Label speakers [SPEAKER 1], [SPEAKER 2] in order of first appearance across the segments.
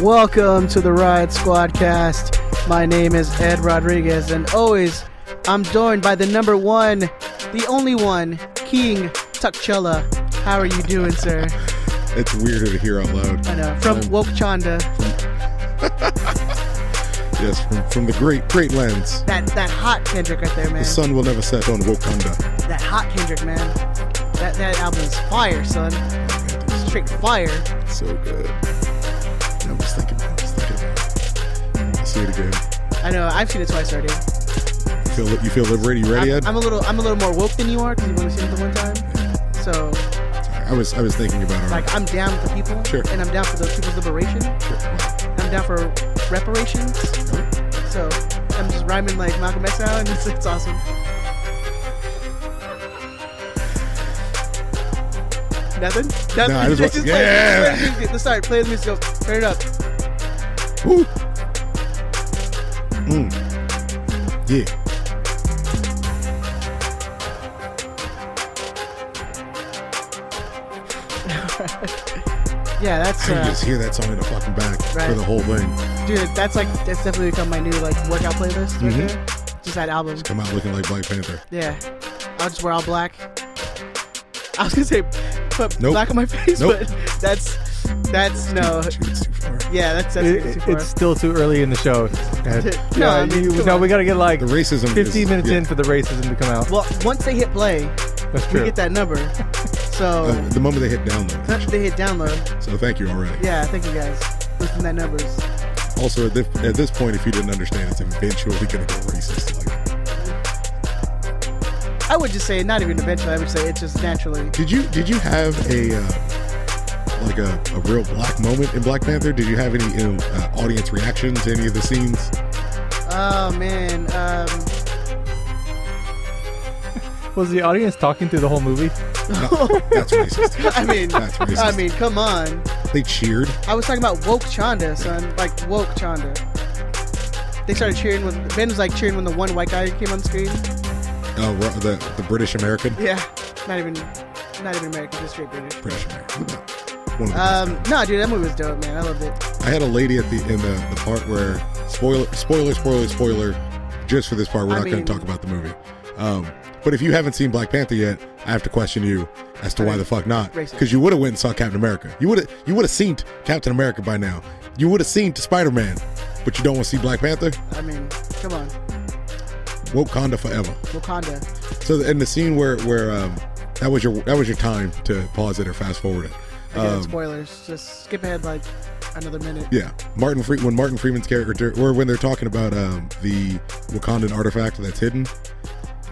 [SPEAKER 1] Welcome to the Riot Squadcast. My name is Ed Rodriguez, and always I'm joined by the number one, the only one, King Tuckchella. How are you doing, sir?
[SPEAKER 2] It's weirder to hear out loud.
[SPEAKER 1] I know. From
[SPEAKER 2] Um,
[SPEAKER 1] Woke Chanda,
[SPEAKER 2] Yes, from, from the great, great lands.
[SPEAKER 1] that, that hot Kendrick right there, man.
[SPEAKER 2] The sun will never set on Wakanda.
[SPEAKER 1] That hot Kendrick, man. That, that album is fire, son. Straight fire.
[SPEAKER 2] It's so good. I'm just thinking, I'm just thinking. See it again.
[SPEAKER 1] I know. I've seen it twice already.
[SPEAKER 2] You feel, you feel liberated? You ready,
[SPEAKER 1] I'm,
[SPEAKER 2] Ed?
[SPEAKER 1] I'm a little, I'm a little more woke than you are because you've only seen it the one time. So,
[SPEAKER 2] I was, I was thinking about our
[SPEAKER 1] like, I'm down for people,
[SPEAKER 2] Sure.
[SPEAKER 1] and I'm down for those people's liberation. I'm down for reparations. So, I'm just rhyming like Malcolm X now, and it's, it's awesome. Nothing. Nothing.
[SPEAKER 2] I just
[SPEAKER 1] It's
[SPEAKER 2] want-
[SPEAKER 1] play- play
[SPEAKER 2] yeah.
[SPEAKER 1] the music. Let's start. Play the music. Go. Turn it up.
[SPEAKER 2] Woo! Mm. Yeah.
[SPEAKER 1] Yeah, that's.
[SPEAKER 2] I can
[SPEAKER 1] Uh,
[SPEAKER 2] just hear that song in the fucking back for
[SPEAKER 1] Right.
[SPEAKER 2] the whole thing.
[SPEAKER 1] Dude, that's like that's definitely become my new like workout playlist. Right
[SPEAKER 2] Mhm.
[SPEAKER 1] there. Just that album.
[SPEAKER 2] Come out looking like Black Panther.
[SPEAKER 1] Yeah, I'll just wear all black. I was gonna say put
[SPEAKER 2] Nope.
[SPEAKER 1] black on my face,
[SPEAKER 2] Nope.
[SPEAKER 1] but that's that's no.
[SPEAKER 2] Shoot, it's too far.
[SPEAKER 1] Yeah, that's that's
[SPEAKER 3] It-
[SPEAKER 1] getting too
[SPEAKER 3] it-
[SPEAKER 1] far.
[SPEAKER 3] it's still too early in the show. Ed.
[SPEAKER 1] No,
[SPEAKER 3] yeah,
[SPEAKER 1] I mean,
[SPEAKER 3] you-
[SPEAKER 1] come
[SPEAKER 3] no,
[SPEAKER 1] on.
[SPEAKER 3] we got to get like
[SPEAKER 2] The racism.
[SPEAKER 3] 15
[SPEAKER 2] is,
[SPEAKER 3] minutes
[SPEAKER 2] yeah.
[SPEAKER 3] in for the racism to come out.
[SPEAKER 1] well, once they hit play,
[SPEAKER 3] That's
[SPEAKER 1] we
[SPEAKER 3] true.
[SPEAKER 1] get that number. So
[SPEAKER 2] Uh, the moment they hit download.
[SPEAKER 1] once they hit download,
[SPEAKER 2] So thank you already.
[SPEAKER 1] yeah, thank you guys. Listen to that numbers.
[SPEAKER 2] Also, at this, at this point, if you didn't understand, it's eventually going to go racist. Like,
[SPEAKER 1] I would just say not even eventually. I would say it's just naturally.
[SPEAKER 2] did you did you have a uh, like a, a real black moment in Black Panther? Did you have any you know, uh, audience reaction to any of the scenes?
[SPEAKER 1] Oh man, um,
[SPEAKER 3] Was the audience talking through the whole movie?
[SPEAKER 2] No, that's racist.
[SPEAKER 1] I mean,
[SPEAKER 2] That's racist.
[SPEAKER 1] I mean, come on.
[SPEAKER 2] They cheered.
[SPEAKER 1] I was talking about woke Chanda, son. Like woke Chanda. They started cheering when Ben was like cheering when the one white guy came on the screen.
[SPEAKER 2] Uh, ro- the the British American,
[SPEAKER 1] Yeah, not even, not even American, just straight British.
[SPEAKER 2] British American. One of the
[SPEAKER 1] Um, no, dude, that movie was dope, man. I loved it.
[SPEAKER 2] best. I had a lady at the in the, the part where spoiler spoiler spoiler spoiler. Just for this part, we're
[SPEAKER 1] I
[SPEAKER 2] not going
[SPEAKER 1] mean-
[SPEAKER 2] to talk about the movie. Um, but if you haven't seen Black Panther yet, I have to question you as to
[SPEAKER 1] I
[SPEAKER 2] why
[SPEAKER 1] mean,
[SPEAKER 2] the fuck not.
[SPEAKER 1] racist.
[SPEAKER 2] Because you would have went and saw Captain America. You would have you would have seen Captain America by now. You would have seen Spider Man, but you don't want to see Black Panther.
[SPEAKER 1] I mean, come on,
[SPEAKER 2] Wakanda forever.
[SPEAKER 1] Wakanda.
[SPEAKER 2] So in the scene where where um, that was your that was your time to pause it or fast forward it.
[SPEAKER 1] Again,
[SPEAKER 2] Um,
[SPEAKER 1] spoilers. Just skip ahead like another minute.
[SPEAKER 2] Yeah, Martin Fre- when Martin Freeman's character, or when they're talking about um, the Wakandan artifact that's hidden,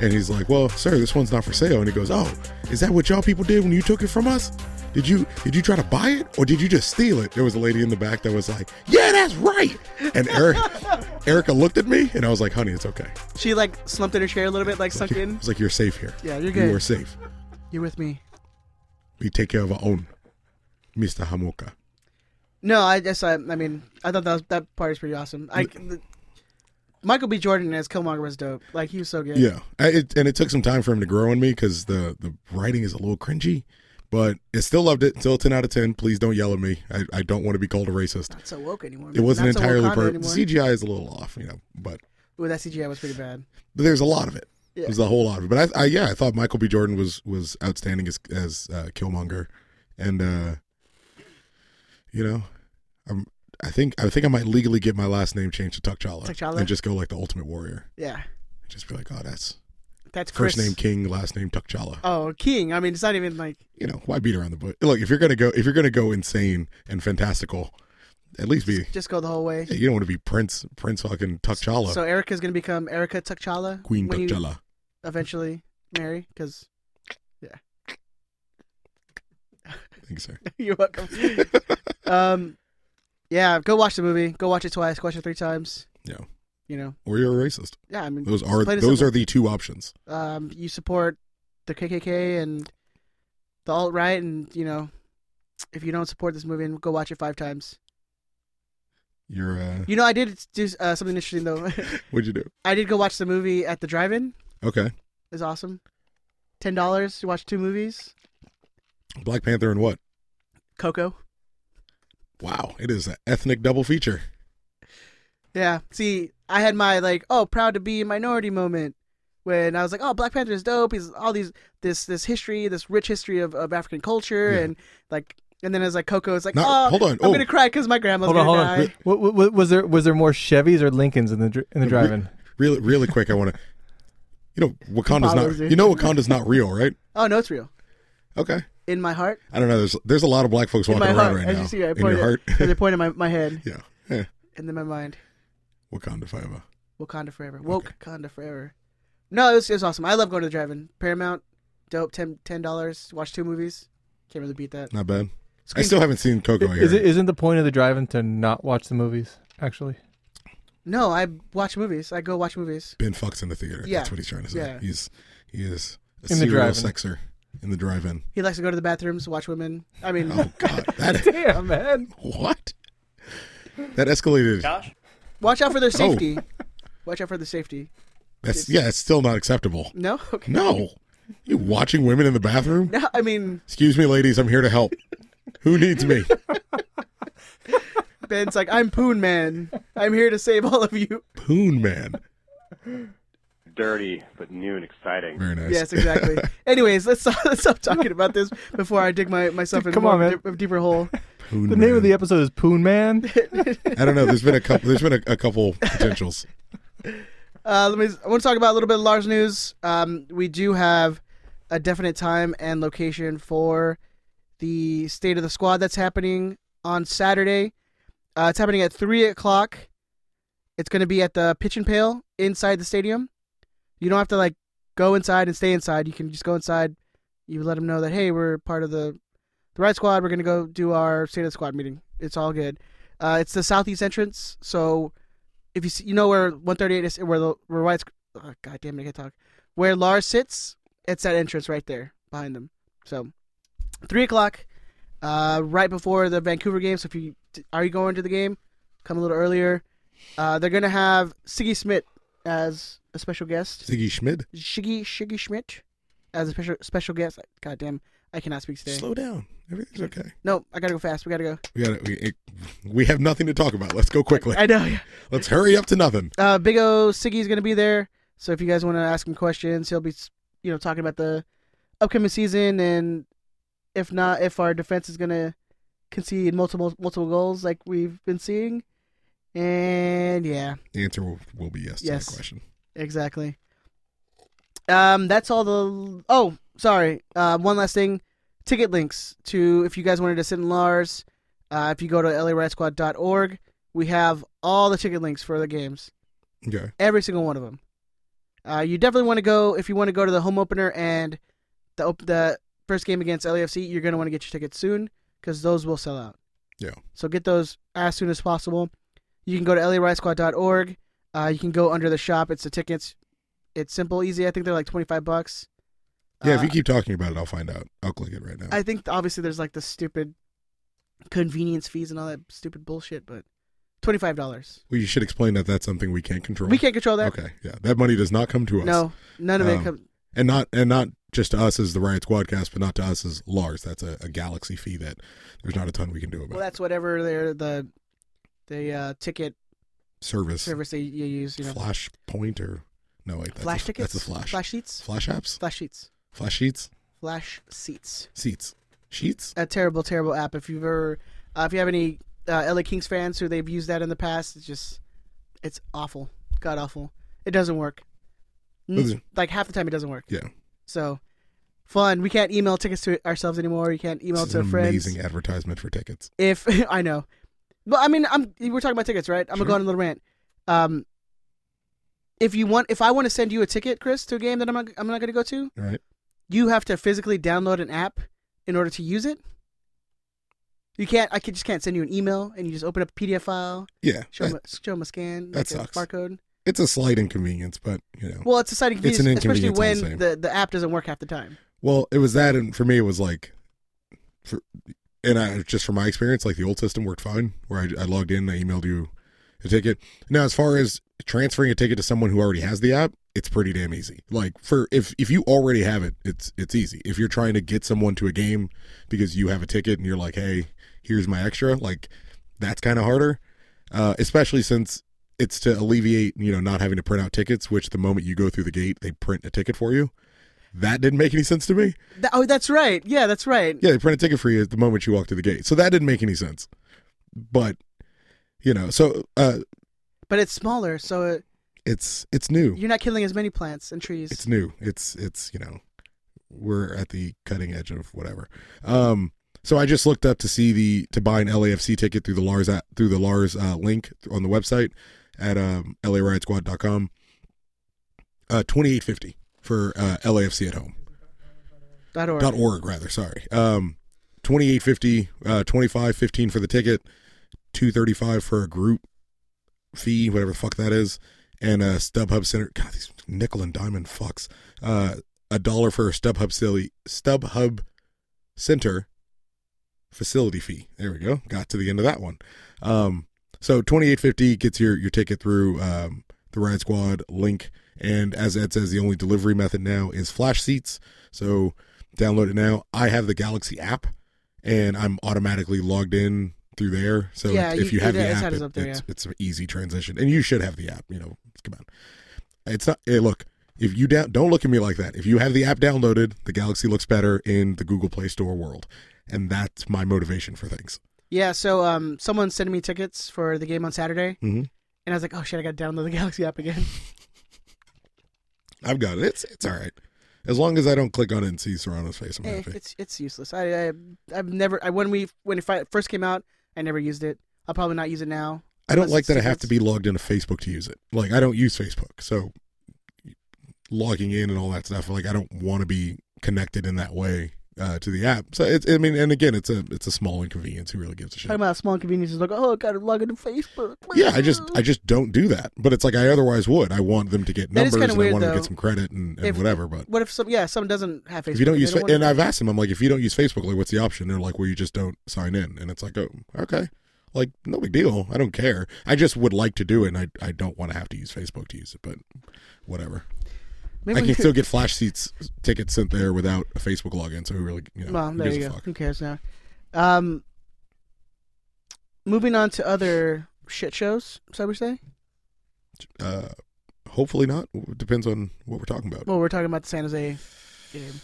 [SPEAKER 2] and he's like, "Well, sir, this one's not for sale," and he goes, "Oh, is that what y'all people did when you took it from us? Did you did you try to buy it or did you just steal it?" There was a lady in the back that was like, "Yeah, that's right," and Eric, Erica looked at me, and I was like, "Honey, it's okay."
[SPEAKER 1] She like slumped in her chair a little bit, like sunk
[SPEAKER 2] I
[SPEAKER 1] in.
[SPEAKER 2] was like, "You're safe here.
[SPEAKER 1] Yeah, you're
[SPEAKER 2] You
[SPEAKER 1] good.
[SPEAKER 2] are safe.
[SPEAKER 1] You're with me.
[SPEAKER 2] We take care of our own, Mister Hamoka."
[SPEAKER 1] No, I just I, I mean I thought that was, that part is pretty awesome. I, the, Michael B. Jordan as Killmonger was dope. Like he was so good.
[SPEAKER 2] Yeah, I, it, and it took some time for him to grow on me because the the writing is a little cringy, but I still loved it. Still, a ten out of ten. Please don't yell at me. I, I don't want to be called a racist.
[SPEAKER 1] Not so woke anymore.
[SPEAKER 2] It wasn't
[SPEAKER 1] Not so
[SPEAKER 2] entirely
[SPEAKER 1] Wakanda
[SPEAKER 2] perfect.
[SPEAKER 1] anymore.
[SPEAKER 2] CGI is a little off, you know, but,
[SPEAKER 1] Ooh, that CGI was pretty bad.
[SPEAKER 2] but there's a lot of it.
[SPEAKER 1] Yeah.
[SPEAKER 2] There's a whole lot of it. But I, I yeah, I thought Michael B. Jordan was was outstanding as as uh, Killmonger, and uh, you know, I'm. I think I think I might legally get my last name changed to T'Challa,
[SPEAKER 1] T'Challa?
[SPEAKER 2] and just go like the Ultimate Warrior.
[SPEAKER 1] Yeah,
[SPEAKER 2] Just be like, oh, that's
[SPEAKER 1] that's Chris.
[SPEAKER 2] first name King, last name T'Challa.
[SPEAKER 1] Oh, King. I mean, it's not even like
[SPEAKER 2] you know, why beat around the bush? Look, if you're gonna go, if you're gonna go insane and fantastical, at least be.
[SPEAKER 1] just go the whole way.
[SPEAKER 2] You don't want to be Prince, Prince fucking T'Challa,
[SPEAKER 1] So Erica's gonna become Erica Tuckchala.
[SPEAKER 2] Queen
[SPEAKER 1] when you
[SPEAKER 2] T'Challa.
[SPEAKER 1] eventually marry, because
[SPEAKER 2] Thank you, sir.
[SPEAKER 1] you're welcome. um, yeah, go watch the movie. Go watch it twice. Go watch it three times.
[SPEAKER 2] Yeah,
[SPEAKER 1] You know.
[SPEAKER 2] or you're a racist.
[SPEAKER 1] Yeah, I mean,
[SPEAKER 2] Those are
[SPEAKER 1] plain and
[SPEAKER 2] those
[SPEAKER 1] simple.
[SPEAKER 2] are the two options.
[SPEAKER 1] um, you support the KKK and the alt right, and you know, if you don't support this movie, go watch it five times.
[SPEAKER 2] You're. uh
[SPEAKER 1] You know, I did do uh, something interesting though.
[SPEAKER 2] What'd you do?
[SPEAKER 1] I did go watch the movie at the drive-in.
[SPEAKER 2] Okay,
[SPEAKER 1] It was awesome. Ten dollars to watch two movies.
[SPEAKER 2] Black Panther and what?
[SPEAKER 1] Coco.
[SPEAKER 2] Wow, it is an ethnic double feature.
[SPEAKER 1] Yeah. See, I had my like, oh, proud to be a minority moment when I was like, oh, Black Panther is dope. He's all these this this history, this rich history of, of African culture,
[SPEAKER 2] Yeah.
[SPEAKER 1] and like, and then as like Coco, it's like,
[SPEAKER 2] Not-
[SPEAKER 1] oh,
[SPEAKER 2] hold on.
[SPEAKER 1] I'm
[SPEAKER 2] Oh.
[SPEAKER 1] gonna cry because my grandma's
[SPEAKER 3] Hold on,
[SPEAKER 1] gonna
[SPEAKER 3] hold on.
[SPEAKER 1] die.
[SPEAKER 3] Wa- wa- wa- was there was there more Chevys or Lincolns in the dr- in the drive-in?
[SPEAKER 2] Really, really quick, I want to. You know, Wakanda's
[SPEAKER 1] Follows
[SPEAKER 2] not.
[SPEAKER 1] it.
[SPEAKER 2] You know, Wakanda's not real, right?
[SPEAKER 1] Oh no, it's real.
[SPEAKER 2] Okay.
[SPEAKER 1] In my heart,
[SPEAKER 2] I don't know. There's there's a lot of black folks
[SPEAKER 1] in
[SPEAKER 2] walking
[SPEAKER 1] my
[SPEAKER 2] around
[SPEAKER 1] heart.
[SPEAKER 2] right
[SPEAKER 1] as
[SPEAKER 2] now.
[SPEAKER 1] you see, I
[SPEAKER 2] in your
[SPEAKER 1] pointed,
[SPEAKER 2] heart.
[SPEAKER 1] as I pointed my my head
[SPEAKER 2] yeah. yeah. Eh,
[SPEAKER 1] and then my mind.
[SPEAKER 2] Wakanda forever.
[SPEAKER 1] Wakanda forever. Woke Wakanda forever. No, it was, it was awesome. I love going to the drive-in. Paramount, dope. Ten ten dollars. Watch two movies. Can't really beat that.
[SPEAKER 2] Not bad. I
[SPEAKER 1] Screen-
[SPEAKER 2] still haven't seen Coco. I
[SPEAKER 3] Is
[SPEAKER 2] hear.
[SPEAKER 3] it isn't the point of the drive-in to not watch the movies? Actually,
[SPEAKER 1] No, I watch movies. I go watch movies.
[SPEAKER 2] Ben fucks in the theater.
[SPEAKER 1] Yeah.
[SPEAKER 2] That's what he's trying to say.
[SPEAKER 1] Yeah.
[SPEAKER 2] He's he is a
[SPEAKER 3] In the
[SPEAKER 2] serial
[SPEAKER 3] drive-in.
[SPEAKER 2] sexer in the drive-in.
[SPEAKER 1] He likes to go to the bathrooms, watch women. I mean,
[SPEAKER 2] Oh God, that
[SPEAKER 3] damn man.
[SPEAKER 2] what? That escalated.
[SPEAKER 1] watch out for
[SPEAKER 3] Oh.
[SPEAKER 1] their safety. Watch out for the safety.
[SPEAKER 2] That's yeah. It's still not acceptable.
[SPEAKER 1] No, okay.
[SPEAKER 2] No, you watching women in the bathroom?
[SPEAKER 1] No, I mean,
[SPEAKER 2] Excuse me, ladies. I'm here to help. Who needs me?
[SPEAKER 1] Ben's like, I'm Poon Man. I'm here to save all of you.
[SPEAKER 2] Poon man.
[SPEAKER 4] dirty but new and exciting.
[SPEAKER 2] Very nice.
[SPEAKER 1] Yes, exactly. Anyways, let's stop, let's stop talking about this before I dig my, myself in
[SPEAKER 3] Come
[SPEAKER 1] more
[SPEAKER 3] on, man.
[SPEAKER 1] of a di- deeper hole.
[SPEAKER 2] Poon
[SPEAKER 3] The name of
[SPEAKER 2] man.
[SPEAKER 3] the episode is Poon Man.
[SPEAKER 2] I don't know. There's been a couple. There's been a, a couple potentials.
[SPEAKER 1] Uh, let me. I want to talk about a little bit of Lars news. Um, we do have a definite time and location for the state of the squad that's happening on Saturday. Uh, it's happening at three o'clock. It's going to be at the Pitch and Pail inside the stadium. You don't have to like go inside and stay inside. You can just go inside. You let them know that hey, we're part of the the ride squad. We're going to go do our state of the squad meeting. It's all good. Uh, it's the southeast entrance, so if you see, you know where 138 is, where the where White's, oh, God damn it, I can't talk. Where Lars sits, it's that entrance right there behind them. So, three o'clock, uh, right before the Vancouver game. So if you are you going to the game, come a little earlier. Uh, they're gonna have Siggy Schmidt as a special guest.
[SPEAKER 2] Ziggy Schmid.
[SPEAKER 1] Shiggy Shiggy Schmidt as a special special guest. God damn, I cannot speak today.
[SPEAKER 2] Slow down. Everything's okay.
[SPEAKER 1] No, I gotta go fast. We gotta go.
[SPEAKER 2] We got. We, it- we have nothing to talk about. Let's go quickly.
[SPEAKER 1] I know. Yeah.
[SPEAKER 2] Let's hurry up to nothing.
[SPEAKER 1] uh, Big O Siggy's gonna be there. So if you guys want to ask him questions, he'll be you know talking about the upcoming season and if not, if our defense is gonna concede multiple multiple goals like we've been seeing. And yeah,
[SPEAKER 2] The answer will, will be yes, to
[SPEAKER 1] Yes.
[SPEAKER 2] that question.
[SPEAKER 1] exactly. Um, that's all the. Oh, sorry. Uh, one last thing. Ticket links to if you guys wanted to sit in Lars, uh, if you go to larysquad.org, we have all the ticket links for the games.
[SPEAKER 2] Okay.
[SPEAKER 1] every single one of them. Uh, you definitely want to go if you want to go to the home opener and the op- the first game against LAFC. You're gonna want to get your tickets soon because those will sell out.
[SPEAKER 2] Yeah.
[SPEAKER 1] So get those as soon as possible. You can go to larysquad.org. Uh, you can go under the shop. It's the tickets. It's simple, easy. I think they're like twenty five bucks.
[SPEAKER 2] Yeah.
[SPEAKER 1] Uh,
[SPEAKER 2] if you keep talking about it, I'll find out. I'll click it right now.
[SPEAKER 1] I think obviously there's like the stupid convenience fees and all that stupid bullshit, but twenty five dollars.
[SPEAKER 2] well, you should explain that that's something we can't control.
[SPEAKER 1] We can't control that.
[SPEAKER 2] Okay. Yeah. That money does not come to us.
[SPEAKER 1] No, none of it
[SPEAKER 2] Um,
[SPEAKER 1] comes.
[SPEAKER 2] And not and not just to us as the Riot Squadcast, but not to us as Lars. That's a, a galaxy fee that there's not a ton we can do about.
[SPEAKER 1] Well, that's whatever their the the uh, ticket
[SPEAKER 2] service,
[SPEAKER 1] service they you use. You know,
[SPEAKER 2] flash point or no wait, that's
[SPEAKER 1] flash
[SPEAKER 2] a,
[SPEAKER 1] tickets,
[SPEAKER 2] That's a flash.
[SPEAKER 1] flash seats,
[SPEAKER 2] Flash apps,
[SPEAKER 1] flash sheets,
[SPEAKER 2] flash sheets,
[SPEAKER 1] flash seats.
[SPEAKER 2] seats, sheets.
[SPEAKER 1] A terrible, terrible app. If you've ever, uh, if you have any uh, LA Kings fans who they've used that in the past, it's just it's awful, god awful. It doesn't work. N-
[SPEAKER 2] Doesn't-
[SPEAKER 1] Like half the time, it doesn't work.
[SPEAKER 2] Yeah,
[SPEAKER 1] So fun. We can't email tickets to ourselves anymore. You can't email
[SPEAKER 2] this is
[SPEAKER 1] to
[SPEAKER 2] an
[SPEAKER 1] friends.
[SPEAKER 2] amazing advertisement for tickets.
[SPEAKER 1] if I know. Well, I mean, I'm we're talking about tickets, right? I'm gonna go
[SPEAKER 2] Sure.
[SPEAKER 1] on a little rant. Um, if you want, if I want to send you a ticket, Chris, to a game that I'm not, I'm not gonna go to,
[SPEAKER 2] All right,
[SPEAKER 1] you have to physically download an app in order to use it. You can't. I could, just can't send you an email, and you just open up a PDF file,
[SPEAKER 2] yeah,
[SPEAKER 1] show
[SPEAKER 2] that-
[SPEAKER 1] them, a- show them a scan,
[SPEAKER 2] that
[SPEAKER 1] like a
[SPEAKER 2] sucks.
[SPEAKER 1] barcode.
[SPEAKER 2] it's a slight inconvenience, but you know,
[SPEAKER 1] Well, it's a side
[SPEAKER 2] It's an
[SPEAKER 1] inconvenience, especially
[SPEAKER 2] inconvenience all the
[SPEAKER 1] when
[SPEAKER 2] same.
[SPEAKER 1] the, the app doesn't work half the time.
[SPEAKER 2] well, it was that, and for me, it was like, for, and I just from my experience, like the old system worked fine, where I, I logged in, I emailed you a ticket. Now, as far as transferring a ticket to someone who already has the app, it's pretty damn easy. Like for if if you already have it, it's it's easy. If you're trying to get someone to a game because you have a ticket and you're like, hey, here's my extra, like that's kind of harder, uh, especially since it's to alleviate you know not having to print out tickets. Which the moment you go through the gate, they print a ticket for you. That didn't make any sense to me.
[SPEAKER 1] Th- oh, that's right. Yeah, that's right.
[SPEAKER 2] Yeah, they print a ticket for you at the moment you walk through the gate. So that didn't make any sense. But you know, so uh,
[SPEAKER 1] But it's smaller, so it,
[SPEAKER 2] it's it's new.
[SPEAKER 1] you're not killing as many plants and trees.
[SPEAKER 2] It's new. It's it's you know, we're at the cutting edge of whatever. Um, so I just looked up to see the to buy an LAFC ticket through the Lars at, through the Lars uh, link on the website at um, LARideSquad.com. Uh, twenty eight fifty for uh, LAFC at home
[SPEAKER 1] dot org.
[SPEAKER 2] dot org rather sorry um 2850 uh 2515 for the ticket 235 for a group fee whatever the fuck that is and uh stubhub center god these nickel and diamond fucks uh a dollar for a stubhub silly stubhub center facility fee there we go got to the end of that one um so 2850 gets your your ticket through um the ride squad link and as ed says the only delivery method now is flash seats so download it now. I have the Galaxy app, and I'm automatically logged in through there. So
[SPEAKER 1] Yeah,
[SPEAKER 2] if
[SPEAKER 1] you-
[SPEAKER 2] you have
[SPEAKER 1] it-
[SPEAKER 2] the
[SPEAKER 1] it's
[SPEAKER 2] app,
[SPEAKER 1] had us
[SPEAKER 2] it-
[SPEAKER 1] up there,
[SPEAKER 2] it's, it's an easy transition, and you should have the app. You know, come on, it's not. Hey, look, if you down, don't look at me like that. If you have the app downloaded, the Galaxy looks better in the Google Play Store world, and that's my motivation for things.
[SPEAKER 1] Yeah, so um, someone sent me tickets for the game on Saturday,
[SPEAKER 2] Mhm.
[SPEAKER 1] and I was like, oh shit, I gotta download the Galaxy app again.
[SPEAKER 2] I've got it. It's it's all right. As long as I don't click on it and see Serrano's face, I'm
[SPEAKER 1] Eh,
[SPEAKER 2] happy.
[SPEAKER 1] it's it's useless. I, I I've never I, when we when it fi- first came out, I never used it. I'll probably not use it now.
[SPEAKER 2] I don't
[SPEAKER 1] unless
[SPEAKER 2] like
[SPEAKER 1] it's
[SPEAKER 2] that I have
[SPEAKER 1] tickets.
[SPEAKER 2] to be logged into Facebook to use it. Like I don't use Facebook, so logging in and all that stuff. Like I don't want to be connected in that way uh, to the app. So it's I mean, and again, it's a it's a small inconvenience. Who really gives a
[SPEAKER 1] Talking
[SPEAKER 2] shit?
[SPEAKER 1] about small inconveniences, like oh, I gotta log into Facebook.
[SPEAKER 2] Yeah, I just I just don't do that. But it's like I otherwise would. I want them to get
[SPEAKER 1] That is
[SPEAKER 2] numbers
[SPEAKER 1] kinda
[SPEAKER 2] and I
[SPEAKER 1] weird,
[SPEAKER 2] want them to
[SPEAKER 1] though.
[SPEAKER 2] get some credit and, and
[SPEAKER 1] If-
[SPEAKER 2] whatever. But
[SPEAKER 1] What if some yeah someone doesn't have Facebook?
[SPEAKER 2] if you don't
[SPEAKER 1] they
[SPEAKER 2] use fa-
[SPEAKER 1] want
[SPEAKER 2] and
[SPEAKER 1] to-
[SPEAKER 2] I've asked them, I'm like, if you don't use Facebook, like what's the option? They're like, well, you just don't sign in, and it's like, oh, okay. Like no big deal. I don't care. I just would like to do it, and I, I don't want to have to use Facebook to use it, but whatever.
[SPEAKER 1] maybe
[SPEAKER 2] I
[SPEAKER 1] we
[SPEAKER 2] can
[SPEAKER 1] could-
[SPEAKER 2] still get flash seats tickets sent there without a Facebook login. So who really you know
[SPEAKER 1] Well,
[SPEAKER 2] who
[SPEAKER 1] there
[SPEAKER 2] gives
[SPEAKER 1] you
[SPEAKER 2] a
[SPEAKER 1] go.
[SPEAKER 2] fuck?
[SPEAKER 1] Who cares now? Um, moving on to other shit shows, so we say.
[SPEAKER 2] Uh, hopefully not. It depends on what we're talking about.
[SPEAKER 1] Well, we're talking about the San Jose game.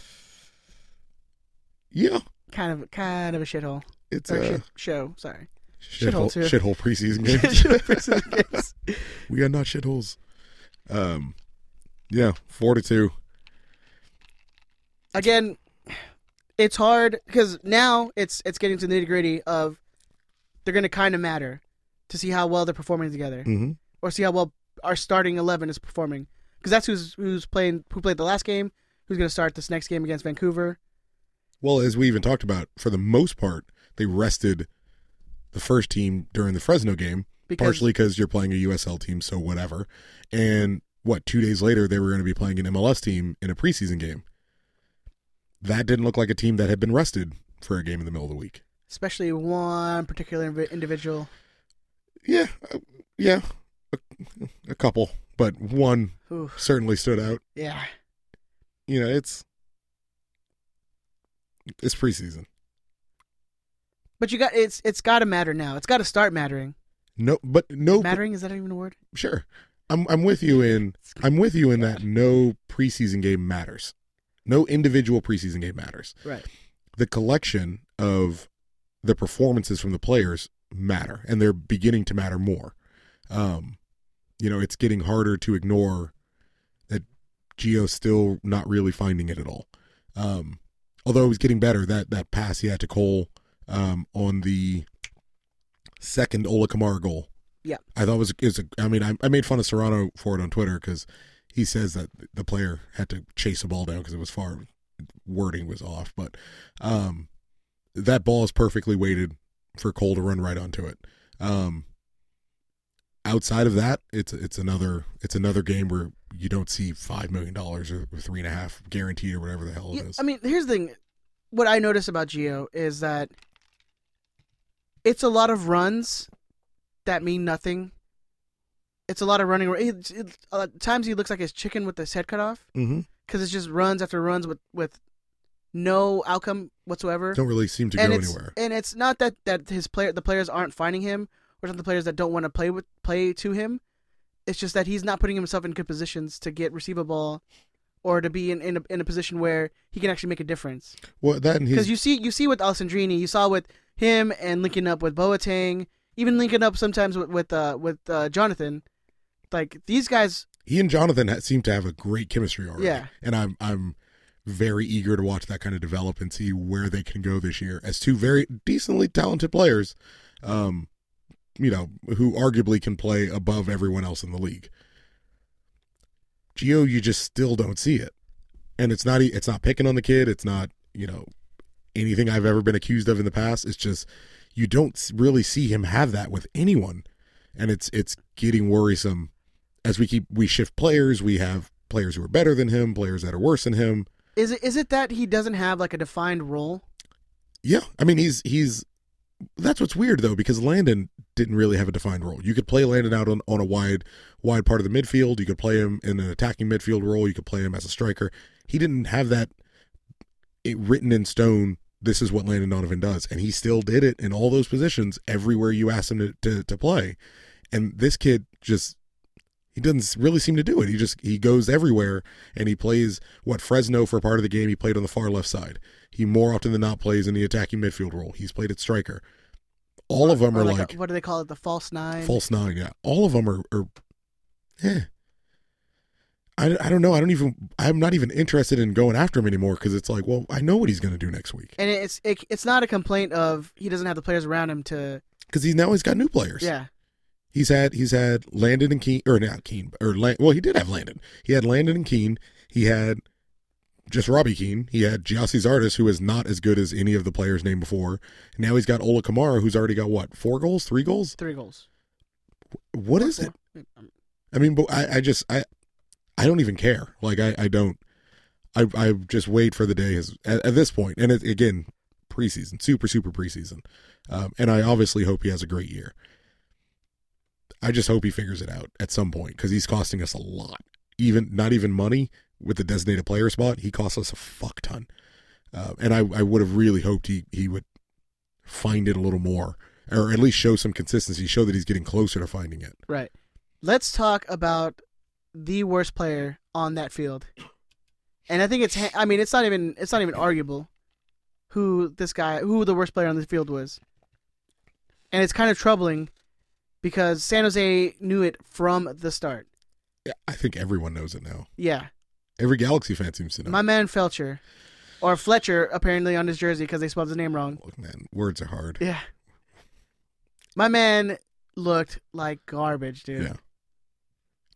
[SPEAKER 2] yeah,
[SPEAKER 1] Kind of, kind of a shithole
[SPEAKER 2] it's
[SPEAKER 1] or
[SPEAKER 2] a
[SPEAKER 1] shit show. Sorry,
[SPEAKER 2] shithole
[SPEAKER 1] shithole too.
[SPEAKER 2] shithole preseason game.
[SPEAKER 1] Shithole preseason games.
[SPEAKER 2] we are not shitholes. Um, yeah, four to two.
[SPEAKER 1] Again, it's hard because now it's it's getting to the nitty gritty of they're going to kind of matter to see how well they're performing together
[SPEAKER 2] Mm-hmm.
[SPEAKER 1] or see how well our starting eleven is performing because that's who's who's playing who played the last game, who's going to start this next game against Vancouver.
[SPEAKER 2] Well, as we even talked about, for the most part, they rested the first team during the Fresno game,
[SPEAKER 1] Because-
[SPEAKER 2] partially because you're playing a USL team, so whatever. And what, two days later, they were going to be playing an MLS team in a preseason game. That didn't look like a team that had been rested for a game in the middle of the week.
[SPEAKER 1] especially one particular invi- individual.
[SPEAKER 2] Yeah, uh, yeah, a, a couple, but one
[SPEAKER 1] Ooh,
[SPEAKER 2] certainly stood out.
[SPEAKER 1] yeah,
[SPEAKER 2] You know, it's it's preseason.
[SPEAKER 1] but you got it's it's got to matter now. It's got to start mattering.
[SPEAKER 2] No, Oh, but no
[SPEAKER 1] Mattering is that even a word?
[SPEAKER 2] sure. I'm I'm with you in I'm with you in that no preseason game matters. No individual preseason game matters.
[SPEAKER 1] Right.
[SPEAKER 2] The collection of the performances from the players matter and they're beginning to matter more. Um you know, it's getting harder to ignore that Gio's still not really finding it at all. Um although he's getting better that that pass he had to Cole um on the second Ola Kamara goal.
[SPEAKER 1] Yeah.
[SPEAKER 2] I thought it was is I mean I, I made fun of Serrano for it on Twitter because he says that the player had to chase the ball down because it was far wording was off but um that ball is perfectly weighted for Cole to run right onto it um outside of that it's it's another it's another game where you don't see five million dollars or three and a half guaranteed or whatever the hell it
[SPEAKER 1] Yeah,
[SPEAKER 2] is
[SPEAKER 1] I mean, here's the thing. What I notice about Geo is that it's a lot of runs that mean nothing. It's a lot of running. ar- It's, it's, a lot of times he looks like his chicken with his head cut off
[SPEAKER 2] mm-hmm.
[SPEAKER 1] because it's just runs after runs with with no outcome whatsoever.
[SPEAKER 2] Don't really seem to
[SPEAKER 1] and
[SPEAKER 2] go
[SPEAKER 1] it's,
[SPEAKER 2] anywhere.
[SPEAKER 1] And it's not that that his player the players aren't finding him or not the players that don't want to play with play to him. It's just that he's not putting himself in good positions to get receive a ball or to be in in a, in a position where he can actually make a difference.
[SPEAKER 2] Well, that and
[SPEAKER 1] Because
[SPEAKER 2] he's
[SPEAKER 1] you see you see with Alcindrini, you saw with him and linking up with Boateng, even linking up sometimes with with uh, with uh, Jonathan. Like these guys,
[SPEAKER 2] he and Jonathan ha- seem to have a great chemistry already.
[SPEAKER 1] Yeah.
[SPEAKER 2] and I'm I'm very eager to watch that kind of develop and see where they can go this year as two very decently talented players, um, you know, who arguably can play above everyone else in the league. Geo, you just still don't see it, and it's not e- it's not picking on the kid. It's not you know anything I've ever been accused of in the past. It's just you don't s- really see him have that with anyone, and it's it's getting worrisome as we keep we shift players, we have players who are better than him, players that are worse than him.
[SPEAKER 1] is it is it that he doesn't have like a defined role?
[SPEAKER 2] Yeah, I mean he's he's that's what's weird though because Landon didn't really have a defined role. You could play Landon out on, on a wide wide part of the midfield. You could play him in an attacking midfield role. You could play him as a striker. He didn't have that it written in stone. This is what Landon Donovan does, and he still did it in all those positions everywhere you asked him to to, to play. And this kid just he doesn't really seem to do it. He just he goes everywhere and he plays what Fresno for part of the game. He played on the far left side. He more often than not plays in the attacking midfield role. He's played at striker. All of them
[SPEAKER 1] Or
[SPEAKER 2] are
[SPEAKER 1] like, a-
[SPEAKER 2] like
[SPEAKER 1] what do they call it? The false nine.
[SPEAKER 2] False nine, yeah. All of them are, are eh. I, I don't know. I don't even, I'm not even interested in going after him anymore because it's like, well, I know what he's going to do next week
[SPEAKER 1] and it's it, it's not a complaint of he doesn't have the players around him to
[SPEAKER 2] because he's now he's got new players.
[SPEAKER 1] yeah
[SPEAKER 2] He's had, he's had Landon and Keen, or not Keen, or Lan, well, he did have Landon. He had Landon and Keen. He had just Robbie Keen. He had Giassi's artist, who is not as good as any of the players named before. Now he's got Ola Kamara, who's already got what, four goals, three goals?
[SPEAKER 1] three goals.
[SPEAKER 2] What is it? I mean, but I, I just I I don't even care. Like I, I don't I I just wait for the day is at, at this point. And it, again, preseason, super super preseason, um, and I obviously hope he has a great year. I just hope he figures it out at some point because he's costing us a lot. Even not even money with the designated player spot, he costs us a fuck ton. Uh, and I, I would have really hoped he, he would find it a little more, or at least show some consistency, show that he's getting closer to finding it.
[SPEAKER 1] Right. Let's talk about the worst player on that field, and I think it's ha- I mean it's not even it's not even arguable who this guy who the worst player on the field was, and it's kind of troubling because San Jose knew it from the start.
[SPEAKER 2] Yeah, I think everyone knows it now.
[SPEAKER 1] Yeah,
[SPEAKER 2] Every Galaxy fan seems to know.
[SPEAKER 1] my man Felcher, or Fletcher apparently on his jersey because they spelled his name wrong.
[SPEAKER 2] Look, man, words are hard.
[SPEAKER 1] Yeah. My man looked like garbage, dude.
[SPEAKER 2] Yeah.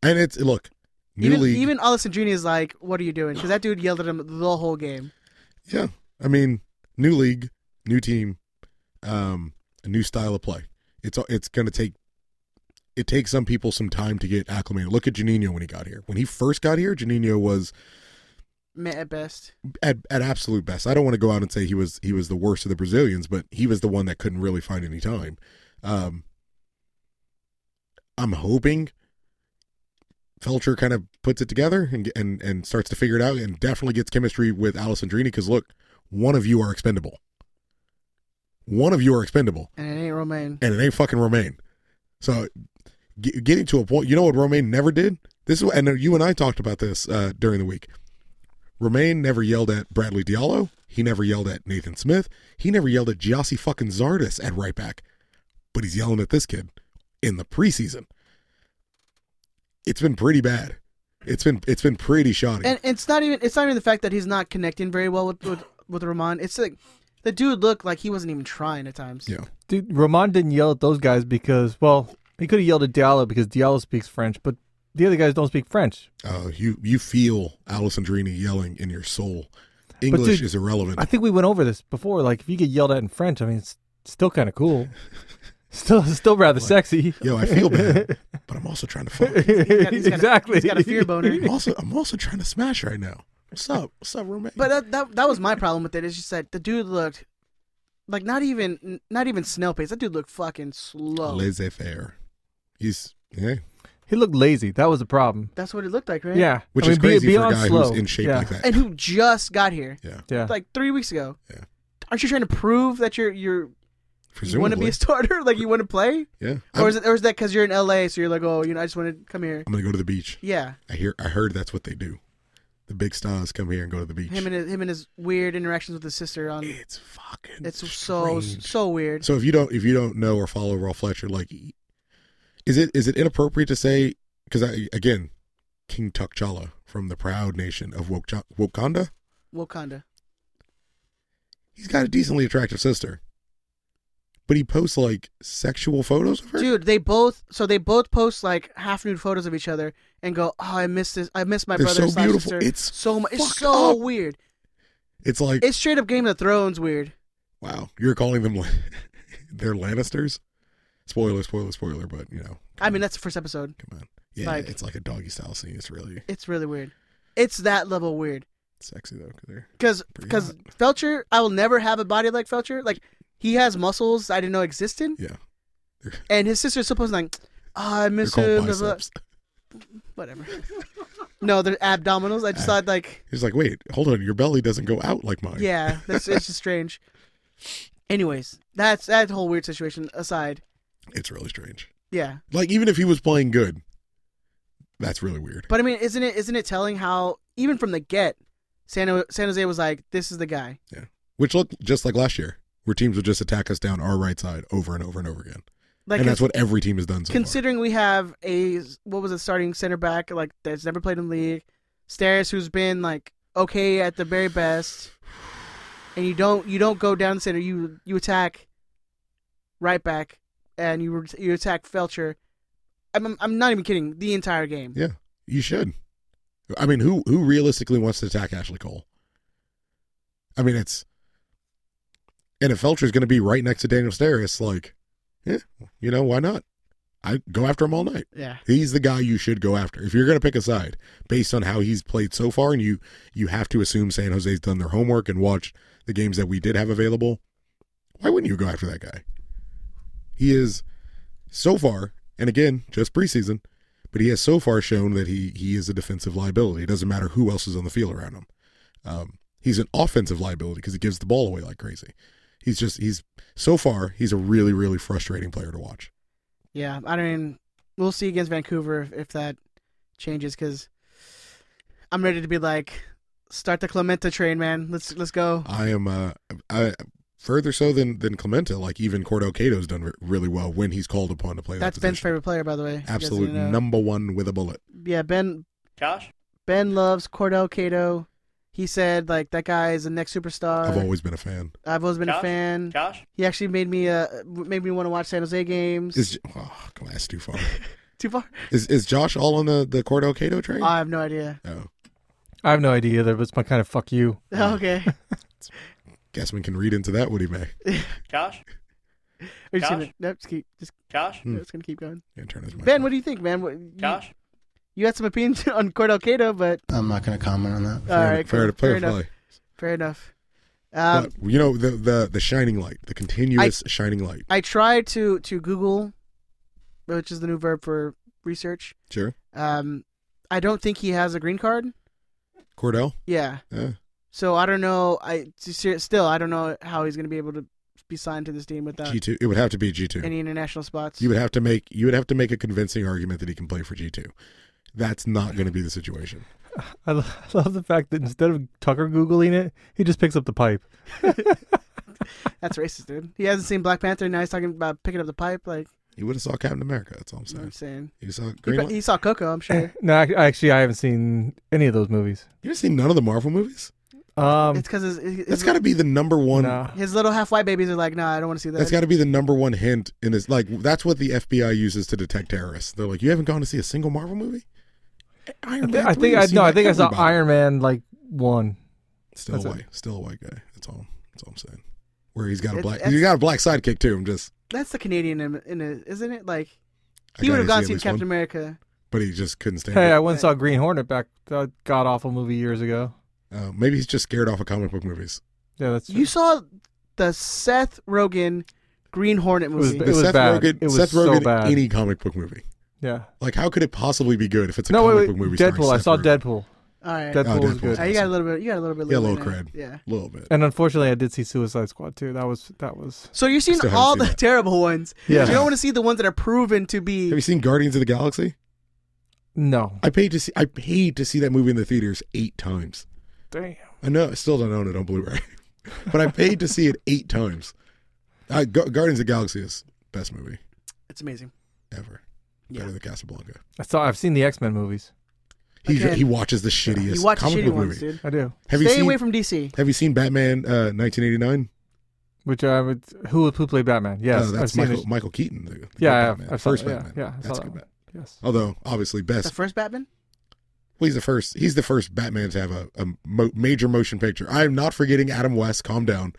[SPEAKER 2] And it's look, new
[SPEAKER 1] Even
[SPEAKER 2] league.
[SPEAKER 1] even Alessandrini is like, "What are you doing?" Because that dude yelled at him the whole game.
[SPEAKER 2] yeah, I mean, new league, new team, um, a new style of play. It's it's gonna take. It takes some people some time to get acclimated. Look at Janino when he got here. When he first got here, Janino was
[SPEAKER 1] Meh at best.
[SPEAKER 2] at, at absolute best. I don't want to go out and say he was he was the worst of the Brazilians, but he was the one that couldn't really find any time. Um, I'm hoping Felcher kind of puts it together and and and starts to figure it out, and definitely gets chemistry with Alessandrini because look, one of you are expendable. One of you are expendable,
[SPEAKER 1] And it ain't Romain.
[SPEAKER 2] and it ain't fucking Romaine. So g- getting to a point, you know what Romaine never did. This is what, and you and I talked about this uh, during the week. Romaine never yelled at Bradley Diallo. He never yelled at Nathan Smith. He never yelled at Giassi fucking Zardes at right back. But he's yelling at this kid in the preseason. It's been pretty bad. It's been it's been pretty shoddy.
[SPEAKER 1] And it's not even it's not even the fact that he's not connecting very well with with, with Roman. It's like the dude looked like he wasn't even trying at times.
[SPEAKER 2] yeah.
[SPEAKER 3] Dude, Ramon didn't yell at those guys because, well, he could have yelled at Diallo because Diallo speaks French, but the other guys don't speak French.
[SPEAKER 2] Uh, you you feel Alessandrini yelling in your soul. English
[SPEAKER 3] dude,
[SPEAKER 2] is irrelevant.
[SPEAKER 3] I think we went over this before. Like, if you get yelled at in French, I mean, it's still kind of cool. Still, still rather sexy.
[SPEAKER 2] Yo, I feel bad, but I'm also trying to fuck.
[SPEAKER 1] got- he's got a-
[SPEAKER 3] exactly.
[SPEAKER 1] he's got a fear boner.
[SPEAKER 2] I'm also I'm also trying to smash right now. What's up? What's up, roommate?
[SPEAKER 1] But uh, that, that that was my problem with it. It's just that the dude looked like not even not even snail pace. That dude looked fucking slow.
[SPEAKER 2] laissez faire. He's yeah.
[SPEAKER 3] He looked lazy. That was the problem.
[SPEAKER 1] That's what it looked like, right?
[SPEAKER 3] Yeah,
[SPEAKER 2] Which
[SPEAKER 3] I mean,
[SPEAKER 2] is
[SPEAKER 3] be-
[SPEAKER 2] crazy for a
[SPEAKER 3] beyond
[SPEAKER 2] guy
[SPEAKER 3] slow.
[SPEAKER 2] who's in shape
[SPEAKER 3] yeah.
[SPEAKER 2] like that.
[SPEAKER 1] And who just got here
[SPEAKER 2] yeah,
[SPEAKER 3] Yeah,
[SPEAKER 1] like three weeks ago?
[SPEAKER 2] Yeah.
[SPEAKER 1] Aren't you trying to prove that you're you're you want
[SPEAKER 2] presumably.
[SPEAKER 1] to be a starter? Like you want to play?
[SPEAKER 2] yeah, I'm,
[SPEAKER 1] Or is it or is that because you're in LA? So you're like, oh, you know, I just want to come here.
[SPEAKER 2] I'm gonna go to the beach.
[SPEAKER 1] Yeah,
[SPEAKER 2] I hear. I heard that's what they do. The big stars come here and go to the beach.
[SPEAKER 1] him and his, him and his weird interactions with his sister on.
[SPEAKER 2] it's fucking.
[SPEAKER 1] It's so
[SPEAKER 2] strange.
[SPEAKER 1] so weird.
[SPEAKER 2] So if you don't if you don't know or follow Raw Fletcher, like, is it is it inappropriate to say? Because I again, King Tukchala from the proud nation of Wok- Wakanda,
[SPEAKER 1] Wakanda.
[SPEAKER 2] he's got a decently attractive sister, but he posts like sexual photos of her.
[SPEAKER 1] Dude, they both so they both post like half nude photos of each other and go, "Oh, I miss this. I miss my
[SPEAKER 2] They're
[SPEAKER 1] brother."
[SPEAKER 2] so
[SPEAKER 1] slash
[SPEAKER 2] beautiful.
[SPEAKER 1] Sister.
[SPEAKER 2] It's
[SPEAKER 1] so mu- it's
[SPEAKER 2] fucked
[SPEAKER 1] so
[SPEAKER 2] up.
[SPEAKER 1] weird.
[SPEAKER 2] It's like
[SPEAKER 1] It's straight up Game of Thrones weird.
[SPEAKER 2] wow, you're calling them Lan- they're Lannisters. Spoiler, spoiler, spoiler. But you know,
[SPEAKER 1] I mean, that's the first episode.
[SPEAKER 2] come on, yeah,
[SPEAKER 1] like-
[SPEAKER 2] it's like a doggy style scene. It's really
[SPEAKER 1] It's really weird. It's that level weird.
[SPEAKER 2] sexy though. 'cause they're
[SPEAKER 1] Because
[SPEAKER 2] Pretty
[SPEAKER 1] because
[SPEAKER 2] hot.
[SPEAKER 1] Felcher, I will never have a body like Felcher. Like he has muscles I didn't know existed,
[SPEAKER 2] yeah,
[SPEAKER 1] and his sister's supposed to like, oh, I
[SPEAKER 2] they're
[SPEAKER 1] miss
[SPEAKER 2] called
[SPEAKER 1] him. blah, blah,
[SPEAKER 2] biceps.
[SPEAKER 1] Whatever. no, they're abdominals. I just thought like,
[SPEAKER 2] He's like, wait, hold on, your belly doesn't go out like mine.
[SPEAKER 1] yeah, that's it's just strange. Anyways, that's that whole weird situation aside.
[SPEAKER 2] It's really strange.
[SPEAKER 1] Yeah,
[SPEAKER 2] Like even if he was playing good, that's really weird.
[SPEAKER 1] but I mean, isn't it isn't it telling how even from the get, San, Jo- San Jose was like, this is the guy.
[SPEAKER 2] Which looked just like last year, where teams would just attack us down our right side over and over and over again.
[SPEAKER 1] Like
[SPEAKER 2] and that's what every team has done so far.
[SPEAKER 1] considering we have a what was it starting center back like that's never played in the league, Stairs who's been like okay at the very best, and you don't you don't go down the center you you attack right back and you you attack Felcher. I'm I'm- I'm not even kidding the entire game.
[SPEAKER 2] Yeah, you should. I mean, who who realistically wants to attack Ashley Cole? I mean, it's and if Felcher's going to be right next to Daniel Stair, it's like, yeah, you know, why not? I go after him all night.
[SPEAKER 1] Yeah.
[SPEAKER 2] He's the guy you should go after if you're going to pick a side based on how he's played so far, and you you have to assume San Jose's done their homework and watched the games that we did have available. Why wouldn't you go after that guy? He is so far, and again, just preseason, but he has so far shown that he he is a defensive liability. It doesn't matter who else is on the field around him. Um, he's an offensive liability because he gives the ball away like crazy. He's just he's so far he's a really really frustrating player to watch.
[SPEAKER 1] Yeah, I mean, we'll see against Vancouver if, if that changes because I'm ready to be like, start the Clementa train, man. Let's let's go.
[SPEAKER 2] I am uh I further so than than Clementa. Like even Cordo Cato's done re- really well when he's called upon to play.
[SPEAKER 1] That's
[SPEAKER 2] that
[SPEAKER 1] Ben's
[SPEAKER 2] position.
[SPEAKER 1] favorite player, by the way. if you guys
[SPEAKER 2] absolute
[SPEAKER 1] didn't know.
[SPEAKER 2] number one with a bullet.
[SPEAKER 1] Yeah, Ben.
[SPEAKER 4] Josh?
[SPEAKER 1] Ben loves Cordell Cato. He said like that guy is the next superstar.
[SPEAKER 2] I've always been a fan.
[SPEAKER 1] I've always been a
[SPEAKER 4] Josh?
[SPEAKER 1] fan.
[SPEAKER 4] Josh?
[SPEAKER 1] He actually made me uh made me want to watch San Jose games.
[SPEAKER 2] Is oh, come on, that's too far.
[SPEAKER 1] Too far?
[SPEAKER 2] is is Josh all on the the Cordo Cato train?
[SPEAKER 1] I have no idea.
[SPEAKER 2] oh,
[SPEAKER 3] I have no idea either, but it's my kind of fuck you.
[SPEAKER 1] Okay.
[SPEAKER 2] Gasman can read into that, would he, May?
[SPEAKER 4] Josh?
[SPEAKER 1] We're just gonna,
[SPEAKER 4] Josh?
[SPEAKER 1] nope, just keep just
[SPEAKER 4] Josh?
[SPEAKER 2] Hmm.
[SPEAKER 1] it's gonna keep going.
[SPEAKER 2] And turn his mic
[SPEAKER 1] Ben,
[SPEAKER 2] off.
[SPEAKER 1] what do you think, man? What, you,
[SPEAKER 4] Josh?
[SPEAKER 1] you had some opinions on Cordell Cato, but
[SPEAKER 5] I'm not going to comment on that.
[SPEAKER 1] all right,
[SPEAKER 2] fair
[SPEAKER 1] cool.
[SPEAKER 2] to play.
[SPEAKER 1] fair enough. Fair enough. Um,
[SPEAKER 2] but, you know the the the shining light, the continuous shining light.
[SPEAKER 1] I tried to to Google, which is the new verb for research.
[SPEAKER 2] Sure,
[SPEAKER 1] Um, I don't think he has a green card.
[SPEAKER 2] Cordell.
[SPEAKER 1] Yeah.
[SPEAKER 2] Yeah.
[SPEAKER 1] So I don't know. I ser- still I don't know how he's going to be able to be signed to this team without
[SPEAKER 2] G two. It would have to be G two.
[SPEAKER 1] any international spots.
[SPEAKER 2] You would have to make you would have to make a convincing argument that he can play for G two. That's not going to be the situation.
[SPEAKER 3] I lo- I love the fact that instead of Tucker googling it, he just picks up the pipe.
[SPEAKER 1] That's racist, dude. He hasn't seen Black Panther. Now he's talking about picking up the pipe. Like
[SPEAKER 2] You would have saw Captain America. That's all I'm
[SPEAKER 1] you know what I'm
[SPEAKER 2] saying.
[SPEAKER 1] saying.
[SPEAKER 2] You saw
[SPEAKER 1] He,
[SPEAKER 2] Green.
[SPEAKER 1] pro-
[SPEAKER 2] Lan-
[SPEAKER 1] he saw Coco, I'm sure.
[SPEAKER 3] no, ac- actually, I haven't seen any of those movies.
[SPEAKER 2] You ever seen none of the Marvel movies?
[SPEAKER 3] Um,
[SPEAKER 1] it's because his, his,
[SPEAKER 2] That's got to be the number one.
[SPEAKER 3] nah.
[SPEAKER 1] his little half white babies are like, nah, I don't want to see that.
[SPEAKER 2] That's got to be the number one hint in his like. That's what the FBI uses to detect terrorists. They're like, you haven't gone to see a single Marvel movie.
[SPEAKER 3] I
[SPEAKER 2] Iron
[SPEAKER 3] thi-
[SPEAKER 2] Man
[SPEAKER 3] I
[SPEAKER 2] 3,
[SPEAKER 3] think
[SPEAKER 2] you've
[SPEAKER 3] I
[SPEAKER 2] seen,
[SPEAKER 3] no. I
[SPEAKER 2] like,
[SPEAKER 3] think I saw
[SPEAKER 2] everybody.
[SPEAKER 3] Iron Man like one.
[SPEAKER 2] Still a
[SPEAKER 3] That's
[SPEAKER 2] white, still a white guy. That's all. That's all I'm saying. Where he's got a
[SPEAKER 1] It-
[SPEAKER 2] black,
[SPEAKER 1] that's-
[SPEAKER 2] he's got a black sidekick too. I'm just.
[SPEAKER 1] That's the Canadian in, in it, isn't it? Like
[SPEAKER 2] I
[SPEAKER 1] he would have
[SPEAKER 2] gotta
[SPEAKER 1] gone
[SPEAKER 2] see at
[SPEAKER 1] seen
[SPEAKER 2] least
[SPEAKER 1] Captain
[SPEAKER 2] one,
[SPEAKER 1] America.
[SPEAKER 2] but he just couldn't stand
[SPEAKER 3] Hey,
[SPEAKER 2] it.
[SPEAKER 3] I once saw Green Hornet back that god awful movie years ago.
[SPEAKER 2] Uh, maybe he's just scared off of comic book movies.
[SPEAKER 3] Yeah, that's
[SPEAKER 1] You saw the Seth Rogen Green Hornet
[SPEAKER 3] was
[SPEAKER 1] movie.
[SPEAKER 3] It
[SPEAKER 2] The Seth
[SPEAKER 3] bad.
[SPEAKER 2] Rogen,
[SPEAKER 3] It was
[SPEAKER 2] Seth
[SPEAKER 3] so
[SPEAKER 2] Rogen,
[SPEAKER 3] bad.
[SPEAKER 2] any comic book movie.
[SPEAKER 3] Yeah.
[SPEAKER 2] Like, how could it possibly be good if it's a
[SPEAKER 3] No,
[SPEAKER 2] comic
[SPEAKER 3] wait,
[SPEAKER 2] book
[SPEAKER 3] wait.
[SPEAKER 2] movie? starring
[SPEAKER 3] Deadpool. I
[SPEAKER 2] Seth
[SPEAKER 3] saw
[SPEAKER 2] Rogen?
[SPEAKER 3] Deadpool.
[SPEAKER 1] All right.
[SPEAKER 3] Deadpool,
[SPEAKER 2] Oh,
[SPEAKER 3] was
[SPEAKER 2] Deadpool.
[SPEAKER 3] good.
[SPEAKER 1] Uh, you got a little bit. You got a little bit.
[SPEAKER 2] Yeah, a
[SPEAKER 1] left in
[SPEAKER 2] little
[SPEAKER 1] there.
[SPEAKER 2] cred.
[SPEAKER 1] Yeah.
[SPEAKER 2] A little bit.
[SPEAKER 3] And unfortunately, I did see Suicide Squad too. That was that was.
[SPEAKER 1] So you've seen
[SPEAKER 2] Still haven't
[SPEAKER 1] all
[SPEAKER 2] seen
[SPEAKER 1] the
[SPEAKER 2] that.
[SPEAKER 1] terrible ones.
[SPEAKER 3] Yeah.
[SPEAKER 1] You don't want to see the ones that are proven to be.
[SPEAKER 2] Have you seen Guardians of the Galaxy?
[SPEAKER 3] No.
[SPEAKER 2] I paid to see. I paid to see that movie in the theaters eight times.
[SPEAKER 3] Damn.
[SPEAKER 2] I know. I still don't own it on Blu-ray, but I paid to see it eight times. I, Gu- Guardians of the Galaxy is best movie
[SPEAKER 1] It's amazing.
[SPEAKER 2] ever.
[SPEAKER 1] Yeah.
[SPEAKER 2] Better than Casablanca.
[SPEAKER 3] I saw. I've seen the X Men movies.
[SPEAKER 2] He
[SPEAKER 1] Again.
[SPEAKER 2] he watches the shittiest
[SPEAKER 1] You watch
[SPEAKER 2] comic
[SPEAKER 1] shitty
[SPEAKER 2] book
[SPEAKER 1] ones,
[SPEAKER 2] movie.
[SPEAKER 1] dude.
[SPEAKER 3] I do.
[SPEAKER 2] Have you
[SPEAKER 1] Stay
[SPEAKER 2] seen
[SPEAKER 1] away from DC.
[SPEAKER 2] Have you seen Batman uh, 1989?
[SPEAKER 3] Which I would. Who would who play Batman? Yes,
[SPEAKER 2] Oh,
[SPEAKER 3] I've
[SPEAKER 2] that's
[SPEAKER 3] seen
[SPEAKER 2] Michael
[SPEAKER 3] it.
[SPEAKER 2] Michael Keaton. The, the good
[SPEAKER 3] Yeah, I have.
[SPEAKER 2] Batman.
[SPEAKER 3] I've saw
[SPEAKER 2] first
[SPEAKER 3] it, yeah,
[SPEAKER 2] Batman.
[SPEAKER 3] yeah, I saw
[SPEAKER 2] that's
[SPEAKER 3] that
[SPEAKER 2] good.
[SPEAKER 3] one.
[SPEAKER 2] Batman.
[SPEAKER 3] Yes.
[SPEAKER 2] Although obviously
[SPEAKER 1] The
[SPEAKER 2] best.
[SPEAKER 1] first Batman.
[SPEAKER 2] Well, he's the first. He's the first Batman to have a, a mo- major motion picture. I am not forgetting Adam West. Calm down.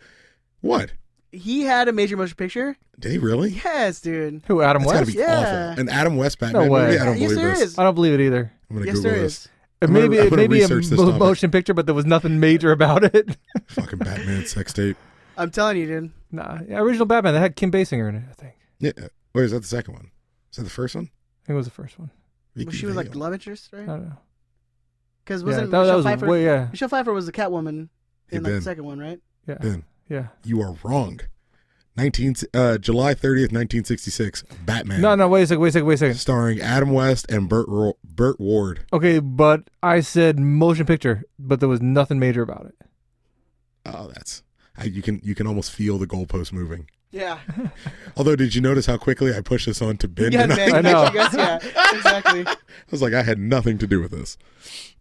[SPEAKER 2] What?
[SPEAKER 1] He had a major motion picture.
[SPEAKER 2] Did he really?
[SPEAKER 1] Yes, dude.
[SPEAKER 3] Who? Adam
[SPEAKER 2] That's got to
[SPEAKER 3] West.
[SPEAKER 2] be
[SPEAKER 1] Yeah.
[SPEAKER 2] awful. An Adam West Batman
[SPEAKER 3] way.
[SPEAKER 2] movie? I don't
[SPEAKER 1] yes,
[SPEAKER 2] believe
[SPEAKER 1] there
[SPEAKER 2] this.
[SPEAKER 1] is.
[SPEAKER 3] I don't believe it either.
[SPEAKER 2] I'm gonna
[SPEAKER 1] Yes,
[SPEAKER 2] Google
[SPEAKER 1] there
[SPEAKER 2] this.
[SPEAKER 1] is.
[SPEAKER 2] I'm gonna-
[SPEAKER 3] maybe
[SPEAKER 2] I'm gonna
[SPEAKER 3] maybe a
[SPEAKER 2] research this
[SPEAKER 3] mo-
[SPEAKER 2] topic.
[SPEAKER 3] motion picture, but there was nothing major about it.
[SPEAKER 2] Fucking Batman sex tape.
[SPEAKER 1] I'm telling you, dude.
[SPEAKER 3] nah, yeah, original Batman that had Kim Basinger in it. I think.
[SPEAKER 2] Yeah. uh, Wait, is that the second one? Is that the first one?
[SPEAKER 3] I think it was the first one.
[SPEAKER 1] Well, she was like love interest,
[SPEAKER 3] I
[SPEAKER 1] right?
[SPEAKER 3] don't know.
[SPEAKER 1] Because
[SPEAKER 3] Yeah,
[SPEAKER 1] wasn't
[SPEAKER 3] that, that
[SPEAKER 1] Michelle
[SPEAKER 3] was
[SPEAKER 1] Pfeiffer?
[SPEAKER 3] way. Yeah.
[SPEAKER 1] Michelle Pfeiffer was the Catwoman
[SPEAKER 2] Hey,
[SPEAKER 1] in like, the
[SPEAKER 2] Ben.
[SPEAKER 1] second one, right?
[SPEAKER 3] Yeah.
[SPEAKER 2] Ben,
[SPEAKER 3] Yeah.
[SPEAKER 2] you are wrong. 19 uh, July 30th, 1966. Batman.
[SPEAKER 3] No, no. Wait a second. Wait a second. Wait a second.
[SPEAKER 2] Starring Adam West and Burt Ro- Burt Ward.
[SPEAKER 3] Okay, but I said motion picture, but there was nothing major about it.
[SPEAKER 2] Oh, that's I, you can you can almost feel the goalpost moving.
[SPEAKER 1] Yeah.
[SPEAKER 2] Although, did you notice how quickly I pushed this on to Ben?
[SPEAKER 1] Yeah,
[SPEAKER 2] tonight?
[SPEAKER 1] man.
[SPEAKER 3] I know.
[SPEAKER 1] I guess, yeah. Exactly.
[SPEAKER 2] I was like, I had nothing to do with this.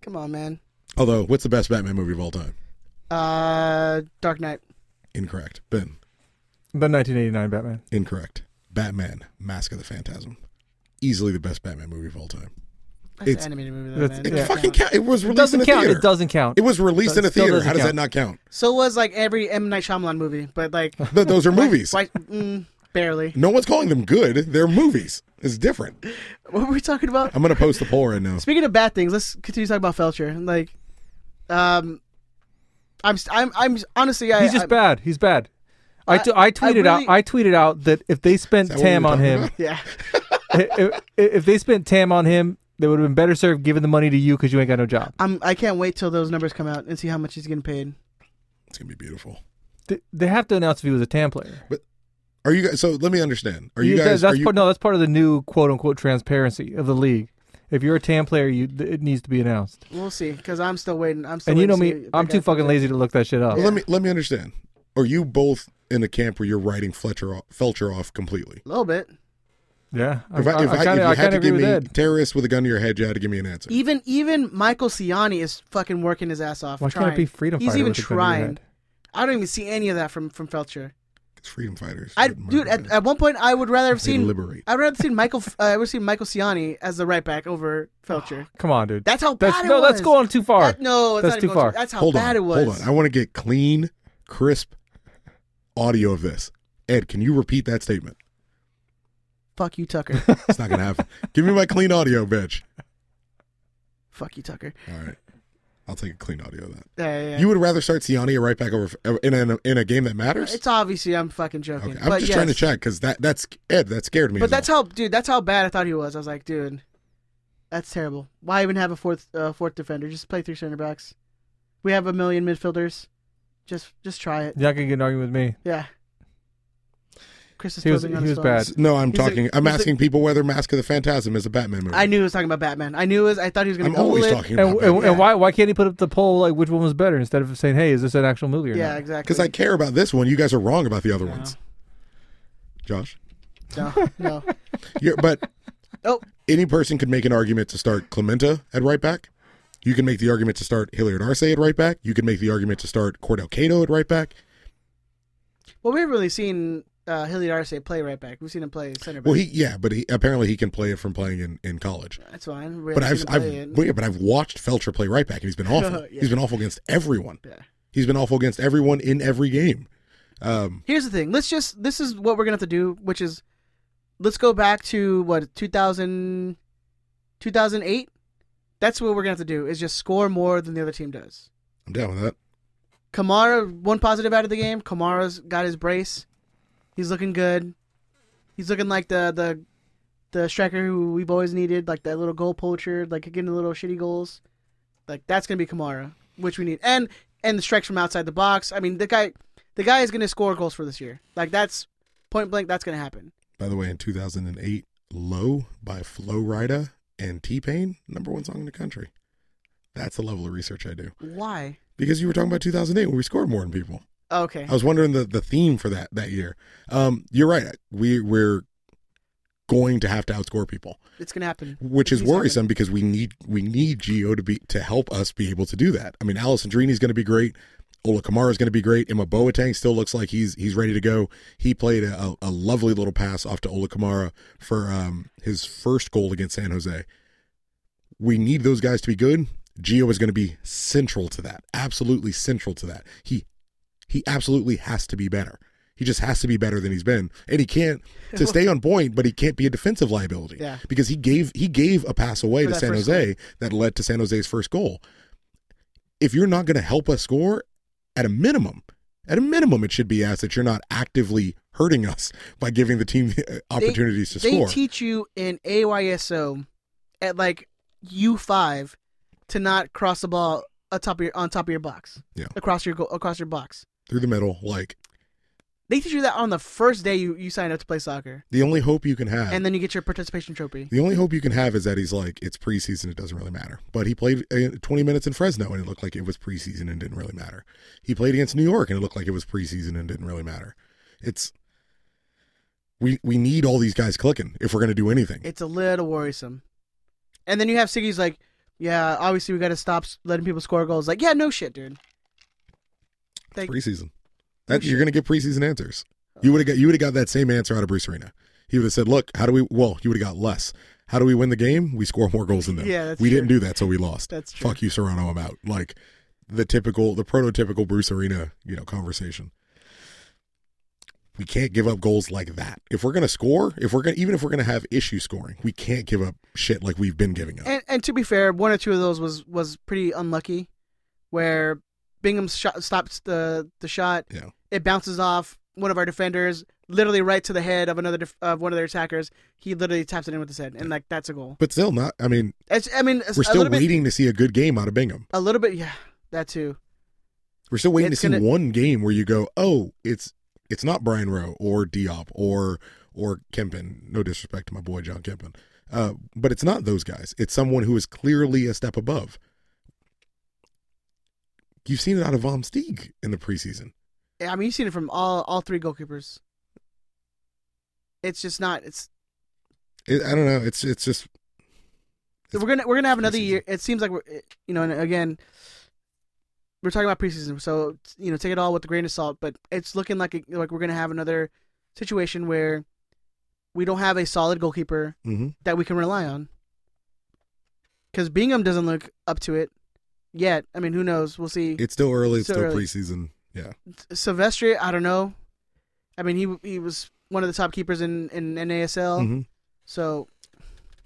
[SPEAKER 1] Come on, man.
[SPEAKER 2] Although, what's the best Batman movie of all time?
[SPEAKER 1] Uh, Dark Knight.
[SPEAKER 2] Incorrect. Ben.
[SPEAKER 3] The 1989 Batman.
[SPEAKER 2] Incorrect. Batman: Mask of the Phantasm. Easily the best Batman movie of all time.
[SPEAKER 1] That's
[SPEAKER 2] It's-
[SPEAKER 1] an animated movie, though,
[SPEAKER 3] that's-
[SPEAKER 1] man.
[SPEAKER 2] It
[SPEAKER 3] Yeah.
[SPEAKER 2] fucking count. It was
[SPEAKER 3] It
[SPEAKER 2] released in
[SPEAKER 3] doesn't
[SPEAKER 2] a
[SPEAKER 3] count.
[SPEAKER 2] theater.
[SPEAKER 3] It doesn't count.
[SPEAKER 2] It was released
[SPEAKER 3] That
[SPEAKER 2] in a
[SPEAKER 3] still
[SPEAKER 2] theater.
[SPEAKER 3] doesn't
[SPEAKER 2] How does that
[SPEAKER 3] count.
[SPEAKER 2] not count?
[SPEAKER 1] So was like every M Night Shyamalan movie, but like
[SPEAKER 2] Th- those are movies.
[SPEAKER 1] why, mm, barely.
[SPEAKER 2] No one's calling them good. They're movies. It's different.
[SPEAKER 1] What were we talking about?
[SPEAKER 2] I'm gonna post the poll right now.
[SPEAKER 1] Speaking of bad things, let's continue talking about Felcher. Like, um, I'm st- I'm I'm honestly I
[SPEAKER 3] He's just
[SPEAKER 1] I-
[SPEAKER 3] bad. He's bad. I, t- I tweeted
[SPEAKER 1] really-
[SPEAKER 3] out. I tweeted out that if they spent
[SPEAKER 2] that what we
[SPEAKER 3] Tam
[SPEAKER 2] were
[SPEAKER 3] on
[SPEAKER 2] talking
[SPEAKER 3] him,
[SPEAKER 2] about?
[SPEAKER 1] Yeah,
[SPEAKER 3] if, if they spent Tam on him, they would have been better served giving the money to you because you ain't got no job.
[SPEAKER 1] I'm I can't wait till those numbers come out and see how much he's getting paid.
[SPEAKER 2] It's gonna be beautiful.
[SPEAKER 3] They, they have to announce if he was a Tam player.
[SPEAKER 2] Are you guys? So let me understand. Are you
[SPEAKER 3] That-
[SPEAKER 2] guys?
[SPEAKER 3] That's
[SPEAKER 2] Are you,
[SPEAKER 3] part, no, that's part of the new quote unquote transparency of the league. If you're a Tam player, you th- it needs to be announced.
[SPEAKER 1] We'll see, because I'm still waiting. I'm still.
[SPEAKER 3] and you know
[SPEAKER 1] waiting to
[SPEAKER 3] me,
[SPEAKER 1] see if
[SPEAKER 3] I'm
[SPEAKER 1] that
[SPEAKER 3] too
[SPEAKER 1] guy-
[SPEAKER 3] fucking lazy to look that shit up.
[SPEAKER 2] Well, let me let me understand. Are you both in a camp where you're writing Fletcher off, Felcher off completely?
[SPEAKER 1] A little bit.
[SPEAKER 3] Yeah, I,
[SPEAKER 2] If I, if I,
[SPEAKER 3] I, kind of
[SPEAKER 2] if you had to
[SPEAKER 3] agree
[SPEAKER 2] give
[SPEAKER 3] with
[SPEAKER 2] me
[SPEAKER 3] Ed.
[SPEAKER 2] terrorist with a gun to your head, you had to give me an answer.
[SPEAKER 1] Even even Michael Ciani is fucking working his ass off.
[SPEAKER 3] Why
[SPEAKER 1] trying.
[SPEAKER 3] can't it be freedom?
[SPEAKER 1] He's
[SPEAKER 3] fighter
[SPEAKER 1] even
[SPEAKER 3] with a gun to your
[SPEAKER 1] trying.
[SPEAKER 3] head?
[SPEAKER 1] I don't even see any of that from from Felcher.
[SPEAKER 2] It's freedom fighters.
[SPEAKER 1] I
[SPEAKER 2] They're
[SPEAKER 1] dude, at,
[SPEAKER 2] murderers.
[SPEAKER 1] at one point I would rather have
[SPEAKER 2] They
[SPEAKER 1] seen.
[SPEAKER 2] liberate.
[SPEAKER 1] I'd rather have seen Michael. Uh, I would have seen Michael Ciani as the right back over Felcher.
[SPEAKER 3] Come on, dude.
[SPEAKER 1] That's how bad
[SPEAKER 3] That's
[SPEAKER 1] it
[SPEAKER 3] no.
[SPEAKER 1] was.
[SPEAKER 3] That's going too far.
[SPEAKER 1] That- no, it's
[SPEAKER 3] That's
[SPEAKER 1] not
[SPEAKER 3] too
[SPEAKER 1] even going
[SPEAKER 3] far.
[SPEAKER 1] That's how
[SPEAKER 2] hold
[SPEAKER 1] bad
[SPEAKER 2] on,
[SPEAKER 1] it was.
[SPEAKER 2] hold on. I want to get clean, crisp audio of this. Ed, can you repeat that statement?
[SPEAKER 1] Fuck you, Tucker.
[SPEAKER 2] It's not gonna happen. give me my clean audio, bitch.
[SPEAKER 1] Fuck you, Tucker.
[SPEAKER 2] All right, I'll take a clean audio of that.
[SPEAKER 1] Yeah, yeah, yeah.
[SPEAKER 2] You would rather start Ciani right back over in a, in a game that matters?
[SPEAKER 1] It's obviously I'm fucking joking.
[SPEAKER 2] okay, I'm
[SPEAKER 1] but
[SPEAKER 2] just
[SPEAKER 1] yes.
[SPEAKER 2] trying to check because that that's Ed. That scared me.
[SPEAKER 1] But
[SPEAKER 2] as
[SPEAKER 1] that's
[SPEAKER 2] well.
[SPEAKER 1] how, dude. That's how bad I thought he was. I was like, dude, that's terrible. Why even have a fourth uh, fourth defender? Just play three center backs. We have a million midfielders. Just just try it.
[SPEAKER 3] You're not gonna get an argument with me.
[SPEAKER 1] Yeah. Chris is
[SPEAKER 3] He was-
[SPEAKER 1] twiddling on
[SPEAKER 3] he
[SPEAKER 1] his
[SPEAKER 3] was
[SPEAKER 1] thumbs.
[SPEAKER 3] bad.
[SPEAKER 2] No, I'm
[SPEAKER 1] He's
[SPEAKER 2] talking.
[SPEAKER 1] a-
[SPEAKER 2] I'm
[SPEAKER 1] he's a-
[SPEAKER 2] asking people whether Mask of the Phantasm is a Batman movie.
[SPEAKER 1] I knew he was talking about Batman. I knew it was. I thought he was going
[SPEAKER 2] I'm
[SPEAKER 1] to Google
[SPEAKER 2] always
[SPEAKER 1] it.
[SPEAKER 2] talking
[SPEAKER 3] And,
[SPEAKER 2] about
[SPEAKER 3] and,
[SPEAKER 2] Batman
[SPEAKER 3] and why why can't he put up the poll like which one was better instead of saying hey is this an actual movie or
[SPEAKER 1] Yeah,
[SPEAKER 3] not?
[SPEAKER 1] exactly.
[SPEAKER 2] because I care about this one. You guys are wrong about the other ones, Josh.
[SPEAKER 1] no, no.
[SPEAKER 2] You're, but
[SPEAKER 1] Oh,
[SPEAKER 2] any person could make an argument to start Clementa at right back. You can make the argument to start Hilliard Arce at right back. You can make the argument to start Cordell Cato at right back.
[SPEAKER 1] well, we haven't really seen uh, Hilliard Arce play right back. We've seen him play center back.
[SPEAKER 2] Well, he yeah, but he apparently he can play it from playing in, in college.
[SPEAKER 1] that's fine. We
[SPEAKER 2] But
[SPEAKER 1] haven't seen
[SPEAKER 2] I've
[SPEAKER 1] him
[SPEAKER 2] I've
[SPEAKER 1] play in-
[SPEAKER 2] well, yeah, but I've watched Felcher play right back, and he's been awful.
[SPEAKER 1] Yeah.
[SPEAKER 2] He's been awful against everyone.
[SPEAKER 1] Yeah.
[SPEAKER 2] He's been awful against everyone in every game. Um,
[SPEAKER 1] Here's the thing. Let's just this is what we're gonna have to do, which is let's go back to what 2000, 2008? That's what we're gonna have to do is just score more than the other team does.
[SPEAKER 2] I'm down with that.
[SPEAKER 1] Kamara, one positive out of the game. Kamara's got his brace. He's looking good. He's looking like the the the striker who we've always needed, like that little goal poacher, like getting the little shitty goals. Like that's gonna be Kamara, which we need, and and the strikes from outside the box. I mean, the guy, the guy is gonna score goals for this year. Like that's point blank, that's gonna happen.
[SPEAKER 2] By the way, in 2008, Low by Flo Rida and T Pain, number one song in the country. That's the level of research I do.
[SPEAKER 1] Why?
[SPEAKER 2] Because you were talking about 2008 when we scored more than people.
[SPEAKER 1] Okay.
[SPEAKER 2] I was wondering the, the theme for that that year. Um, you're right. We we're going to have to outscore people,
[SPEAKER 1] It's gonna happen.
[SPEAKER 2] which is
[SPEAKER 1] Please happen.
[SPEAKER 2] worrisome because we need we need Geo to be to help us be able to do that. I mean, Allison Drini is going to be great. Ola Kamara is going to be great. Emma Boateng still looks like he's he's ready to go. He played a, a, a lovely little pass off to Ola Kamara for um, his first goal against San Jose. We need those guys to be good. Gio is going to be central to that. Absolutely central to that. He he absolutely has to be better. He just has to be better than he's been, and he can't to stay on point. But he can't be a defensive liability
[SPEAKER 1] Yeah.
[SPEAKER 2] because he gave he gave a pass away
[SPEAKER 1] For
[SPEAKER 2] to
[SPEAKER 1] that
[SPEAKER 2] San
[SPEAKER 1] first
[SPEAKER 2] Jose that led to San Jose's first goal. If you're not going to help us score, at a minimum, at a minimum, it should be asked that you're not actively hurting us by giving the team uh, opportunities to
[SPEAKER 1] they
[SPEAKER 2] score.
[SPEAKER 1] teach you in AYSO at like U five to not cross the ball atop of your on top of your box.
[SPEAKER 2] Yeah.
[SPEAKER 1] Across your go- across your box.
[SPEAKER 2] through the middle. Like
[SPEAKER 1] They teach you that on the first day you, you sign up to play soccer,
[SPEAKER 2] the only hope you can have,
[SPEAKER 1] and then you get your participation trophy.
[SPEAKER 2] the only hope you can have is that he's like it's preseason. It doesn't really matter. But he played uh, 20 minutes in Fresno, and it looked like it was preseason and didn't really matter. He played against New York, and it looked like it was preseason and didn't really matter. It's we we need all these guys clicking if we're going to do anything.
[SPEAKER 1] It's a little worrisome. And then you have Siggy's like, yeah, obviously we got to stop s- letting people score goals. Like, yeah, no shit, dude. Like, Oh,
[SPEAKER 2] preseason.
[SPEAKER 1] No
[SPEAKER 2] That you're going to get preseason answers. You would have got you would have got that same answer out of Bruce Arena. He would have said, "Look, how do we? Well, you would have got less. How do we win the game? We score more goals than them.
[SPEAKER 1] Yeah, that's
[SPEAKER 2] we didn't
[SPEAKER 1] true.
[SPEAKER 2] do that, so we lost.
[SPEAKER 1] That's true.
[SPEAKER 2] Fuck you, Serrano. I'm out. Like the typical, the prototypical Bruce Arena, you know, conversation. We can't give up goals like that. If we're going to score, if we're going, to even if we're going to have issue scoring, we can't give up shit like we've been giving up.
[SPEAKER 1] and and to be fair, one or two of those was was pretty unlucky, where Bingham shot, stops the the shot.
[SPEAKER 2] Yeah.
[SPEAKER 1] It bounces off one of our defenders, literally right to the head of another def- of one of their attackers. He literally taps it in with his head, and like that's a goal.
[SPEAKER 2] But still, not. I mean,
[SPEAKER 1] It's, I mean, it's
[SPEAKER 2] we're
[SPEAKER 1] a
[SPEAKER 2] still
[SPEAKER 1] little bit,
[SPEAKER 2] waiting to see a good game out of Bingham.
[SPEAKER 1] a little bit, yeah, that too.
[SPEAKER 2] We're still waiting
[SPEAKER 1] It's
[SPEAKER 2] to see
[SPEAKER 1] gonna-
[SPEAKER 2] one game where you go, oh, it's it's not Brian Rowe or Diop or or Kempin. No disrespect to my boy John Kempin, uh, but it's not those guys. It's someone who is clearly a step above. You've seen it out of Vom Stieg in the preseason.
[SPEAKER 1] I mean, you've seen it from all all three goalkeepers. It's just not. It's
[SPEAKER 2] It, I don't know. It's it's just It's
[SPEAKER 1] we're gonna we're gonna have another
[SPEAKER 2] preseason.
[SPEAKER 1] year. It seems like we're you know, and again, we're talking about preseason, so you know, take it all with a grain of salt. But it's looking like like we're gonna have another situation where we don't have a solid goalkeeper
[SPEAKER 2] mhm.
[SPEAKER 1] that we can rely on. Because Bingham doesn't look up to it yet. I mean, who knows? We'll see.
[SPEAKER 2] it's still early. It's
[SPEAKER 1] So
[SPEAKER 2] still
[SPEAKER 1] early.
[SPEAKER 2] preseason. Yeah,
[SPEAKER 1] Silvestri, I don't know. I mean, he he was one of the top keepers in in NASL,
[SPEAKER 2] Mhm.
[SPEAKER 1] so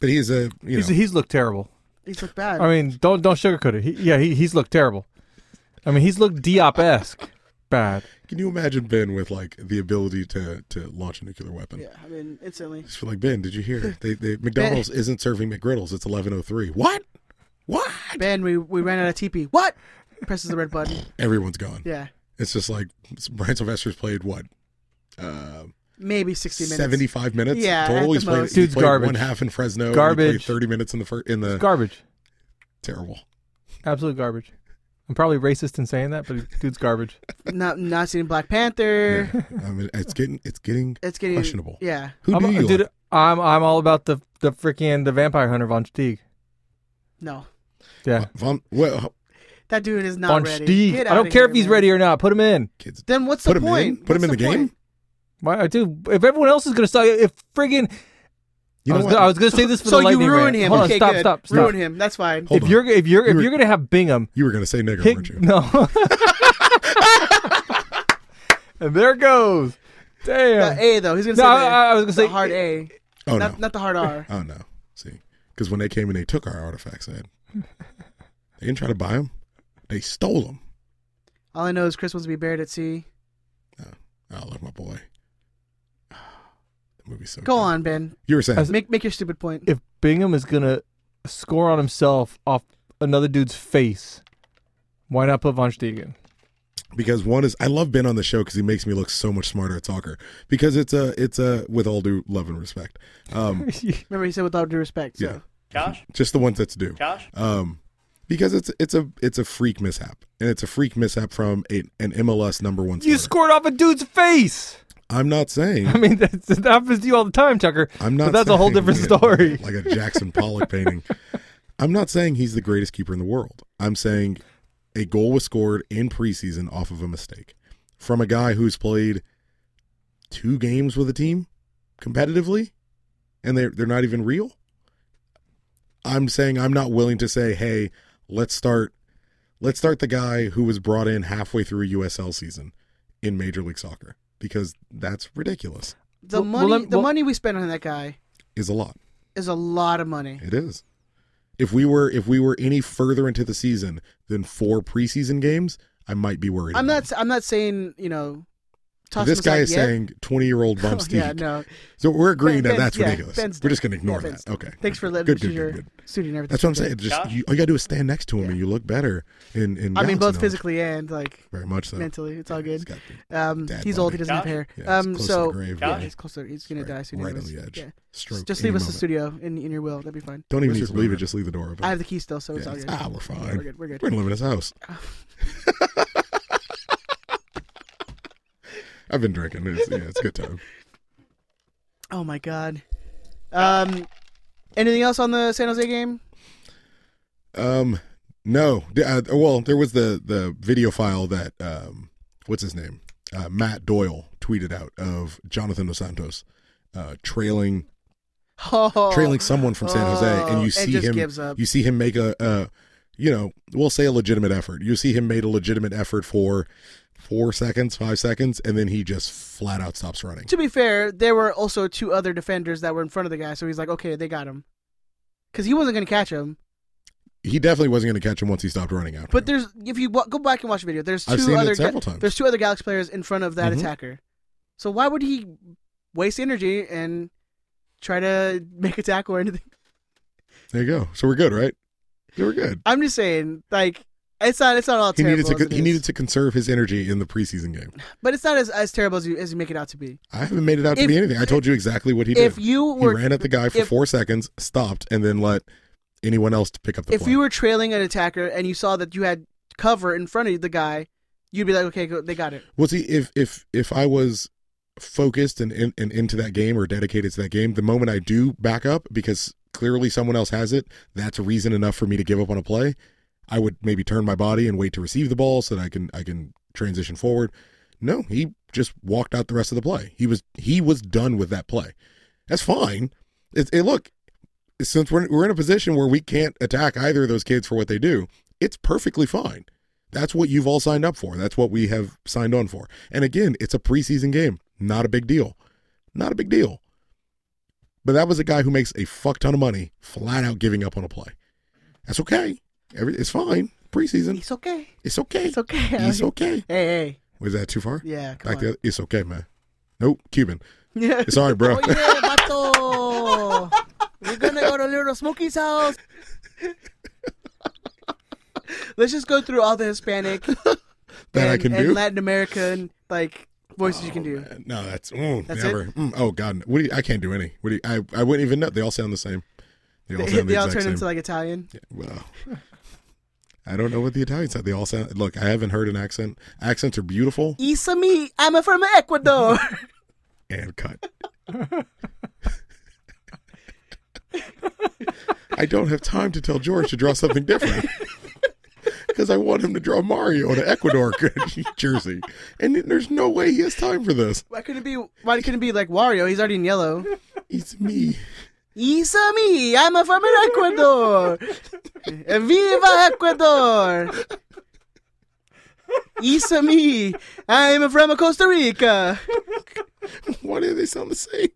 [SPEAKER 2] but he's a you know
[SPEAKER 3] he's, he's looked terrible.
[SPEAKER 1] he's looked bad.
[SPEAKER 3] I mean, don't don't sugarcoat it. He, yeah, he, he's looked terrible. I mean, he's looked Diop esque bad.
[SPEAKER 2] can you imagine Ben with like the ability to to launch a nuclear weapon?
[SPEAKER 1] yeah, I mean, instantly.
[SPEAKER 2] Just feel like Ben, did you hear? They, they McDonald's isn't serving McGriddles. It's eleven oh three. What? What?
[SPEAKER 1] Ben, we, we ran out of TP. What? Presses the red button.
[SPEAKER 2] Everyone's gone.
[SPEAKER 1] Yeah.
[SPEAKER 2] It's just like Brian Sylvester's played what? Uh,
[SPEAKER 1] Maybe 60 minutes.
[SPEAKER 2] seventy five minutes.
[SPEAKER 1] Yeah, at
[SPEAKER 2] total.
[SPEAKER 1] the
[SPEAKER 2] He's played,
[SPEAKER 1] most.
[SPEAKER 2] he
[SPEAKER 3] Dude's
[SPEAKER 2] played
[SPEAKER 3] garbage.
[SPEAKER 2] one half in Fresno. and he
[SPEAKER 3] Garbage.
[SPEAKER 2] played Thirty minutes in the fir- in the
[SPEAKER 3] Garbage.
[SPEAKER 2] terrible.
[SPEAKER 3] Absolute garbage. I'm probably racist in saying that, but dude's garbage.
[SPEAKER 1] Not, not seeing Black Panther.
[SPEAKER 2] I mean, it's getting it's getting
[SPEAKER 1] It's getting.
[SPEAKER 2] questionable.
[SPEAKER 1] Yeah.
[SPEAKER 2] Who
[SPEAKER 3] I'm,
[SPEAKER 2] do you?
[SPEAKER 3] dude,
[SPEAKER 2] like?
[SPEAKER 3] I'm I'm all about the the freaking the vampire hunter von Stieg.
[SPEAKER 1] No.
[SPEAKER 3] Yeah,
[SPEAKER 2] Vom, well,
[SPEAKER 1] That dude is not
[SPEAKER 3] von
[SPEAKER 1] ready.
[SPEAKER 3] Stieg.
[SPEAKER 1] Get
[SPEAKER 3] I
[SPEAKER 1] outta
[SPEAKER 3] don't care
[SPEAKER 1] here,
[SPEAKER 3] if he's
[SPEAKER 1] man.
[SPEAKER 3] ready or not. Put him in.
[SPEAKER 2] kids,
[SPEAKER 1] Then what's
[SPEAKER 2] put
[SPEAKER 1] the
[SPEAKER 2] him
[SPEAKER 1] point?
[SPEAKER 2] in. Put him in the,
[SPEAKER 1] What's
[SPEAKER 2] game.
[SPEAKER 1] point?
[SPEAKER 3] Why, uh, dude? If everyone else is gonna stop, if friggin'
[SPEAKER 2] You
[SPEAKER 3] I,
[SPEAKER 2] know
[SPEAKER 3] was,
[SPEAKER 2] what?
[SPEAKER 3] I was gonna say this for
[SPEAKER 1] so
[SPEAKER 3] the lightning
[SPEAKER 1] you ruin
[SPEAKER 3] round.
[SPEAKER 1] him.
[SPEAKER 3] Hold on,
[SPEAKER 1] okay,
[SPEAKER 3] stop,
[SPEAKER 1] good.
[SPEAKER 3] stop, stop,
[SPEAKER 1] Ruin him. That's fine.
[SPEAKER 2] Hold
[SPEAKER 3] if
[SPEAKER 2] on.
[SPEAKER 3] you're if you're
[SPEAKER 2] You
[SPEAKER 3] if
[SPEAKER 2] were-
[SPEAKER 3] you're gonna have Bingham,
[SPEAKER 2] you were gonna say nigger,
[SPEAKER 3] Hick-
[SPEAKER 2] weren't you?
[SPEAKER 3] no, and there goes. Damn.
[SPEAKER 1] The A, though. He's going to
[SPEAKER 3] No,
[SPEAKER 1] say
[SPEAKER 3] I-
[SPEAKER 1] the,
[SPEAKER 3] I- I was gonna
[SPEAKER 1] the
[SPEAKER 3] say-
[SPEAKER 1] hard A.
[SPEAKER 2] oh
[SPEAKER 1] not,
[SPEAKER 2] no!
[SPEAKER 1] not the hard R.
[SPEAKER 2] Oh no! See, because when they came and they took our artifacts, they, had, they didn't try to buy them. They stole them.
[SPEAKER 1] All I know is Chris wants to be buried at sea.
[SPEAKER 2] Oh, I love my boy. movie's so
[SPEAKER 1] Go
[SPEAKER 2] good.
[SPEAKER 1] on, Ben.
[SPEAKER 2] You were saying.
[SPEAKER 3] As-
[SPEAKER 1] Make make your stupid point.
[SPEAKER 3] if Bingham is gonna score on himself off another dude's face, why not put Von Stegen?
[SPEAKER 2] because one is I love Ben on the show because he makes me look so much smarter at soccer because it's a it's a with all due love and respect, um,
[SPEAKER 1] Remember, he said without due respect. So.
[SPEAKER 2] Yeah. just the ones that's due. Um, because it's it's a it's a freak mishap and it's a freak mishap from a, an MLS number one. starter.
[SPEAKER 3] you scored off a dude's face.
[SPEAKER 2] I'm not saying
[SPEAKER 3] I mean, that's, that happens to you all the time, Tucker.
[SPEAKER 2] I'm not.
[SPEAKER 3] But that's a whole
[SPEAKER 2] saying,
[SPEAKER 3] different
[SPEAKER 2] you know,
[SPEAKER 3] story.
[SPEAKER 2] Like a Jackson Pollock painting. I'm not saying he's the greatest keeper in the world. I'm saying a goal was scored in preseason off of a mistake from a guy who's played two games with a team competitively, and they they're not even real. I'm saying I'm not willing to say, hey, let's start, let's start the guy who was brought in halfway through USL season in Major League Soccer because that's ridiculous.
[SPEAKER 1] The
[SPEAKER 3] Well, well,
[SPEAKER 1] money,
[SPEAKER 3] lem-
[SPEAKER 1] the
[SPEAKER 3] well-
[SPEAKER 1] money we spent on that guy
[SPEAKER 2] Is a lot.
[SPEAKER 1] is a lot of money.
[SPEAKER 2] It is. If we were if we were any further into the season than four preseason games, I might be worried.
[SPEAKER 1] I'm
[SPEAKER 2] about
[SPEAKER 1] not. I'm not saying you know.
[SPEAKER 2] it.
[SPEAKER 1] Toss
[SPEAKER 2] This
[SPEAKER 1] him
[SPEAKER 2] guy
[SPEAKER 1] aside
[SPEAKER 2] is
[SPEAKER 1] yet.
[SPEAKER 2] saying twenty year old bump
[SPEAKER 1] Oh,
[SPEAKER 2] Steve.
[SPEAKER 1] yeah, no.
[SPEAKER 2] So we're agreeing
[SPEAKER 1] Ben-
[SPEAKER 2] that
[SPEAKER 1] Ben's-
[SPEAKER 2] that's
[SPEAKER 1] yeah,
[SPEAKER 2] ridiculous.
[SPEAKER 1] Ben's
[SPEAKER 2] we're
[SPEAKER 1] done.
[SPEAKER 2] just gonna ignore
[SPEAKER 1] Yeah, Ben's
[SPEAKER 2] that. Okay.
[SPEAKER 1] Thanks for letting
[SPEAKER 2] good,
[SPEAKER 1] me
[SPEAKER 2] good,
[SPEAKER 1] choose your
[SPEAKER 2] good, good.
[SPEAKER 1] suit and everything.
[SPEAKER 2] That's what I'm saying. Just you, all you gotta do is stand next to him and you look better. And, and
[SPEAKER 1] I mean,
[SPEAKER 2] balance
[SPEAKER 1] both
[SPEAKER 2] knowledge.
[SPEAKER 1] physically and like
[SPEAKER 2] very much so.
[SPEAKER 1] mentally, it's all
[SPEAKER 2] He's
[SPEAKER 1] good.
[SPEAKER 2] got the-
[SPEAKER 1] Um,
[SPEAKER 2] dad
[SPEAKER 1] he's old. He
[SPEAKER 2] body.
[SPEAKER 1] doesn't have hair.
[SPEAKER 2] yeah, he's
[SPEAKER 1] Um,
[SPEAKER 2] close
[SPEAKER 1] so
[SPEAKER 2] to the grave.
[SPEAKER 1] yeah,
[SPEAKER 2] yeah.
[SPEAKER 1] he's close. To, he's gonna
[SPEAKER 2] Right-
[SPEAKER 1] die soon.
[SPEAKER 2] right on
[SPEAKER 1] anyways.
[SPEAKER 2] the edge.
[SPEAKER 1] Yeah.
[SPEAKER 2] Stroke
[SPEAKER 1] Just
[SPEAKER 2] any
[SPEAKER 1] leave us the
[SPEAKER 2] moment.
[SPEAKER 1] studio in, in your will. That'd be fine.
[SPEAKER 2] Don't even
[SPEAKER 3] Mr.
[SPEAKER 2] just leave
[SPEAKER 3] Blumer.
[SPEAKER 2] it. Just leave the door open.
[SPEAKER 1] I have the key still, so it's
[SPEAKER 2] Yeah,
[SPEAKER 1] all
[SPEAKER 2] it's-
[SPEAKER 1] good.
[SPEAKER 2] ah, we're
[SPEAKER 1] Yeah,
[SPEAKER 2] fine.
[SPEAKER 1] we're good. We're good.
[SPEAKER 2] We're gonna live in his house. I've been drinking. It's, yeah, it's a good time.
[SPEAKER 1] Oh my god. Um, anything else on the San Jose game?
[SPEAKER 2] Um, no, D- uh, well, there was the the video file that um, what's his name, uh, Matt Doyle tweeted out of Jonathan Dos Santos, uh, trailing
[SPEAKER 1] Oh,
[SPEAKER 2] trailing someone from San Jose, and
[SPEAKER 1] Oh,
[SPEAKER 2] you
[SPEAKER 1] it
[SPEAKER 2] see
[SPEAKER 1] just
[SPEAKER 2] him.
[SPEAKER 1] gives up.
[SPEAKER 2] You see him make a, uh, you know, we'll say a legitimate effort. You see him made a legitimate effort for four seconds, five seconds, and then he just flat out stops running.
[SPEAKER 1] To be fair, there were also two other defenders that were in front of the guy, so he's like, okay, they got him, because he wasn't gonna catch him.
[SPEAKER 2] He definitely wasn't going to catch him once he stopped running after.
[SPEAKER 1] But
[SPEAKER 2] him.
[SPEAKER 1] there's if you wa- go back and watch the video, there's two
[SPEAKER 2] I've seen it
[SPEAKER 1] other
[SPEAKER 2] several
[SPEAKER 1] Ga-
[SPEAKER 2] times.
[SPEAKER 1] there's two other Galaxy players in front of that
[SPEAKER 2] Mhm.
[SPEAKER 1] attacker. So why would he waste energy and try to make a tackle or anything?
[SPEAKER 2] there you go. So we're good, right? Yeah, we're good.
[SPEAKER 1] I'm just saying, like it's not it's not all
[SPEAKER 2] He
[SPEAKER 1] terrible.
[SPEAKER 2] needed to
[SPEAKER 1] as it
[SPEAKER 2] he
[SPEAKER 1] is.
[SPEAKER 2] needed to conserve his energy in the preseason game.
[SPEAKER 1] but it's not as, as terrible as you as you make it out to be.
[SPEAKER 2] I haven't made it out to
[SPEAKER 1] If-
[SPEAKER 2] be anything. I told you exactly what he did.
[SPEAKER 1] if you
[SPEAKER 2] he
[SPEAKER 1] were
[SPEAKER 2] ran at the guy for
[SPEAKER 1] if-
[SPEAKER 2] four seconds, stopped, and then let anyone else to pick up the
[SPEAKER 1] if
[SPEAKER 2] flag.
[SPEAKER 1] you were trailing an attacker and you saw that you had cover in front of the guy, you'd be like, okay, go, they got it.
[SPEAKER 2] Well, see, if if if I was focused and, and and into that game or dedicated to that game, the moment I do back up because clearly someone else has it, that's a reason enough for me to give up on a play. I would maybe turn my body and wait to receive the ball so that I can I can transition forward. No, he just walked out the rest of the play. He was he was done with that play. That's fine. It, it look since we're we're in a position where we can't attack either of those kids for what they do. It's perfectly fine. That's what you've all signed up for. That's what we have signed on for. And again, it's a preseason game. Not a big deal. Not a big deal. But that was a guy who makes a fuck ton of money flat out giving up on a play. That's okay. Every, it's fine. Preseason.
[SPEAKER 1] It's okay.
[SPEAKER 2] It's okay.
[SPEAKER 1] It's okay.
[SPEAKER 2] It's okay.
[SPEAKER 1] Hey, hey,
[SPEAKER 2] Was that too far?
[SPEAKER 1] yeah, come
[SPEAKER 2] Back
[SPEAKER 1] on.
[SPEAKER 2] the it's okay, man. Nope, Cuban.
[SPEAKER 1] Yeah.
[SPEAKER 2] It's all right, bro.
[SPEAKER 1] Oh yeah, vato. We're gonna go to Little Smokey's house. Let's just go through all the Hispanic
[SPEAKER 2] that
[SPEAKER 1] and,
[SPEAKER 2] I can
[SPEAKER 1] and
[SPEAKER 2] do. Oh,
[SPEAKER 1] Latin American like voices you can do.
[SPEAKER 2] Man, No, that's, mm,
[SPEAKER 1] That's
[SPEAKER 2] never. Mm, oh God, what do you, I can't do any. What do you, I? I wouldn't even know. They all sound the same. They all
[SPEAKER 1] They,
[SPEAKER 2] sound
[SPEAKER 1] they
[SPEAKER 2] the
[SPEAKER 1] all
[SPEAKER 2] exact
[SPEAKER 1] turn
[SPEAKER 2] same.
[SPEAKER 1] into like Italian.
[SPEAKER 2] Wow. I don't know what the Italians said. They all sound look. I haven't heard an accent. Accents are beautiful
[SPEAKER 1] Isa me, I'm from Ecuador.
[SPEAKER 2] and cut. I don't have time to tell George to draw something different because I want him to draw Mario in an Ecuador jersey, and there's no way he has time for this.
[SPEAKER 1] why couldn't it be? Why couldn't it be like Wario? He's already in yellow.
[SPEAKER 2] It's me.
[SPEAKER 1] Isa me, I'm from Ecuador. Viva Ecuador. Isa me, I'm from Costa Rica.
[SPEAKER 2] Why do they sound the same?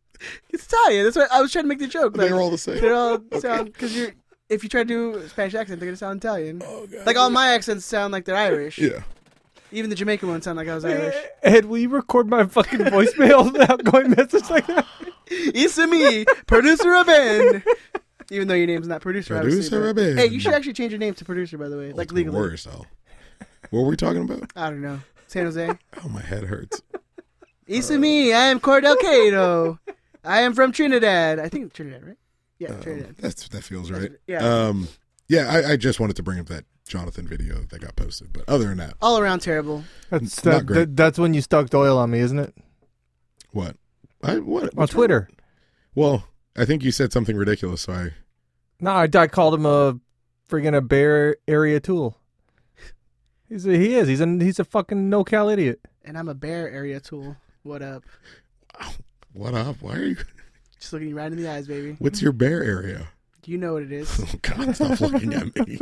[SPEAKER 1] It's Italian. That's why I was trying to make the joke.
[SPEAKER 2] They're
[SPEAKER 1] like,
[SPEAKER 2] all the same.
[SPEAKER 1] they're all sound because you're. If you try to do a Spanish accent, they're gonna sound Italian. like all my accents sound like they're Irish.
[SPEAKER 2] Oh, yeah.
[SPEAKER 1] Even the Jamaican one sound like I was Irish.
[SPEAKER 3] Ed, will you record my fucking voicemail without going message like that?
[SPEAKER 1] It's me, producer Ruben. Even though your name's not producer, obviously,
[SPEAKER 2] Producer
[SPEAKER 1] but-
[SPEAKER 2] Ruben. Oh,
[SPEAKER 1] Hey, you should actually change your name to producer, by the way, like
[SPEAKER 2] Ultimate
[SPEAKER 1] legally.
[SPEAKER 2] Warrior style. What were we talking about?
[SPEAKER 1] I don't know. San Jose.
[SPEAKER 2] Oh, my head hurts.
[SPEAKER 1] It's me. I am Cordell Cato. I am from Trinidad. I think Trinidad, right? Yeah,
[SPEAKER 2] Um,
[SPEAKER 1] Trinidad.
[SPEAKER 2] that's that feels right.
[SPEAKER 1] yeah.
[SPEAKER 2] Um, yeah. I, I just wanted to bring up that Jonathan video that got posted, but other than that,
[SPEAKER 1] All around terrible.
[SPEAKER 3] That's
[SPEAKER 2] Not
[SPEAKER 3] that,
[SPEAKER 2] great.
[SPEAKER 3] that, that's when you stuck oil on me, isn't it?
[SPEAKER 2] what? I what?
[SPEAKER 3] On Twitter.
[SPEAKER 2] Well, I think you said something ridiculous, so I
[SPEAKER 3] No, I, I called him a friggin' a bear area tool. He's a, he is. He's a he's a fucking no cal idiot.
[SPEAKER 1] And I'm a bear area tool. What up?
[SPEAKER 2] what up? Why are you?
[SPEAKER 1] Just looking you right in the eyes, baby.
[SPEAKER 2] What's your bear area?
[SPEAKER 1] You know what it is.
[SPEAKER 2] Oh, God, stop looking at me.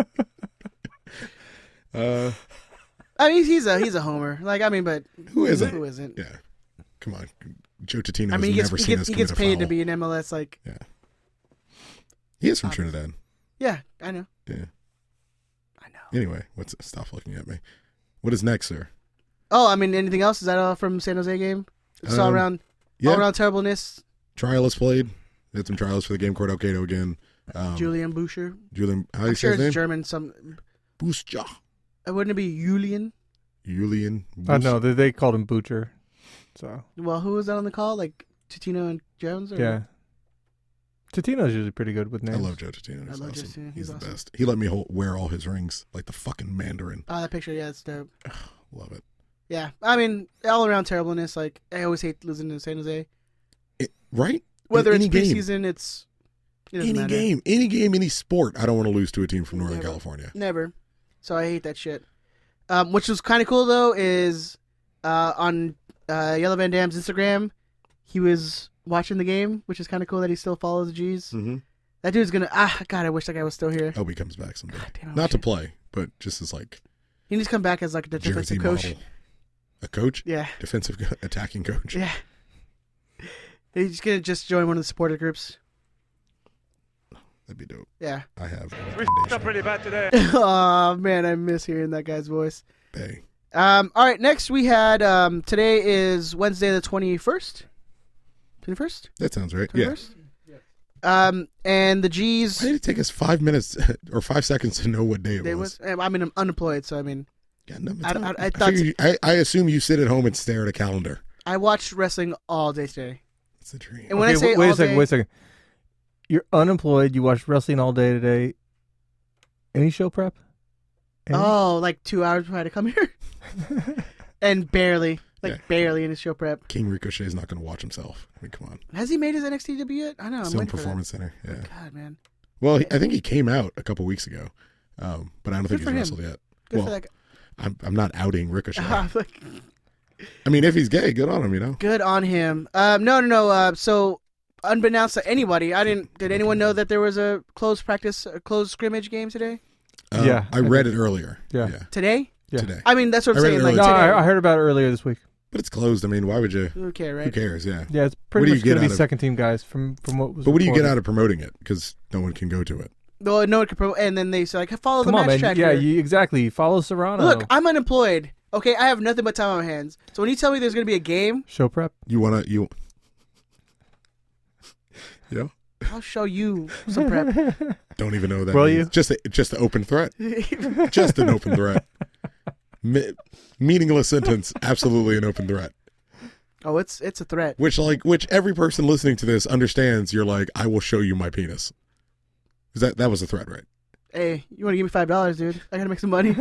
[SPEAKER 2] uh,
[SPEAKER 1] I mean, he's a he's a homer. Like I mean, but
[SPEAKER 2] who is it?
[SPEAKER 1] Who isn't?
[SPEAKER 2] Yeah, come on, Joe Tatino.
[SPEAKER 1] I mean, he gets
[SPEAKER 2] never
[SPEAKER 1] he
[SPEAKER 2] seen
[SPEAKER 1] gets,
[SPEAKER 2] us
[SPEAKER 1] he gets
[SPEAKER 2] commit a
[SPEAKER 1] paid to
[SPEAKER 2] foul.
[SPEAKER 1] be an MLS. Like,
[SPEAKER 2] He is from Trinidad.
[SPEAKER 1] yeah, I know.
[SPEAKER 2] Yeah.
[SPEAKER 1] I know.
[SPEAKER 2] Anyway, what's stop looking at me? What is next, sir?
[SPEAKER 1] Oh, I mean, anything else? Is that all from San Jose game? Just all
[SPEAKER 2] Um,
[SPEAKER 1] around, all
[SPEAKER 2] Yeah,
[SPEAKER 1] around terribleness.
[SPEAKER 2] trial is played. Did some trials for the game. Cordell Cato again. Um,
[SPEAKER 1] Julian Boucher.
[SPEAKER 2] Julian, how do
[SPEAKER 1] I'm
[SPEAKER 2] you say
[SPEAKER 1] sure
[SPEAKER 2] his
[SPEAKER 1] it's
[SPEAKER 2] name?
[SPEAKER 1] German. Some
[SPEAKER 2] Buscha.
[SPEAKER 1] uh, wouldn't it be Julian?
[SPEAKER 2] Julian.
[SPEAKER 3] I know they, they called him Butcher. So
[SPEAKER 1] Well, who was that on the call? Like Titino and Jones? Or?
[SPEAKER 3] yeah, Totino's usually pretty good with
[SPEAKER 2] I
[SPEAKER 3] names.
[SPEAKER 2] love Joe Tatino.
[SPEAKER 1] I
[SPEAKER 2] He's
[SPEAKER 1] love Joe
[SPEAKER 2] awesome.
[SPEAKER 1] Tatino.
[SPEAKER 2] He's,
[SPEAKER 1] He's
[SPEAKER 2] the
[SPEAKER 1] awesome.
[SPEAKER 2] best. He let me hold, wear all his rings like the fucking Mandarin.
[SPEAKER 1] Oh, that picture. Yeah, it's dope.
[SPEAKER 2] Love it.
[SPEAKER 1] Yeah, I mean, all around terribleness. Like I always hate losing to San Jose.
[SPEAKER 2] It- right?
[SPEAKER 1] Whether
[SPEAKER 2] In
[SPEAKER 1] it's
[SPEAKER 2] any game.
[SPEAKER 1] preseason, it's it doesn't
[SPEAKER 2] Any
[SPEAKER 1] matter.
[SPEAKER 2] game, any game, any sport, I don't want to lose to a team from Northern
[SPEAKER 1] Never.
[SPEAKER 2] California.
[SPEAKER 1] Never. So I hate that shit. Um, which was kind of cool though is uh, on uh, Yellow Van Dam's Instagram, he was watching the game, which is kind of cool that he still follows the G's.
[SPEAKER 2] Mm-hmm.
[SPEAKER 1] That dude's gonna ah God, I wish that guy was still here.
[SPEAKER 2] I hope he comes back someday.
[SPEAKER 1] damn, I
[SPEAKER 2] Not
[SPEAKER 1] wish
[SPEAKER 2] to
[SPEAKER 1] I-
[SPEAKER 2] play, but just as like
[SPEAKER 1] He needs to come back as like a
[SPEAKER 2] Jersey
[SPEAKER 1] defensive coach.
[SPEAKER 2] model. A coach,
[SPEAKER 1] Yeah,
[SPEAKER 2] defensive co- attacking coach.
[SPEAKER 1] yeah. He's gonna just join one of the supporter groups.
[SPEAKER 2] That'd be dope.
[SPEAKER 1] Yeah.
[SPEAKER 2] I have. a recommendation.
[SPEAKER 1] oh man, I miss hearing that guy's voice.
[SPEAKER 2] Hey,
[SPEAKER 1] Um, all right, next we had um, today is Wednesday the twenty first. Twenty first.
[SPEAKER 2] that sounds right. Yeah.
[SPEAKER 1] Universe? Um, and the
[SPEAKER 2] Why
[SPEAKER 1] G's.
[SPEAKER 2] did it take us five minutes or five seconds to know what day it
[SPEAKER 1] They
[SPEAKER 2] was?
[SPEAKER 1] was, I mean, I'm unemployed, so I mean,
[SPEAKER 2] God, no, it's
[SPEAKER 1] I-
[SPEAKER 2] not-
[SPEAKER 1] I- I thought-
[SPEAKER 2] figure you- I, I assume you sit at home and stare at a calendar.
[SPEAKER 1] I watched wrestling all day today.
[SPEAKER 2] It's a dream.
[SPEAKER 1] And when I
[SPEAKER 3] Okay,
[SPEAKER 1] say
[SPEAKER 3] wait, wait
[SPEAKER 1] all
[SPEAKER 3] a second,
[SPEAKER 1] day,
[SPEAKER 3] wait a second. You're unemployed. You watch wrestling all day today. Any show prep? Any?
[SPEAKER 1] oh, like two hours before I had to come here,
[SPEAKER 3] Uh,
[SPEAKER 1] and barely, like
[SPEAKER 2] Yeah.
[SPEAKER 1] barely in his show prep.
[SPEAKER 2] King Ricochet is not going to watch himself. I mean, come on.
[SPEAKER 1] Has he made his NXT debut yet? I know. Oh, I'm
[SPEAKER 2] Still in
[SPEAKER 1] waiting for that.
[SPEAKER 2] Performance Center. Yeah.
[SPEAKER 1] God, man,
[SPEAKER 2] Well, he, I think he came out a couple weeks ago, um, but I don't
[SPEAKER 1] Good
[SPEAKER 2] think
[SPEAKER 1] for
[SPEAKER 2] he's
[SPEAKER 1] him.
[SPEAKER 2] wrestled yet.
[SPEAKER 1] good
[SPEAKER 2] well,
[SPEAKER 1] for that. Uh-huh. Guy.
[SPEAKER 2] I'm, I'm not outing Ricochet.
[SPEAKER 1] I'm like,
[SPEAKER 2] I mean, if he's gay, good on him, you know?
[SPEAKER 1] good on him. Um, no, no, no. Uh, so unbeknownst to anybody, I didn't. Did anyone know that there was a closed practice, a closed scrimmage game today?
[SPEAKER 2] Um,
[SPEAKER 3] Yeah,
[SPEAKER 2] I
[SPEAKER 3] I
[SPEAKER 2] read it earlier.
[SPEAKER 3] Yeah.
[SPEAKER 1] Today?
[SPEAKER 3] Yeah.
[SPEAKER 2] Today.
[SPEAKER 1] I mean, that's what I'm
[SPEAKER 2] I read it
[SPEAKER 1] saying. Like
[SPEAKER 2] earlier.
[SPEAKER 3] no,
[SPEAKER 1] today.
[SPEAKER 3] I, I heard about it earlier this week.
[SPEAKER 2] But it's closed. I mean, why would you?
[SPEAKER 1] okay, right.
[SPEAKER 2] Who cares? Yeah.
[SPEAKER 3] Yeah, it's
[SPEAKER 2] What do
[SPEAKER 3] pretty
[SPEAKER 2] you
[SPEAKER 3] much
[SPEAKER 2] get
[SPEAKER 3] going to
[SPEAKER 2] out
[SPEAKER 3] be
[SPEAKER 2] of-
[SPEAKER 3] second team guys from from what was.
[SPEAKER 2] But what do you get
[SPEAKER 3] reported.
[SPEAKER 2] out of promoting it? Because no one can go to it.
[SPEAKER 1] No, no one could promote. And then they say, like, follow
[SPEAKER 3] Come
[SPEAKER 1] the
[SPEAKER 3] on,
[SPEAKER 1] match
[SPEAKER 3] man.
[SPEAKER 1] tracker.
[SPEAKER 3] Yeah, you, exactly. Follow Serrano.
[SPEAKER 1] Look, I'm unemployed. Okay, I have nothing but time on my hands. So when you tell me there's going to be a game,
[SPEAKER 3] show prep.
[SPEAKER 2] You want to, you. Yeah.
[SPEAKER 1] I'll show you some prep.
[SPEAKER 2] Don't even know what that.
[SPEAKER 3] Will
[SPEAKER 2] means.
[SPEAKER 3] you?
[SPEAKER 2] Just, a, just an open threat. Just an open threat. Me- meaningless sentence. Absolutely an open threat.
[SPEAKER 1] oh, it's it's a threat.
[SPEAKER 2] Which, like, which every person listening to this understands. You're like, I will show you my penis. Is that that was a threat, right?
[SPEAKER 1] Hey, you want to give me five dollars, dude? I got to make some money.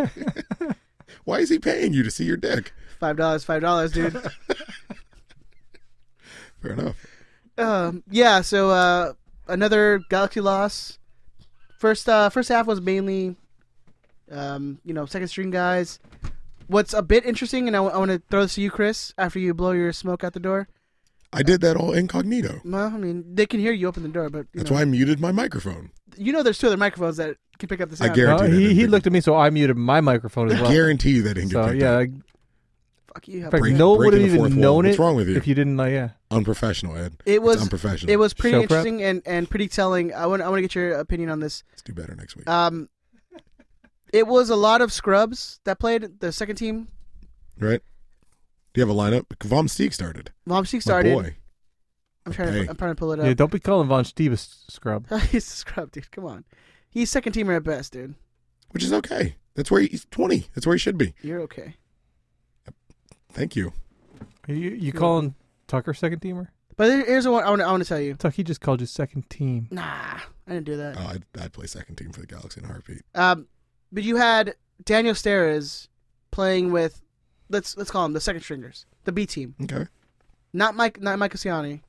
[SPEAKER 2] Why is he paying you to see your dick?
[SPEAKER 1] Five dollars, five dollars, dude.
[SPEAKER 2] Fair enough.
[SPEAKER 1] um, yeah. So uh, another Galaxy loss. First, uh, first half was mainly, um, you know, second string guys. What's a bit interesting, and I want to throw this to you, Chris, after you blow your smoke out the door.
[SPEAKER 2] I did that all incognito.
[SPEAKER 1] Well, I mean, they can hear you open the door, but you
[SPEAKER 2] That's
[SPEAKER 1] know,
[SPEAKER 2] why I muted my microphone.
[SPEAKER 1] you know, there's two other microphones that can pick up the
[SPEAKER 2] I
[SPEAKER 1] sound.
[SPEAKER 2] guarantee
[SPEAKER 3] No,
[SPEAKER 2] that
[SPEAKER 3] he
[SPEAKER 2] didn't
[SPEAKER 3] he
[SPEAKER 2] get-
[SPEAKER 3] looked at me, so I muted my microphone as well.
[SPEAKER 2] Guarantee you that didn't get
[SPEAKER 3] So
[SPEAKER 2] picked
[SPEAKER 3] yeah,
[SPEAKER 2] up.
[SPEAKER 3] like, in
[SPEAKER 1] Fuck you. have
[SPEAKER 3] fact,
[SPEAKER 1] a-
[SPEAKER 2] Break-
[SPEAKER 3] no one would have
[SPEAKER 2] breaking the
[SPEAKER 3] even
[SPEAKER 2] fourth wall.
[SPEAKER 3] known
[SPEAKER 2] What's
[SPEAKER 3] it
[SPEAKER 2] wrong with you?
[SPEAKER 3] if you didn't. Like, yeah,
[SPEAKER 2] Unprofessional, Ed.
[SPEAKER 1] It
[SPEAKER 2] it's
[SPEAKER 1] was
[SPEAKER 2] unprofessional.
[SPEAKER 1] it was pretty
[SPEAKER 3] Show prep?
[SPEAKER 1] interesting and, and pretty telling. I want I want to get your opinion on this.
[SPEAKER 2] Let's do better next week.
[SPEAKER 1] Um, it was a lot of scrubs that played the second team.
[SPEAKER 2] right? Do you have a lineup? Vom Steak started.
[SPEAKER 1] Momsik
[SPEAKER 2] My
[SPEAKER 1] started.
[SPEAKER 2] boy.
[SPEAKER 1] I'm trying.
[SPEAKER 2] Hey.
[SPEAKER 1] To, I'm trying to pull it
[SPEAKER 3] Yeah,
[SPEAKER 1] up.
[SPEAKER 3] don't be calling Von Steve a s- scrub.
[SPEAKER 1] he's a scrub, dude. Come on. He's second teamer at best, dude.
[SPEAKER 2] which is okay. That's where he- he's 20. That's where he should be.
[SPEAKER 1] You're okay.
[SPEAKER 2] Thank you.
[SPEAKER 3] You you calling Tucker second teamer?
[SPEAKER 1] But there- here's what I want. to I want to tell you.
[SPEAKER 3] Tuck, he just called you second team.
[SPEAKER 1] Nah, I didn't do that.
[SPEAKER 2] Oh, I'd, I'd play second team for the Galaxy in a heartbeat.
[SPEAKER 1] Um, but you had Daniel Steres playing with, let's let's call him the second stringers, the B team.
[SPEAKER 2] Okay.
[SPEAKER 1] Not Mike, not Mike Cassiani,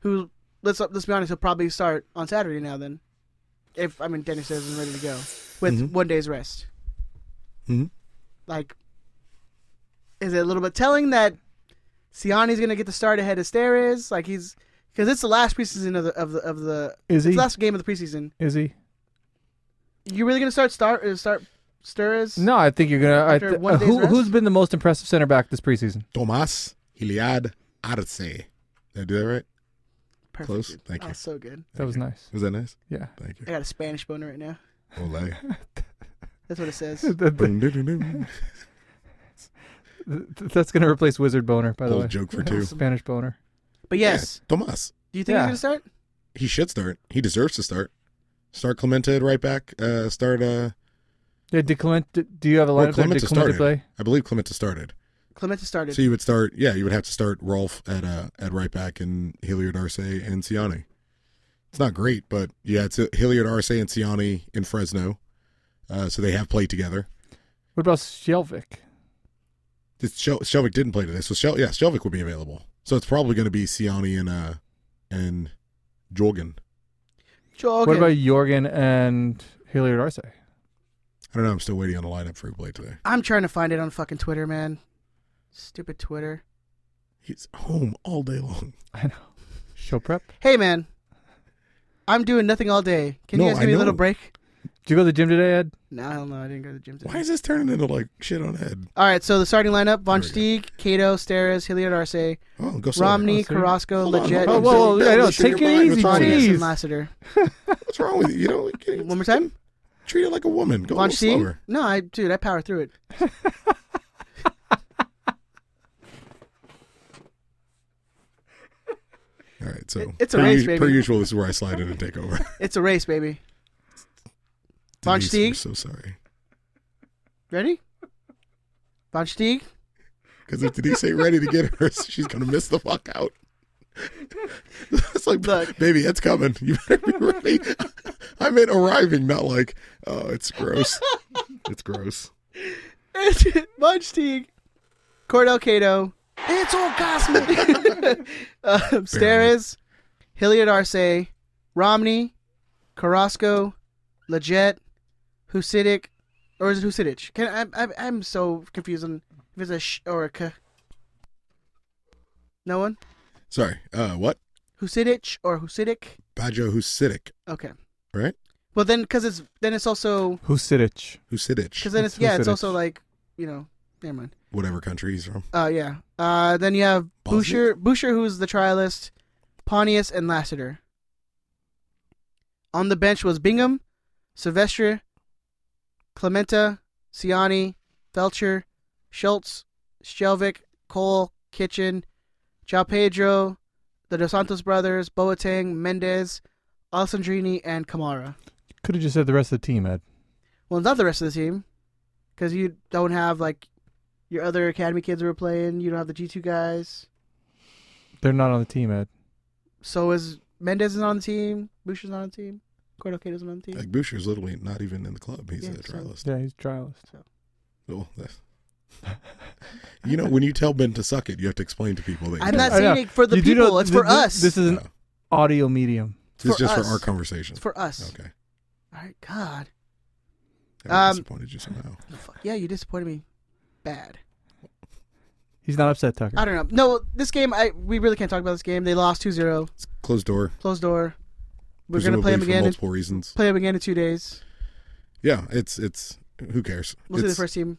[SPEAKER 1] who let's let's be honest, he'll probably start on Saturday now. Then, if I mean Daniel Steres isn't ready to go with
[SPEAKER 2] Mhm.
[SPEAKER 1] one day's rest,
[SPEAKER 2] hmm
[SPEAKER 1] like, is it a little bit telling that Siani's gonna get the start ahead of Steres? Like he's because it's the last preseason of the of the of the
[SPEAKER 3] Is
[SPEAKER 1] it's
[SPEAKER 3] he?
[SPEAKER 1] the last game of the preseason.
[SPEAKER 3] Is he?
[SPEAKER 1] You really gonna start start uh, start Steres?
[SPEAKER 3] No, I think you're gonna. I
[SPEAKER 1] After
[SPEAKER 3] th-
[SPEAKER 1] one
[SPEAKER 3] uh,
[SPEAKER 1] day's
[SPEAKER 3] who,
[SPEAKER 1] rest?
[SPEAKER 3] who's been the most impressive center back this preseason?
[SPEAKER 2] Tomas Hiliad Arce. Did I do that right?
[SPEAKER 1] Perfect,
[SPEAKER 2] Close.
[SPEAKER 1] dude.
[SPEAKER 2] Thank
[SPEAKER 1] Oh,
[SPEAKER 2] you.
[SPEAKER 1] so good.
[SPEAKER 3] That was nice.
[SPEAKER 2] Was that nice?
[SPEAKER 3] Yeah.
[SPEAKER 2] Thank
[SPEAKER 1] I got a Spanish boner right now.
[SPEAKER 2] you. Ole.
[SPEAKER 1] That's what it says.
[SPEAKER 2] Boom-de-de-dum.
[SPEAKER 3] That's gonna replace Wizard Boner, by the
[SPEAKER 2] Old
[SPEAKER 3] way.
[SPEAKER 2] joke for two.
[SPEAKER 3] Spanish Boner.
[SPEAKER 1] But yes,
[SPEAKER 2] Yeah, Tomas.
[SPEAKER 1] do you think
[SPEAKER 3] Yeah.
[SPEAKER 1] he's gonna start?
[SPEAKER 2] He should start. He deserves to start. Start Clemente at right back. Uh, start. Uh,
[SPEAKER 3] Yeah, did Clement, d- do you have a
[SPEAKER 2] well,
[SPEAKER 3] lineup? there?
[SPEAKER 2] Clemente
[SPEAKER 3] Did Clemente
[SPEAKER 2] started.
[SPEAKER 3] play?
[SPEAKER 2] I believe Clemente started.
[SPEAKER 1] Clemente started.
[SPEAKER 2] So you would start. Yeah, you would have to start Rolf at uh, at right back and Hilliard Arce and Ciani. It's not great, but yeah, it's uh, Hilliard Arce and Ciani in Fresno. Uh, so they have played together.
[SPEAKER 3] What about Shelvick?
[SPEAKER 2] It's Shel- Shelvick didn't play today, so Shel- yeah, Shelvick would be available. So it's probably going to be Ciani and uh and Jorgen.
[SPEAKER 1] Jorgen.
[SPEAKER 3] What about Jorgen and Hilliard Arce?
[SPEAKER 2] I don't know. I'm still waiting on the lineup for who played today.
[SPEAKER 1] I'm trying to find it on fucking Twitter, man. Stupid Twitter.
[SPEAKER 2] He's home all day long.
[SPEAKER 3] I know. Show prep.
[SPEAKER 1] Hey, man. I'm doing nothing all day. Can
[SPEAKER 2] No,
[SPEAKER 1] you guys
[SPEAKER 2] I
[SPEAKER 1] give me a little
[SPEAKER 2] know.
[SPEAKER 1] break?
[SPEAKER 3] Did you go to the gym today, Ed?
[SPEAKER 1] No, hell no. I didn't go to the gym today.
[SPEAKER 2] Why is this turning into like shit on Ed?
[SPEAKER 1] All right, so the starting lineup: Von
[SPEAKER 2] There
[SPEAKER 1] Steeg, Cato, Steres, Hilliard Arce,
[SPEAKER 2] Oh, go slow.
[SPEAKER 1] Romney,
[SPEAKER 3] I'll see.
[SPEAKER 1] Carrasco,
[SPEAKER 2] Hold on,
[SPEAKER 1] Leggett,
[SPEAKER 2] hold
[SPEAKER 3] Oh,
[SPEAKER 2] on.
[SPEAKER 1] Von
[SPEAKER 2] Don't-
[SPEAKER 3] whoa, whoa,
[SPEAKER 2] don't
[SPEAKER 3] I know.
[SPEAKER 2] listen to
[SPEAKER 3] Take
[SPEAKER 2] your
[SPEAKER 3] it
[SPEAKER 2] mind.
[SPEAKER 3] easy,
[SPEAKER 2] What's wrong with you?
[SPEAKER 1] Diaz,
[SPEAKER 3] Jeez.
[SPEAKER 1] and Lassiter.
[SPEAKER 2] What's wrong with you? You don't you-
[SPEAKER 1] One more time.
[SPEAKER 2] treat it like a woman. Go a
[SPEAKER 1] Von
[SPEAKER 2] little
[SPEAKER 1] Steeg.
[SPEAKER 2] slower.
[SPEAKER 1] No, I dude, I power through it.
[SPEAKER 2] All right, so
[SPEAKER 1] It- it's a
[SPEAKER 2] per,
[SPEAKER 1] race,
[SPEAKER 2] us-
[SPEAKER 1] baby.
[SPEAKER 2] per usual, this is where I slide in and take over.
[SPEAKER 1] It's a race, baby. Von
[SPEAKER 2] Denise,
[SPEAKER 1] Steeg.
[SPEAKER 2] I'm so sorry.
[SPEAKER 1] Ready? Von Steeg.
[SPEAKER 2] Because if Denise ain't ready to get hers, she's gonna miss the fuck out. it's like,
[SPEAKER 1] Look.
[SPEAKER 2] baby, it's coming. You better be ready. I meant arriving, not like, oh, it's gross. it's gross.
[SPEAKER 1] Munch Teague, Cordell Cato. It's all gospel. um, Steres, Hilliard Arce, Romney, Carrasco, Leggett, Husidic, or is it Husidic? Can I, I, I'm so confused on if it's a sh or a k. No one?
[SPEAKER 2] Sorry. Uh, what?
[SPEAKER 1] Husidic or Husidic?
[SPEAKER 2] Bajo Husidic,
[SPEAKER 1] Okay.
[SPEAKER 2] right?
[SPEAKER 1] Well, then, because it's then it's also
[SPEAKER 3] Husidic.
[SPEAKER 2] Husidic,
[SPEAKER 1] because then it's yeah, it's
[SPEAKER 3] Husidic.
[SPEAKER 1] also like you know, never mind.
[SPEAKER 2] whatever country he's from.
[SPEAKER 1] Uh, yeah. Uh, then you have Boucher, Boucher, who's the trialist, Pontius, and Lassiter. On the bench was Bingham, Silvestre, Clementa, Siani, Felcher, Schultz, Shelvick, Cole, Kitchen, Jao Pedro, the Dos Santos brothers, Boateng, Mendez, Alessandrini, and Kamara.
[SPEAKER 3] Could have just said the rest of the team, Ed.
[SPEAKER 1] Well, not the rest of the team, because you don't have like your other academy kids who were playing. You don't have the G two guys.
[SPEAKER 3] They're not on the team, Ed.
[SPEAKER 1] So is Mendez is on the team. Boucher's not on the team. Cordell Cato's not on the team.
[SPEAKER 2] Like Boucher's literally not even in the club. He's
[SPEAKER 1] Yeah, so-
[SPEAKER 2] a trialist.
[SPEAKER 3] Yeah, he's a trialist.
[SPEAKER 2] Well, that's- you know, when you tell Ben to suck it, you have to explain to people that. you
[SPEAKER 1] I'm
[SPEAKER 2] do
[SPEAKER 1] not
[SPEAKER 2] that.
[SPEAKER 3] I know.
[SPEAKER 1] saying it for the
[SPEAKER 3] Oh, You do
[SPEAKER 1] people.
[SPEAKER 3] know
[SPEAKER 1] it's
[SPEAKER 3] th-
[SPEAKER 1] for
[SPEAKER 3] th-
[SPEAKER 1] us.
[SPEAKER 3] This is an
[SPEAKER 2] No.
[SPEAKER 3] audio medium.
[SPEAKER 2] Oh, This
[SPEAKER 1] for
[SPEAKER 2] is just
[SPEAKER 1] us.
[SPEAKER 2] for our conversation.
[SPEAKER 1] it's for us.
[SPEAKER 2] Okay.
[SPEAKER 1] All right, God.
[SPEAKER 2] I
[SPEAKER 1] Um,
[SPEAKER 2] disappointed you somehow.
[SPEAKER 1] Fuck. Yeah, you disappointed me. Bad.
[SPEAKER 3] He's not upset, Tucker.
[SPEAKER 1] I don't know. No, this game. I we really can't talk about this game. They lost 2-0.
[SPEAKER 2] It's closed door.
[SPEAKER 1] Closed door. We're gonna
[SPEAKER 2] presumably
[SPEAKER 1] play them
[SPEAKER 2] for
[SPEAKER 1] again. In,
[SPEAKER 2] multiple reasons.
[SPEAKER 1] play them again in two days.
[SPEAKER 2] Yeah, it's it's who cares.
[SPEAKER 1] We'll see the
[SPEAKER 2] It's-
[SPEAKER 1] first team.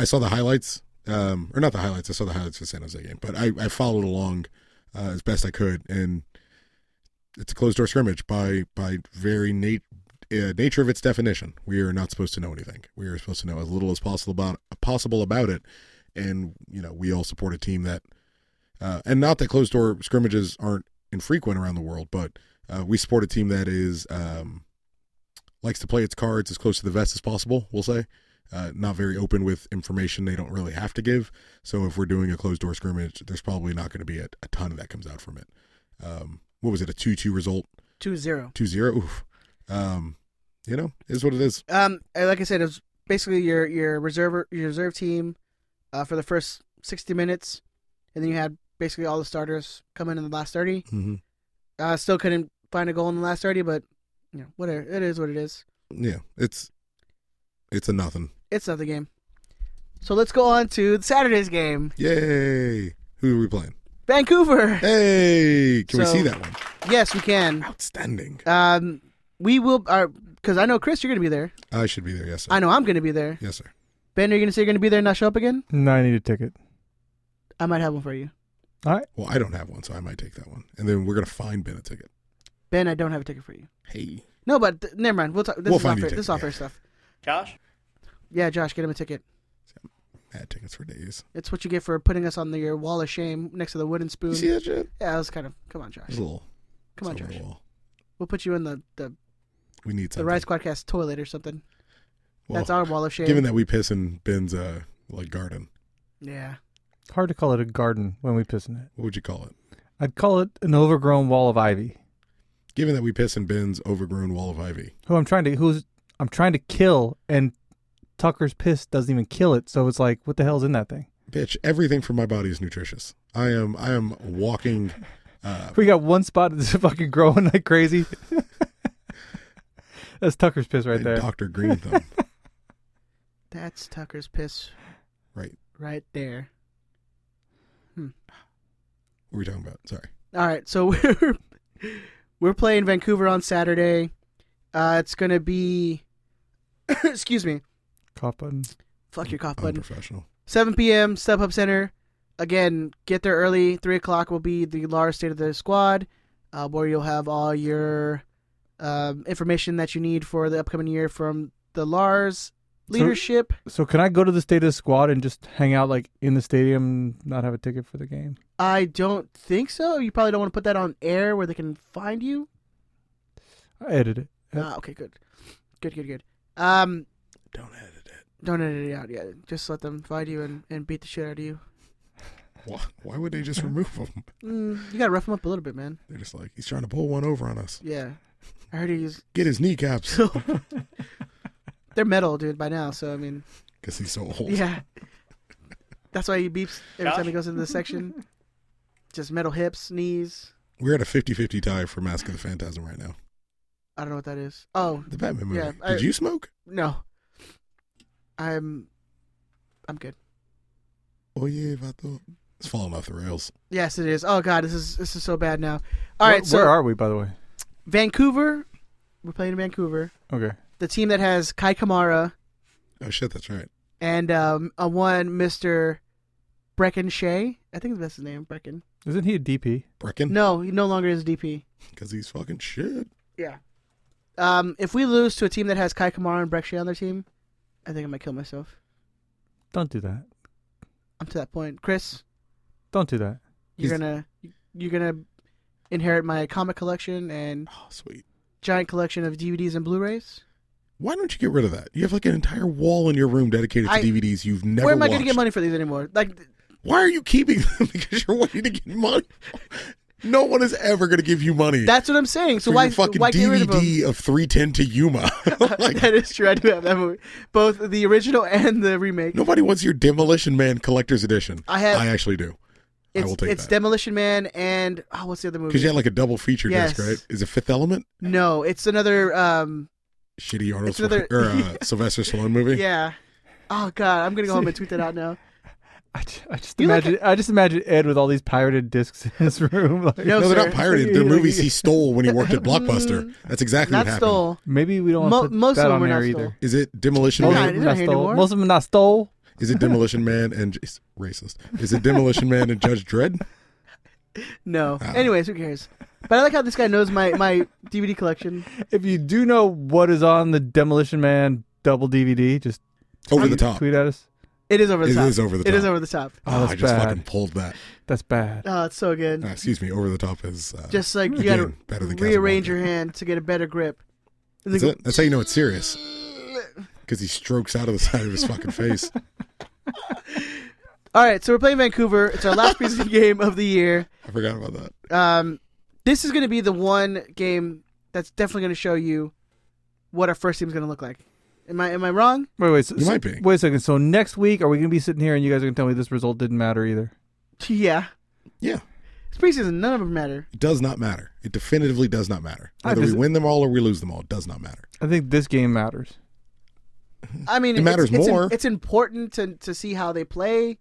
[SPEAKER 2] I saw the highlights, um, or not the highlights. I saw the highlights of the San Jose game, but I, I followed along uh, as best I could, and it's a closed door scrimmage by by very nat- uh, nature of its definition. We are not supposed to know anything. We are supposed to know as little as possible about possible about it, and you know we all support a team that, uh, and not that closed door scrimmages aren't infrequent around the world, but uh, we support a team that is um, likes to play its cards as close to the vest as possible. We'll say. Uh, not very open with information they don't really have to give. So if we're doing a closed door scrimmage, there's probably not going to be a, a ton that comes out from it. Um, what was it? A two two result,
[SPEAKER 1] 2-0.
[SPEAKER 2] two zero. Oof. Um, you know, is what it is.
[SPEAKER 1] Um, and like I said, it was basically your your reserve your reserve team uh, for the first sixty minutes, and then you had basically all the starters come in in the last thirty.
[SPEAKER 2] Mm-hmm.
[SPEAKER 1] Uh, still couldn't find a goal in the last thirty, but you know whatever it is what it is.
[SPEAKER 2] Yeah, it's it's a nothing.
[SPEAKER 1] It's another game. So let's go on to Saturday's game,
[SPEAKER 2] Yay! Who are we playing?
[SPEAKER 1] Vancouver.
[SPEAKER 2] Hey, can we
[SPEAKER 1] So-
[SPEAKER 2] see that one?
[SPEAKER 1] Yes, we can.
[SPEAKER 2] Outstanding.
[SPEAKER 1] Um, we will are because I know Chris, you're gonna be there.
[SPEAKER 2] I should be there. Yes, sir.
[SPEAKER 1] I know I'm gonna be there.
[SPEAKER 2] yes, sir.
[SPEAKER 1] Ben, are you gonna say you're gonna be there and not show up again?
[SPEAKER 3] No, I need a ticket.
[SPEAKER 1] I might have one for you.
[SPEAKER 2] Well, I don't have one, so I might take that one, and then we're gonna find Ben a ticket.
[SPEAKER 1] Ben, I don't have a ticket for you.
[SPEAKER 2] Hey,
[SPEAKER 1] No, but th- never mind. We'll talk. This
[SPEAKER 2] We'll
[SPEAKER 1] is off
[SPEAKER 2] find you
[SPEAKER 1] air,
[SPEAKER 2] a
[SPEAKER 1] this is
[SPEAKER 2] ticket,
[SPEAKER 1] off air
[SPEAKER 2] yeah.
[SPEAKER 1] stuff.
[SPEAKER 4] Josh?
[SPEAKER 1] Yeah, Josh, get him a ticket.
[SPEAKER 2] had tickets for days.
[SPEAKER 1] It's what you get for putting us on the, your wall of shame next to the wooden spoon.
[SPEAKER 2] You see that shit?
[SPEAKER 1] Yeah, that was kind of. Come on, Josh.
[SPEAKER 2] It's a little.
[SPEAKER 1] Come on,
[SPEAKER 2] it's on the
[SPEAKER 1] Josh.
[SPEAKER 2] wall.
[SPEAKER 1] We'll put you in the the,
[SPEAKER 2] We need
[SPEAKER 1] the
[SPEAKER 2] something.
[SPEAKER 1] Rise Quadcast toilet or something.
[SPEAKER 2] Well,
[SPEAKER 1] That's our wall of shame.
[SPEAKER 2] Given that we piss in Ben's uh like garden,
[SPEAKER 1] yeah.
[SPEAKER 3] Hard to call it a garden when we piss in it.
[SPEAKER 2] what would you call it?
[SPEAKER 3] I'd call it an overgrown wall of ivy.
[SPEAKER 2] Given that we piss in Ben's overgrown wall of ivy,
[SPEAKER 3] Who I'm trying to who's I'm trying to kill and Tucker's piss doesn't even kill it, so it's like what the hell's in that thing?
[SPEAKER 2] bitch, everything from my body is nutritious. I am I am walking. Uh,
[SPEAKER 3] We got one spot that's fucking growing like crazy. that's Tucker's piss right there.
[SPEAKER 2] Doctor Green Thumb.
[SPEAKER 1] That's Tucker's piss
[SPEAKER 2] right.
[SPEAKER 1] right there.
[SPEAKER 2] What were we talking about? Sorry.
[SPEAKER 1] All right, so we're we're playing Vancouver on Saturday. Uh, it's gonna be. excuse me.
[SPEAKER 3] Cough button.
[SPEAKER 1] Fuck your cough
[SPEAKER 2] I'm
[SPEAKER 1] button.
[SPEAKER 2] professional.
[SPEAKER 1] 7 p.m. StubHub Center. Again, get there early. Three o'clock will be the large state of the squad, uh, where you'll have all your um, information that you need for the upcoming year from the Lars leadership.
[SPEAKER 3] So can I go to the state of the squad and just hang out like in the stadium, not have a ticket for the game?
[SPEAKER 1] I don't think so. You probably don't want to put that on air where they can find you.
[SPEAKER 3] I edit it. Yep.
[SPEAKER 1] Ah, okay, good, good, good, good. Um,
[SPEAKER 2] Don't edit it.
[SPEAKER 1] don't edit it out yet. Just let them find you and, and beat the shit out of you.
[SPEAKER 2] Why, why would they just remove him?
[SPEAKER 1] Mm, you gotta rough them up a little bit, man.
[SPEAKER 2] They're just like he's trying to pull one over on us.
[SPEAKER 1] Yeah, I heard he's
[SPEAKER 2] Get his kneecaps
[SPEAKER 1] so. They're metal, dude. By now, so I mean.
[SPEAKER 2] because he's so old.
[SPEAKER 1] Yeah. That's why he beeps every
[SPEAKER 4] Josh?
[SPEAKER 1] time he goes into the section. Just metal hips, knees.
[SPEAKER 2] We're at a 50-50 tie for Mask of the Phantasm right now.
[SPEAKER 1] I don't know what that is. Oh
[SPEAKER 2] The Batman movie.
[SPEAKER 1] Yeah,
[SPEAKER 2] Did
[SPEAKER 1] I-
[SPEAKER 2] you smoke?
[SPEAKER 1] no. I'm. I'm good.
[SPEAKER 2] Oh yeah, Vato. It's falling off the rails.
[SPEAKER 1] Yes, it is. Oh god, this is this is so bad now. All
[SPEAKER 3] where,
[SPEAKER 1] right, so
[SPEAKER 3] where are we by the way?
[SPEAKER 1] Vancouver. We're playing in Vancouver.
[SPEAKER 3] Okay.
[SPEAKER 1] The team that has Kai Kamara
[SPEAKER 2] Oh shit, that's right.
[SPEAKER 1] and um, a one Mister Brecken Shea. I think that's his name, Brecken.
[SPEAKER 3] Isn't he a DP?
[SPEAKER 2] Brecken.
[SPEAKER 1] No, he no longer is DP.
[SPEAKER 2] Because he's fucking shit.
[SPEAKER 1] Yeah. Um, if we lose to a team that has Kai Kamara and Brexia on their team, I think I might kill myself.
[SPEAKER 3] Don't do that.
[SPEAKER 1] I'm to that point. Chris,
[SPEAKER 3] Don't do that.
[SPEAKER 1] you're
[SPEAKER 2] He's-
[SPEAKER 1] gonna you're gonna inherit my comic collection and
[SPEAKER 2] Oh sweet.
[SPEAKER 1] giant collection of DVDs and Blu-rays.
[SPEAKER 2] Why don't you get rid of that? You have like an entire wall in your room dedicated to
[SPEAKER 1] I-
[SPEAKER 2] DVDs you've never.
[SPEAKER 1] Where am I
[SPEAKER 2] watched.
[SPEAKER 1] gonna get money for these anymore? Like, th-
[SPEAKER 2] Why are you keeping them? because you're wanting to get money. No one is ever going to give you money.
[SPEAKER 1] that's what I'm saying. So
[SPEAKER 2] for
[SPEAKER 1] why
[SPEAKER 2] your fucking
[SPEAKER 1] why get rid of them?
[SPEAKER 2] DVD of, 310 to Yuma. like,
[SPEAKER 1] that is true. I do have that movie, both the original and the remake.
[SPEAKER 2] nobody wants your Demolition Man collector's edition.
[SPEAKER 1] I have-
[SPEAKER 2] I actually do.
[SPEAKER 1] it's
[SPEAKER 2] I will take
[SPEAKER 1] it's
[SPEAKER 2] that.
[SPEAKER 1] Demolition Man and oh, what's the other movie?
[SPEAKER 2] Because you had like a double feature
[SPEAKER 1] Yes.
[SPEAKER 2] disc, right? Is it Fifth Element?
[SPEAKER 1] no, it's another. Um,
[SPEAKER 2] Shitty Arnold
[SPEAKER 1] It's another-
[SPEAKER 2] Schwar- or uh, Sylvester Stallone movie.
[SPEAKER 1] yeah. Oh God, I'm gonna go home and tweet that out now.
[SPEAKER 3] I just, I just
[SPEAKER 1] You like
[SPEAKER 3] imagine I just imagine Ed with all these pirated discs in his room. Like,
[SPEAKER 1] No,
[SPEAKER 2] No, they're
[SPEAKER 1] sir. Mm.
[SPEAKER 2] not pirated. They're movies he stole when he worked at Blockbuster. That's exactly
[SPEAKER 1] Not
[SPEAKER 2] what happened.
[SPEAKER 1] stole.
[SPEAKER 3] Maybe we don't
[SPEAKER 1] Mo-
[SPEAKER 3] want to put
[SPEAKER 1] most
[SPEAKER 3] that
[SPEAKER 1] of them
[SPEAKER 3] on
[SPEAKER 1] were not
[SPEAKER 3] there
[SPEAKER 1] stole.
[SPEAKER 3] either.
[SPEAKER 2] Is it Demolition
[SPEAKER 1] They're
[SPEAKER 3] Most
[SPEAKER 1] not-
[SPEAKER 3] of
[SPEAKER 1] they're
[SPEAKER 2] Man?
[SPEAKER 3] them
[SPEAKER 1] not
[SPEAKER 3] not
[SPEAKER 1] here anymore.
[SPEAKER 3] stole. Most of them not stole.
[SPEAKER 2] Is it Demolition Man and it's racist? Is it Demolition Man and Judge Dredd?
[SPEAKER 1] No.
[SPEAKER 2] Ah.
[SPEAKER 1] Anyways, who cares? But I like how this guy knows my my DVD collection.
[SPEAKER 3] If you do know what is on the Demolition Man double DVD, just
[SPEAKER 2] Over
[SPEAKER 3] tweet,
[SPEAKER 2] the top.
[SPEAKER 3] tweet at us.
[SPEAKER 1] It is over the
[SPEAKER 2] It
[SPEAKER 1] top.
[SPEAKER 2] is over the
[SPEAKER 1] It is
[SPEAKER 2] top.
[SPEAKER 1] over the top.
[SPEAKER 3] Oh, that's
[SPEAKER 2] I just
[SPEAKER 3] bad.
[SPEAKER 2] fucking pulled that.
[SPEAKER 3] That's bad.
[SPEAKER 1] Oh, it's so good.
[SPEAKER 2] Uh, excuse me, over the top is uh,
[SPEAKER 1] Just like you
[SPEAKER 2] again,
[SPEAKER 1] gotta
[SPEAKER 2] better than
[SPEAKER 1] rearrange
[SPEAKER 2] Casablanca.
[SPEAKER 1] your hand to get a better grip. And
[SPEAKER 2] That's
[SPEAKER 1] then
[SPEAKER 2] it. That's how you know it's serious. Because he strokes out of the side of his fucking face.
[SPEAKER 1] go- All right, so we're playing Vancouver. It's our last preseason game of the year.
[SPEAKER 2] I forgot about that.
[SPEAKER 1] Um, this is going to be the one game that's definitely going to show you what our first team's going to look like. Am I am I wrong?
[SPEAKER 3] Wait, wait. So,
[SPEAKER 2] You
[SPEAKER 3] so-
[SPEAKER 2] might be.
[SPEAKER 3] Wait a second. So next week, are we going to be sitting here and you guys are going to tell me this result didn't matter either?
[SPEAKER 1] Yeah,
[SPEAKER 2] Yeah,
[SPEAKER 1] it's preseason. None of them matter.
[SPEAKER 2] it does not matter. It definitively does not matter.
[SPEAKER 3] I
[SPEAKER 2] Whether we
[SPEAKER 3] visit-
[SPEAKER 2] win them all or we lose them all, it does not matter.
[SPEAKER 3] I think this game matters.
[SPEAKER 1] I mean,
[SPEAKER 2] It matters
[SPEAKER 1] it's, it's im-
[SPEAKER 2] more.
[SPEAKER 1] It's important to to see how they play,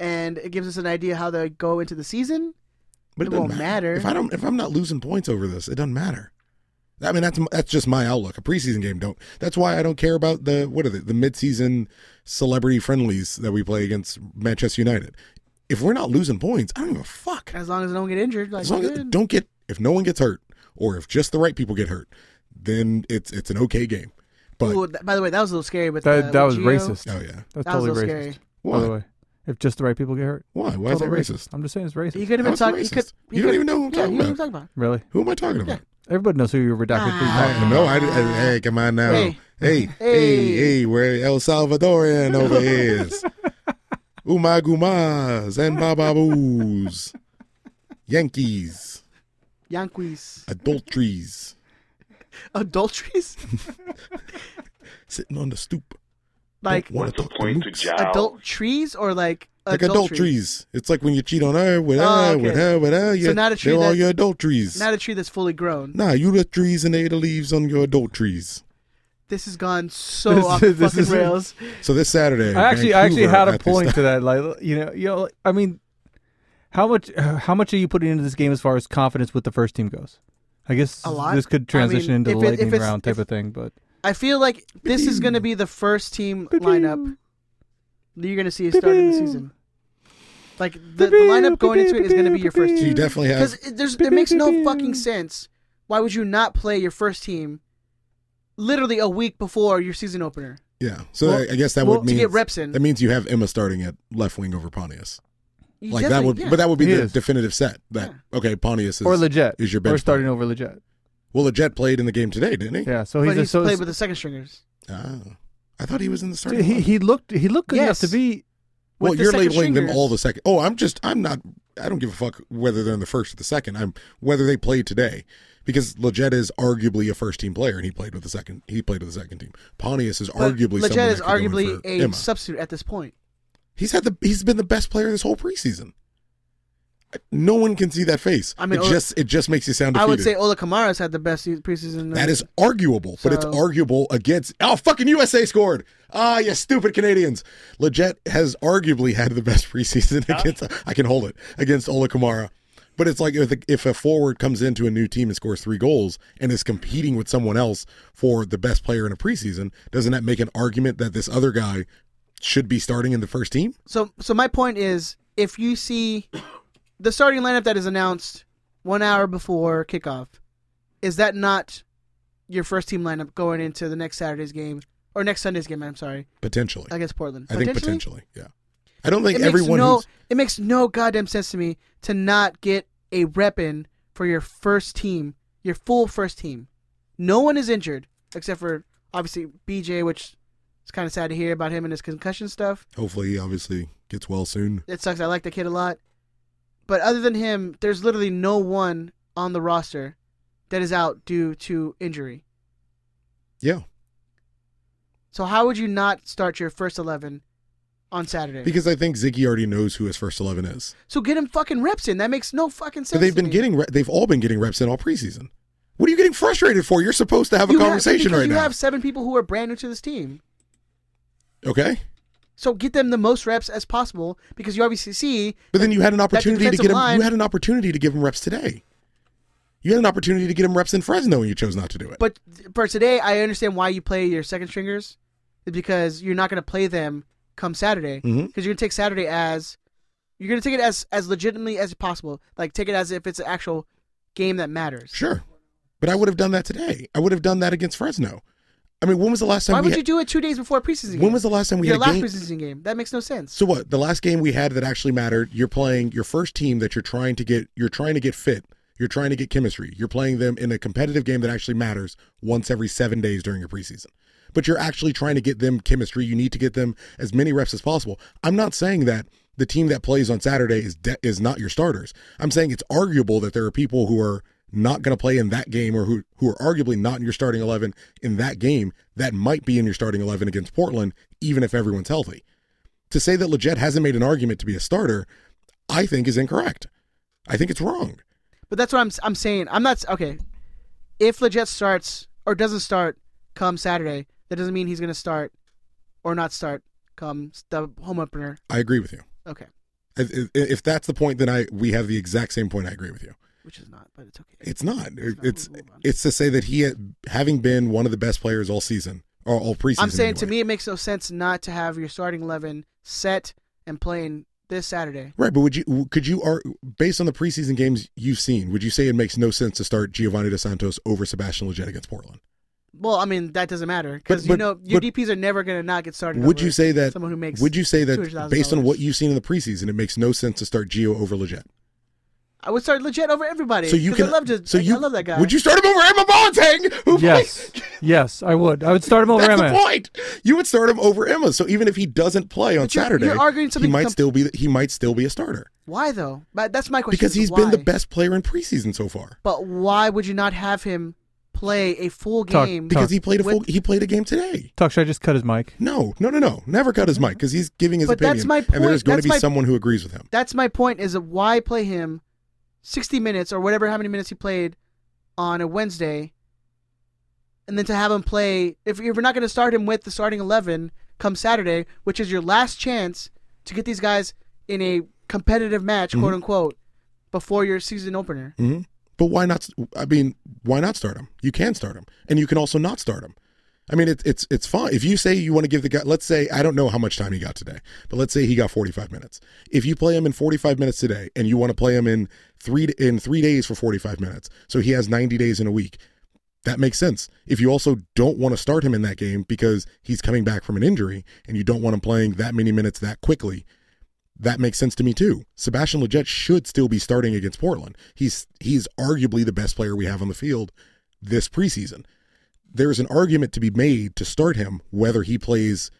[SPEAKER 1] and it gives us an idea how they go into the season.
[SPEAKER 2] But it,
[SPEAKER 1] It
[SPEAKER 2] doesn't
[SPEAKER 1] won't matter.
[SPEAKER 2] If I don't, if I'm not losing points over this, it doesn't matter. I mean, that's that's just my outlook. A preseason game don't. That's why I don't care about the what are they, the midseason celebrity friendlies that we play against Manchester United. If we're not losing points, I don't give a fuck.
[SPEAKER 1] As long as they don't get injured, like
[SPEAKER 2] As long as
[SPEAKER 1] good.
[SPEAKER 2] don't get if no one gets hurt or if just the right people get hurt, then it's it's an okay game. But
[SPEAKER 1] Ooh, th- by the way, that was a little scary. uh, But
[SPEAKER 3] That that was racist.
[SPEAKER 2] oh yeah,
[SPEAKER 3] That's
[SPEAKER 1] That was
[SPEAKER 3] totally
[SPEAKER 1] a little
[SPEAKER 3] racist.
[SPEAKER 1] scary.
[SPEAKER 3] By
[SPEAKER 2] why
[SPEAKER 3] the way, if just the right people get hurt,
[SPEAKER 2] why why is that
[SPEAKER 3] Totally
[SPEAKER 2] racist?
[SPEAKER 3] I'm just saying it's racist.
[SPEAKER 1] He could have
[SPEAKER 2] That
[SPEAKER 1] been
[SPEAKER 2] was
[SPEAKER 1] talking. He
[SPEAKER 2] racist.
[SPEAKER 1] could, he
[SPEAKER 2] You don't
[SPEAKER 1] could-
[SPEAKER 2] even know who I'm
[SPEAKER 1] yeah,
[SPEAKER 2] talking
[SPEAKER 1] you don't
[SPEAKER 2] about.
[SPEAKER 1] talk about.
[SPEAKER 3] Really?
[SPEAKER 2] Who am I talking about?
[SPEAKER 3] Everybody knows who your redacted
[SPEAKER 1] Ah.
[SPEAKER 3] people are.
[SPEAKER 2] Oh, no, I did Hey, come on now.
[SPEAKER 1] Hey.
[SPEAKER 2] Hey, hey, hey,
[SPEAKER 1] Hey.
[SPEAKER 2] we're El Salvadorian over here. Umagumas and bababoos. Yankees.
[SPEAKER 1] Yankees.
[SPEAKER 2] Adulteries.
[SPEAKER 1] Adulteries?
[SPEAKER 2] Sitting on the stoop.
[SPEAKER 1] like
[SPEAKER 2] Don't wanna
[SPEAKER 4] What's the
[SPEAKER 2] talk
[SPEAKER 4] point to
[SPEAKER 2] mooks.
[SPEAKER 4] jowl?
[SPEAKER 1] adult trees or like
[SPEAKER 2] Like adulteries. It's like when you cheat on her with her,
[SPEAKER 1] Oh, okay.
[SPEAKER 2] with her, with her. Yeah,
[SPEAKER 1] not a tree
[SPEAKER 2] They're all
[SPEAKER 1] that-
[SPEAKER 2] your adulteries.
[SPEAKER 1] Not a tree that's fully grown.
[SPEAKER 2] nah, you the trees and they the leaves on your adulteries.
[SPEAKER 1] This has gone so
[SPEAKER 3] This-
[SPEAKER 1] off the
[SPEAKER 3] this
[SPEAKER 1] fucking
[SPEAKER 3] is-
[SPEAKER 1] rails.
[SPEAKER 2] So this Saturday.
[SPEAKER 3] I actually, I actually
[SPEAKER 2] Vancouver
[SPEAKER 3] had a
[SPEAKER 2] at the
[SPEAKER 3] point
[SPEAKER 2] sta-
[SPEAKER 3] to that. Like, you know, you know, like, I mean, how much, how much are you putting into this game as far as confidence with the first team goes? I guess
[SPEAKER 1] A lot.
[SPEAKER 3] this could
[SPEAKER 1] I mean,
[SPEAKER 3] transition into
[SPEAKER 1] if it-
[SPEAKER 3] the
[SPEAKER 1] if
[SPEAKER 3] lightning
[SPEAKER 1] it's-
[SPEAKER 3] round type
[SPEAKER 1] if-
[SPEAKER 3] of thing, but
[SPEAKER 1] I feel like this is going to be the first team lineup that you're going to see starting the season. Like the, the lineup going into it is going to be your first
[SPEAKER 2] You
[SPEAKER 1] team.
[SPEAKER 2] definitely have.
[SPEAKER 1] Because it, there's- it makes no fucking sense. Why would you not play your first team literally a week before your season opener?
[SPEAKER 2] Yeah. So
[SPEAKER 3] Well-
[SPEAKER 2] I I guess that
[SPEAKER 3] well,
[SPEAKER 2] would
[SPEAKER 1] to
[SPEAKER 2] mean
[SPEAKER 1] get reps in.
[SPEAKER 2] That means you have Emma starting at left wing over Pontius.
[SPEAKER 1] You
[SPEAKER 2] like that
[SPEAKER 1] definitely-
[SPEAKER 2] would,
[SPEAKER 1] yeah.
[SPEAKER 2] but that would be
[SPEAKER 3] He
[SPEAKER 2] the
[SPEAKER 3] is.
[SPEAKER 2] definitive set. That okay, Pontius is
[SPEAKER 3] or legit
[SPEAKER 2] is your
[SPEAKER 3] or
[SPEAKER 2] bench
[SPEAKER 3] starting over legit.
[SPEAKER 2] well, Leggett played in the game today, didn't he?
[SPEAKER 3] Yeah,
[SPEAKER 1] but
[SPEAKER 3] so Oh, he's,
[SPEAKER 1] he's,
[SPEAKER 3] a, so
[SPEAKER 1] played with the second stringers.
[SPEAKER 2] Ah, I thought he was in the starting.
[SPEAKER 3] dude, he
[SPEAKER 2] lineup.
[SPEAKER 3] he looked he looked good
[SPEAKER 1] Yes.
[SPEAKER 3] enough to be.
[SPEAKER 2] well,
[SPEAKER 1] with the
[SPEAKER 2] you're
[SPEAKER 1] second
[SPEAKER 2] labeling them
[SPEAKER 1] stringers.
[SPEAKER 2] all the second. Oh, I'm just, I'm not, I don't give a fuck whether they're in the first or the second. I'm whether they play today, because Leggett is arguably a first team player, and he played with the second. He played with the second team. Pontius is
[SPEAKER 1] But
[SPEAKER 2] arguably
[SPEAKER 1] Leggett
[SPEAKER 2] someone
[SPEAKER 1] is
[SPEAKER 2] that could go in
[SPEAKER 1] arguably
[SPEAKER 2] for
[SPEAKER 1] a
[SPEAKER 2] Emma.
[SPEAKER 1] substitute at this point.
[SPEAKER 2] He's had the he's been the best player this whole preseason. No one can see that face.
[SPEAKER 1] I mean,
[SPEAKER 2] it
[SPEAKER 1] Ola-
[SPEAKER 2] just it just makes you sound
[SPEAKER 1] I
[SPEAKER 2] defeated.
[SPEAKER 1] would say Ola Kamara's had the best se- preseason.
[SPEAKER 2] that is arguable, but it's
[SPEAKER 1] So-
[SPEAKER 2] arguable against oh fucking USA scored. Ah, you stupid Canadians. Leggett has arguably had the best preseason against I can hold it against Ola Kamara. But it's like if, the, if a forward comes into a new team and scores three goals and is competing with someone else for the best player in a preseason, doesn't that make an argument that this other guy should be starting in the first team?
[SPEAKER 1] so. So my point is, if you see the starting lineup that is announced one hour before kickoff, is that not your first team lineup going into the next Saturday's game or next Sunday's game? I'm sorry,
[SPEAKER 2] Potentially.
[SPEAKER 1] against Portland.
[SPEAKER 2] I think potentially, yeah. I don't think
[SPEAKER 1] It makes
[SPEAKER 2] everyone.
[SPEAKER 1] no.
[SPEAKER 2] who's,
[SPEAKER 1] It makes no goddamn sense to me to not get a rep in for your first team, your full first team. No one is injured except for obviously BJ, which it's kind of sad to hear about him and his concussion stuff.
[SPEAKER 2] hopefully, he obviously gets well soon.
[SPEAKER 1] It sucks. I like the kid a lot, but other than him, there's literally no one on the roster that is out due to injury.
[SPEAKER 2] Yeah,
[SPEAKER 1] So how would you not start your first eleven on Saturday?
[SPEAKER 2] because I think Ziggy already knows who his first eleven is.
[SPEAKER 1] so get him fucking reps in. That makes no fucking sense.
[SPEAKER 2] So they've
[SPEAKER 1] to
[SPEAKER 2] been
[SPEAKER 1] me.
[SPEAKER 2] getting. Re- they've all been getting reps in all preseason. What are you getting frustrated for? You're supposed to have a
[SPEAKER 1] You
[SPEAKER 2] conversation
[SPEAKER 1] because
[SPEAKER 2] right
[SPEAKER 1] you
[SPEAKER 2] now.
[SPEAKER 1] have seven people who are brand new to this team.
[SPEAKER 2] okay,
[SPEAKER 1] So get them the most reps as possible because you obviously see
[SPEAKER 2] but then you had an opportunity to
[SPEAKER 1] defensive
[SPEAKER 2] get him.
[SPEAKER 1] line-
[SPEAKER 2] You had an opportunity to give him reps today. You had an opportunity to get him reps in Fresno, and you chose not to do it.
[SPEAKER 1] but for today I understand why you play your second stringers because you're not going to play them come Saturday because
[SPEAKER 2] Mhm.
[SPEAKER 1] you're going to take Saturday as you're going to take it as as legitimately as possible. Like take it as if it's an actual game that matters.
[SPEAKER 2] Sure. But I would have done that today. I would have done that against Fresno. I mean, when was the last time
[SPEAKER 1] Why
[SPEAKER 2] we
[SPEAKER 1] would
[SPEAKER 2] had,
[SPEAKER 1] you do it two days before a preseason game?
[SPEAKER 2] when was the last time we
[SPEAKER 1] your
[SPEAKER 2] had a
[SPEAKER 1] last
[SPEAKER 2] game?
[SPEAKER 1] preseason game? That makes no sense.
[SPEAKER 2] So what? The last game we had that actually mattered. You're playing your first team that you're trying to get. You're trying to get fit. You're trying to get chemistry. You're playing them in a competitive game that actually matters once every seven days during a preseason. But you're actually trying to get them chemistry. You need to get them as many reps as possible. I'm not saying that the team that plays on Saturday is de- is not your starters. I'm saying it's arguable that there are people who are not going to play in that game or who who are arguably not in your starting 11 in that game that might be in your starting 11 against Portland even if everyone's healthy to say that Leggett hasn't made an argument to be a starter, I think is incorrect. I think it's wrong.
[SPEAKER 1] But that's what I'm I'm saying. I'm not okay. If Leggett starts or doesn't start come Saturday, that doesn't mean he's going to start or not start come s- the home opener.
[SPEAKER 2] I agree with you.
[SPEAKER 1] Okay,
[SPEAKER 2] If, if- if that's the point, then I we have the exact same point. I agree with you.
[SPEAKER 1] which is not, but it's okay.
[SPEAKER 2] It's not.
[SPEAKER 1] It's not.
[SPEAKER 2] It's
[SPEAKER 1] Move on.
[SPEAKER 2] it's to say that he, having been one of the best players all season or all preseason.
[SPEAKER 1] I'm saying to
[SPEAKER 2] anyway.
[SPEAKER 1] me it makes no sense not to have your starting eleven set and playing this Saturday.
[SPEAKER 2] right? But would you could you are based on the preseason games you've seen? Would you say it makes no sense to start Giovanni Dos Santos over Sebastian Leggett against Portland?
[SPEAKER 1] Well, I mean that doesn't matter because
[SPEAKER 2] But-
[SPEAKER 1] you
[SPEAKER 2] but-
[SPEAKER 1] know your
[SPEAKER 2] but-
[SPEAKER 1] DPS are never going to not get started.
[SPEAKER 2] Would
[SPEAKER 1] over
[SPEAKER 2] you say that?
[SPEAKER 1] someone who makes?
[SPEAKER 2] would you say that
[SPEAKER 1] $200,000?
[SPEAKER 2] based on what you've seen in the preseason, it makes no sense to start Gio over Leggett?
[SPEAKER 1] I would start legit over everybody.
[SPEAKER 2] So you
[SPEAKER 1] 'cause
[SPEAKER 2] can.
[SPEAKER 1] I love to.
[SPEAKER 2] So
[SPEAKER 1] I-
[SPEAKER 2] you
[SPEAKER 1] I love that guy.
[SPEAKER 2] Would you start him over Emma Boateng? Who
[SPEAKER 3] Yes, yes, I would. I would start him over
[SPEAKER 2] That's
[SPEAKER 3] Emma.
[SPEAKER 2] the point. You would start him over Emma. So even if he doesn't play on
[SPEAKER 1] you're-
[SPEAKER 2] Saturday,
[SPEAKER 1] you're arguing something
[SPEAKER 2] he might
[SPEAKER 1] com-
[SPEAKER 2] still be he might still be a starter
[SPEAKER 1] Why though? But that's my question.
[SPEAKER 2] because
[SPEAKER 1] is
[SPEAKER 2] he's been the
[SPEAKER 1] why.
[SPEAKER 2] best player in preseason so far.
[SPEAKER 1] But why would you not have him play a full
[SPEAKER 3] Talk-
[SPEAKER 1] game?
[SPEAKER 2] Because he played a
[SPEAKER 1] With-
[SPEAKER 2] full, he played a game today.
[SPEAKER 3] Tuck, should I just cut his mic?
[SPEAKER 2] No, no, no, no. Never cut his mic because he's giving his
[SPEAKER 1] But
[SPEAKER 2] opinion.
[SPEAKER 1] that's my
[SPEAKER 2] And
[SPEAKER 1] point.
[SPEAKER 2] there's going
[SPEAKER 1] That's
[SPEAKER 2] to be
[SPEAKER 1] my-
[SPEAKER 2] someone who agrees with him.
[SPEAKER 1] That's my point. Is why play him sixty minutes or whatever how many minutes he played on a Wednesday, and then to have him play if you're not going to start him with the starting eleven come Saturday, which is your last chance to get these guys in a competitive match, quote unquote, before your season opener.
[SPEAKER 2] hmm But why not? I mean, why not start him? You can start him, and you can also not start him. I mean, it's it's it's fine if you say you want to give the guy. Let's say I don't know how much time he got today, but let's say he got forty five minutes. If you play him in forty five minutes today, and you want to play him in three in three days for forty five minutes, so he has ninety days in a week. That makes sense. If you also don't want to start him in that game because he's coming back from an injury, and you don't want him playing that many minutes that quickly, that makes sense to me too. Sebastian Leggett should still be starting against Portland. He's he's arguably the best player we have on the field this preseason. There is an argument to be made to start him whether he plays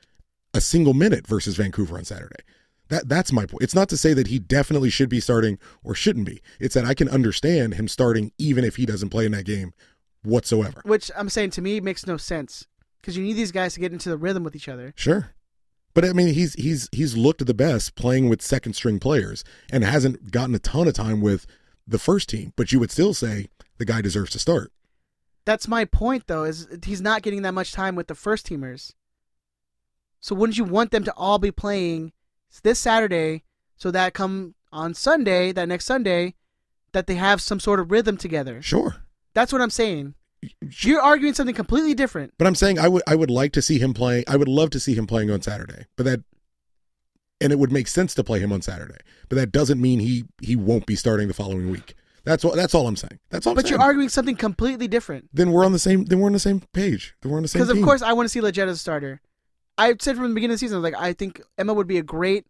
[SPEAKER 2] a single minute versus Vancouver on Saturday. That that's my point. It's not to say that he definitely should be starting or shouldn't be. It's that I can understand him starting even if he doesn't play in that game whatsoever.
[SPEAKER 1] Which I'm saying to me makes no sense because you need these guys to get into the rhythm with each other.
[SPEAKER 2] Sure. But I mean, he's he's he's looked the best playing with second string players and hasn't gotten a ton of time with the first team. But you would still say the guy deserves to start.
[SPEAKER 1] That's my point, though, is he's not getting that much time with the first teamers. So wouldn't you want them to all be playing this Saturday so that come on Sunday, that next Sunday, that they have some sort of rhythm together?
[SPEAKER 2] Sure.
[SPEAKER 1] That's what I'm saying. You're arguing something completely different.
[SPEAKER 2] But I'm saying I would I would like to see him playing. I would love to see him playing on Saturday. But that and it would make sense to play him on Saturday. But that doesn't mean he he won't be starting the following week. That's what that's all I'm saying. That's all. I'm
[SPEAKER 1] But
[SPEAKER 2] saying.
[SPEAKER 1] you're arguing something completely different.
[SPEAKER 2] then we're on the same. Then we're on the same page. Then we're on the same.
[SPEAKER 1] Because, of
[SPEAKER 2] team.
[SPEAKER 1] course, I want to see Leggett as a starter. I said from the beginning of the season, I was like, I think Emma would be a great,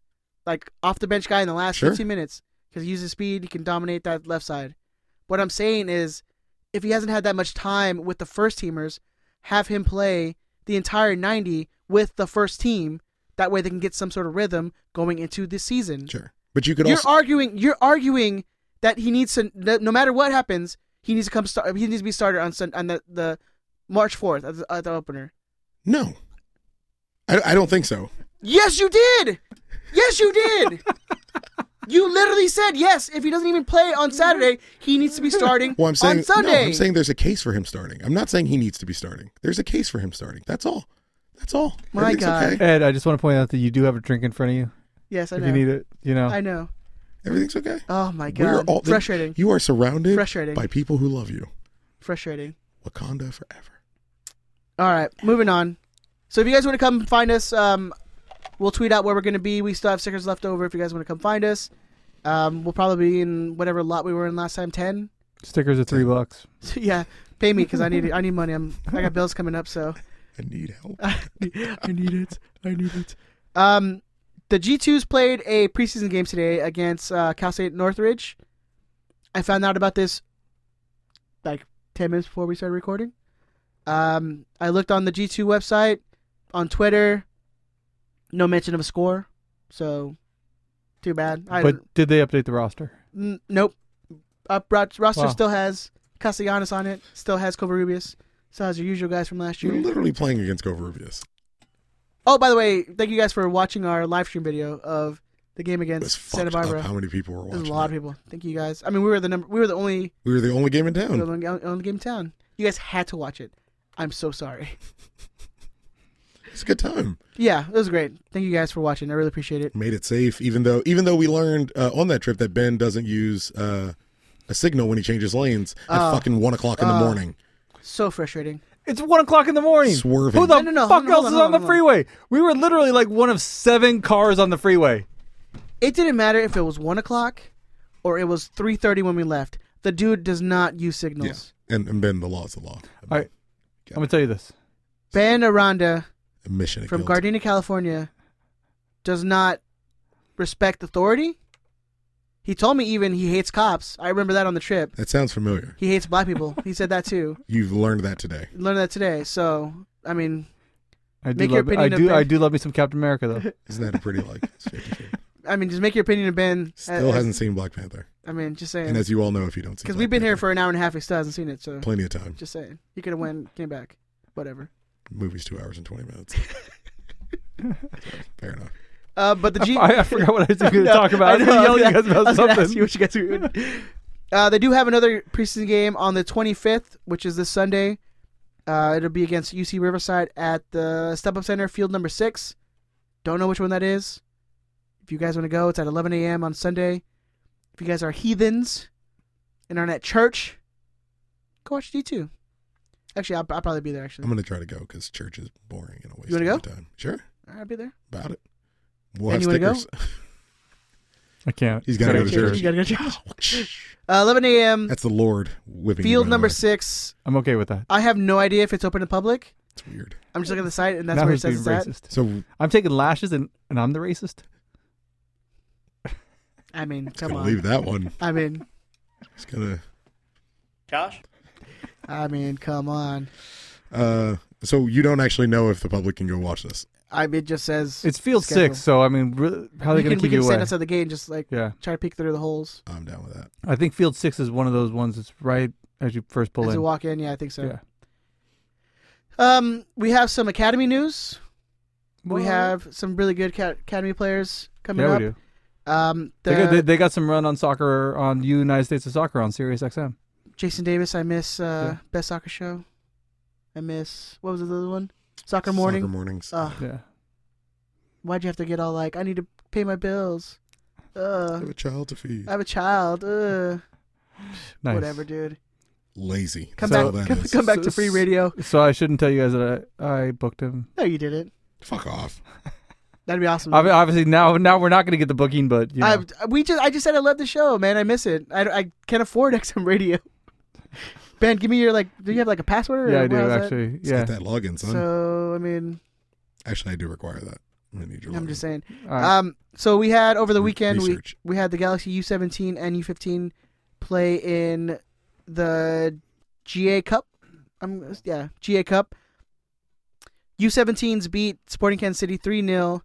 [SPEAKER 1] like, off the bench guy in the last
[SPEAKER 2] Sure.
[SPEAKER 1] 15 minutes because he uses speed. He can dominate that left side. What I'm saying is, if he hasn't had that much time with the first teamers, have him play the entire 90 with the first team. That way they can get some sort of rhythm going into this season.
[SPEAKER 2] Sure. But you could
[SPEAKER 1] You're
[SPEAKER 2] also.
[SPEAKER 1] arguing. You're arguing that he needs to. That no matter what happens, he needs to come. Start, he needs to be started on Sun, on the, the March fourth at, the- at the opener.
[SPEAKER 2] No. I, I don't think so.
[SPEAKER 1] Yes, you did. Yes, you did. you literally said yes. If he doesn't even play on Saturday, he needs to be starting
[SPEAKER 2] Well, I'm saying
[SPEAKER 1] on Sunday.
[SPEAKER 2] No, I'm saying there's a case for him starting. I'm not saying he needs to be starting. There's a case for him starting. That's all. That's all.
[SPEAKER 1] My
[SPEAKER 2] Everything's
[SPEAKER 1] God.
[SPEAKER 2] okay.
[SPEAKER 3] Ed, I just want to point out that you do have a drink in front of you
[SPEAKER 1] yes, I
[SPEAKER 3] if
[SPEAKER 1] know.
[SPEAKER 3] you need it. You know,
[SPEAKER 1] I know.
[SPEAKER 2] Everything's okay.
[SPEAKER 1] Oh my
[SPEAKER 2] We are
[SPEAKER 1] god,
[SPEAKER 2] all-
[SPEAKER 1] frustrating,
[SPEAKER 2] You are surrounded
[SPEAKER 1] Frustrating.
[SPEAKER 2] by people who love you.
[SPEAKER 1] frustrating.
[SPEAKER 2] Wakanda forever.
[SPEAKER 1] All right, moving on. So if you guys want to come find us, um, we'll tweet out where we're going to be. We still have stickers left over. If you guys want to come find us, um, we'll probably be in whatever lot we were in last time, ten.
[SPEAKER 3] stickers are three bucks.
[SPEAKER 1] So, yeah, pay me because I need I need money. I'm I got bills coming up, so
[SPEAKER 2] I need help.
[SPEAKER 1] I need it. I need it. Um, the G2s played a preseason game today against uh, Cal State Northridge. I found out about this like 10 minutes before we started recording. Um, I looked on the G2 website, on Twitter, no mention of a score. So, too bad. I,
[SPEAKER 3] but did they update the roster?
[SPEAKER 1] N- nope. Uh, Ro- roster
[SPEAKER 3] Wow.
[SPEAKER 1] still has Castellanos on it, still has Covarrubias, still has your usual guys from last
[SPEAKER 2] You're
[SPEAKER 1] year.
[SPEAKER 2] literally playing against Covarrubias.
[SPEAKER 1] Oh, by the way, thank you guys for watching our live stream video of the game
[SPEAKER 2] It was
[SPEAKER 1] against Santa
[SPEAKER 2] fucked up
[SPEAKER 1] Barbara.
[SPEAKER 2] How many people were watching?
[SPEAKER 1] There's a lot of
[SPEAKER 2] that.
[SPEAKER 1] people. Thank you guys. I mean, we were the number. We were the only
[SPEAKER 2] We were the only game in
[SPEAKER 1] we were
[SPEAKER 2] town.
[SPEAKER 1] the only, only game in town. You guys had to watch it. I'm so sorry.
[SPEAKER 2] It's a good time.
[SPEAKER 1] Yeah, it was great. Thank you guys for watching. I really appreciate it.
[SPEAKER 2] Made it safe, even though even though we learned uh, on that trip that Ben doesn't use uh, a signal when he changes lanes at
[SPEAKER 1] Oh.
[SPEAKER 2] fucking one o'clock in the morning.
[SPEAKER 1] So frustrating.
[SPEAKER 3] It's one o'clock in the morning.
[SPEAKER 2] Swerving.
[SPEAKER 3] Who the
[SPEAKER 1] No, no, no,
[SPEAKER 3] fuck
[SPEAKER 1] hold on,
[SPEAKER 3] else
[SPEAKER 1] hold
[SPEAKER 3] is
[SPEAKER 1] on,
[SPEAKER 3] on the
[SPEAKER 1] hold on.
[SPEAKER 3] freeway? We were literally like one of seven cars on the freeway.
[SPEAKER 1] It didn't matter if it was one o'clock or it was three thirty when we left. The dude does not use
[SPEAKER 2] Yeah.
[SPEAKER 1] signals.
[SPEAKER 2] And, and Ben, the law's the law.
[SPEAKER 3] All right, I'm gonna tell you this.
[SPEAKER 1] Ben Aranda
[SPEAKER 2] Admission of
[SPEAKER 1] from
[SPEAKER 2] guilt.
[SPEAKER 1] Gardena, California, does not respect authority. He told me even he hates cops. I remember that on the trip.
[SPEAKER 2] That sounds familiar.
[SPEAKER 1] He hates black people. he said that too.
[SPEAKER 2] You've learned that today.
[SPEAKER 1] Learned that today. So I mean,
[SPEAKER 3] I do
[SPEAKER 1] Make your
[SPEAKER 3] love. I
[SPEAKER 1] opinion up
[SPEAKER 3] do.
[SPEAKER 1] there.
[SPEAKER 3] I do love me some Captain America though.
[SPEAKER 2] Isn't that a pretty like? It's 50-50.
[SPEAKER 1] I mean, just make your opinion of Ben.
[SPEAKER 2] Still
[SPEAKER 1] Uh,
[SPEAKER 2] hasn't seen Black Panther,
[SPEAKER 1] I mean, just
[SPEAKER 2] and
[SPEAKER 1] saying.
[SPEAKER 2] as you all know, if you don't see,
[SPEAKER 1] Because
[SPEAKER 2] Black
[SPEAKER 1] we've been here
[SPEAKER 2] Panther,
[SPEAKER 1] for an hour and a half. He still hasn't seen it. So
[SPEAKER 2] plenty of time.
[SPEAKER 1] just saying, he could have went, came back, whatever.
[SPEAKER 2] Movie's two hours and twenty minutes. Fair enough.
[SPEAKER 1] Uh, but the G.
[SPEAKER 3] I, I forgot what I was going to
[SPEAKER 1] No,
[SPEAKER 3] talk about. I was
[SPEAKER 1] know,
[SPEAKER 3] going to yell
[SPEAKER 1] was
[SPEAKER 3] at you guys
[SPEAKER 1] gonna- I
[SPEAKER 3] about
[SPEAKER 1] was gonna ask
[SPEAKER 3] something.
[SPEAKER 1] you what you guys are doing. Uh, they do have another preseason game on the 25th, which is this Sunday. Uh, it'll be against UC Riverside at the Step Up Center, field number six. Don't know which one that is. If you guys want to go, it's at 11 a.m. on Sunday. If you guys are heathens and aren't at church, go watch D2. Actually, I'll, I'll probably be there,
[SPEAKER 2] I'm
[SPEAKER 1] actually.
[SPEAKER 2] gonna try to go because church is boring and a waste
[SPEAKER 1] wanna
[SPEAKER 2] of my
[SPEAKER 1] go?
[SPEAKER 2] time. Sure,
[SPEAKER 1] I'll be there.
[SPEAKER 2] about it. We'll
[SPEAKER 1] And
[SPEAKER 2] have
[SPEAKER 1] you wanna go?
[SPEAKER 2] stickers.
[SPEAKER 3] I can't.
[SPEAKER 2] He's gotta
[SPEAKER 1] You
[SPEAKER 2] go
[SPEAKER 1] gotta
[SPEAKER 2] to
[SPEAKER 1] go
[SPEAKER 2] church.
[SPEAKER 1] to church. Uh, 11 a.m.,
[SPEAKER 2] Oh, That's the Lord whipping. you
[SPEAKER 1] field
[SPEAKER 2] around
[SPEAKER 1] number
[SPEAKER 2] the
[SPEAKER 1] six.
[SPEAKER 3] I'm okay with that.
[SPEAKER 1] I have no idea if it's open to public.
[SPEAKER 2] way. It's weird.
[SPEAKER 1] I'm just looking at the site, and that's
[SPEAKER 3] now
[SPEAKER 1] where it
[SPEAKER 3] who's
[SPEAKER 1] says
[SPEAKER 3] being
[SPEAKER 1] that.
[SPEAKER 3] racist.
[SPEAKER 2] So
[SPEAKER 3] I'm taking lashes and, and I'm the racist.
[SPEAKER 1] I mean, come
[SPEAKER 2] gonna
[SPEAKER 1] on.
[SPEAKER 2] leave that one.
[SPEAKER 1] I mean,
[SPEAKER 2] It's gonna.
[SPEAKER 4] Josh?
[SPEAKER 1] I mean, come on.
[SPEAKER 2] Uh, so you don't actually know if the public can go watch this.
[SPEAKER 1] I mean, it just says
[SPEAKER 3] It's field
[SPEAKER 1] schedule.
[SPEAKER 3] six, so I mean, really, how are they
[SPEAKER 1] we can,
[SPEAKER 3] going to
[SPEAKER 1] we
[SPEAKER 3] keep
[SPEAKER 1] can
[SPEAKER 3] you away?
[SPEAKER 1] stand outside the gate and just like
[SPEAKER 3] Yeah,
[SPEAKER 1] try to peek through the holes
[SPEAKER 2] I'm down with that.
[SPEAKER 3] I think field six is one of those ones that's right as you first pull
[SPEAKER 1] as
[SPEAKER 3] in.
[SPEAKER 1] you walk in. Yeah, I think so.
[SPEAKER 3] yeah,
[SPEAKER 1] Um, we have some academy news.
[SPEAKER 3] Well,
[SPEAKER 1] we have some really good ca- academy players coming
[SPEAKER 3] Yeah,
[SPEAKER 1] up.
[SPEAKER 3] we do.
[SPEAKER 1] Um,
[SPEAKER 3] They, got, they,
[SPEAKER 1] the,
[SPEAKER 3] they got some run on soccer on the United States of Soccer on Sirius XM.
[SPEAKER 1] Jason Davis, I miss uh,
[SPEAKER 3] Yeah.
[SPEAKER 1] best soccer show. I miss what was the other one? Soccer morning.
[SPEAKER 2] Soccer mornings.
[SPEAKER 1] Ugh.
[SPEAKER 3] Yeah,
[SPEAKER 1] Why'd you have to get all like? I need to pay my bills.
[SPEAKER 2] I
[SPEAKER 1] Uh,
[SPEAKER 2] have a child to feed.
[SPEAKER 1] I have a child. Uh,
[SPEAKER 3] nice.
[SPEAKER 1] whatever, dude.
[SPEAKER 2] Lazy.
[SPEAKER 1] Come
[SPEAKER 2] That's all
[SPEAKER 1] back,
[SPEAKER 2] that
[SPEAKER 1] come,
[SPEAKER 2] is.
[SPEAKER 1] come back
[SPEAKER 3] So-
[SPEAKER 1] to free radio.
[SPEAKER 3] So I shouldn't tell you guys that I, I booked him.
[SPEAKER 1] No, you didn't.
[SPEAKER 2] Fuck off.
[SPEAKER 1] That'd be awesome.
[SPEAKER 3] Ob- Obviously now now we're not going to get the booking, but you know,
[SPEAKER 1] I, we just, I just said I love the show, man. I miss it. I, I can't afford XM radio. ben, give me your like. Do you have like a password? or
[SPEAKER 3] yeah, I
[SPEAKER 1] what
[SPEAKER 3] do
[SPEAKER 1] was that?
[SPEAKER 3] actually.
[SPEAKER 2] Let's
[SPEAKER 3] Yeah,
[SPEAKER 2] Get that login, son.
[SPEAKER 1] So I mean,
[SPEAKER 2] actually, I do require that. I need your
[SPEAKER 1] I'm
[SPEAKER 2] login.
[SPEAKER 1] just saying.
[SPEAKER 3] All right.
[SPEAKER 1] Um, so we had over the weekend we
[SPEAKER 2] Research.
[SPEAKER 1] we had the Galaxy U17 and U15 play in the GA Cup. I'm yeah GA Cup. U17s beat Sporting Kansas City three 0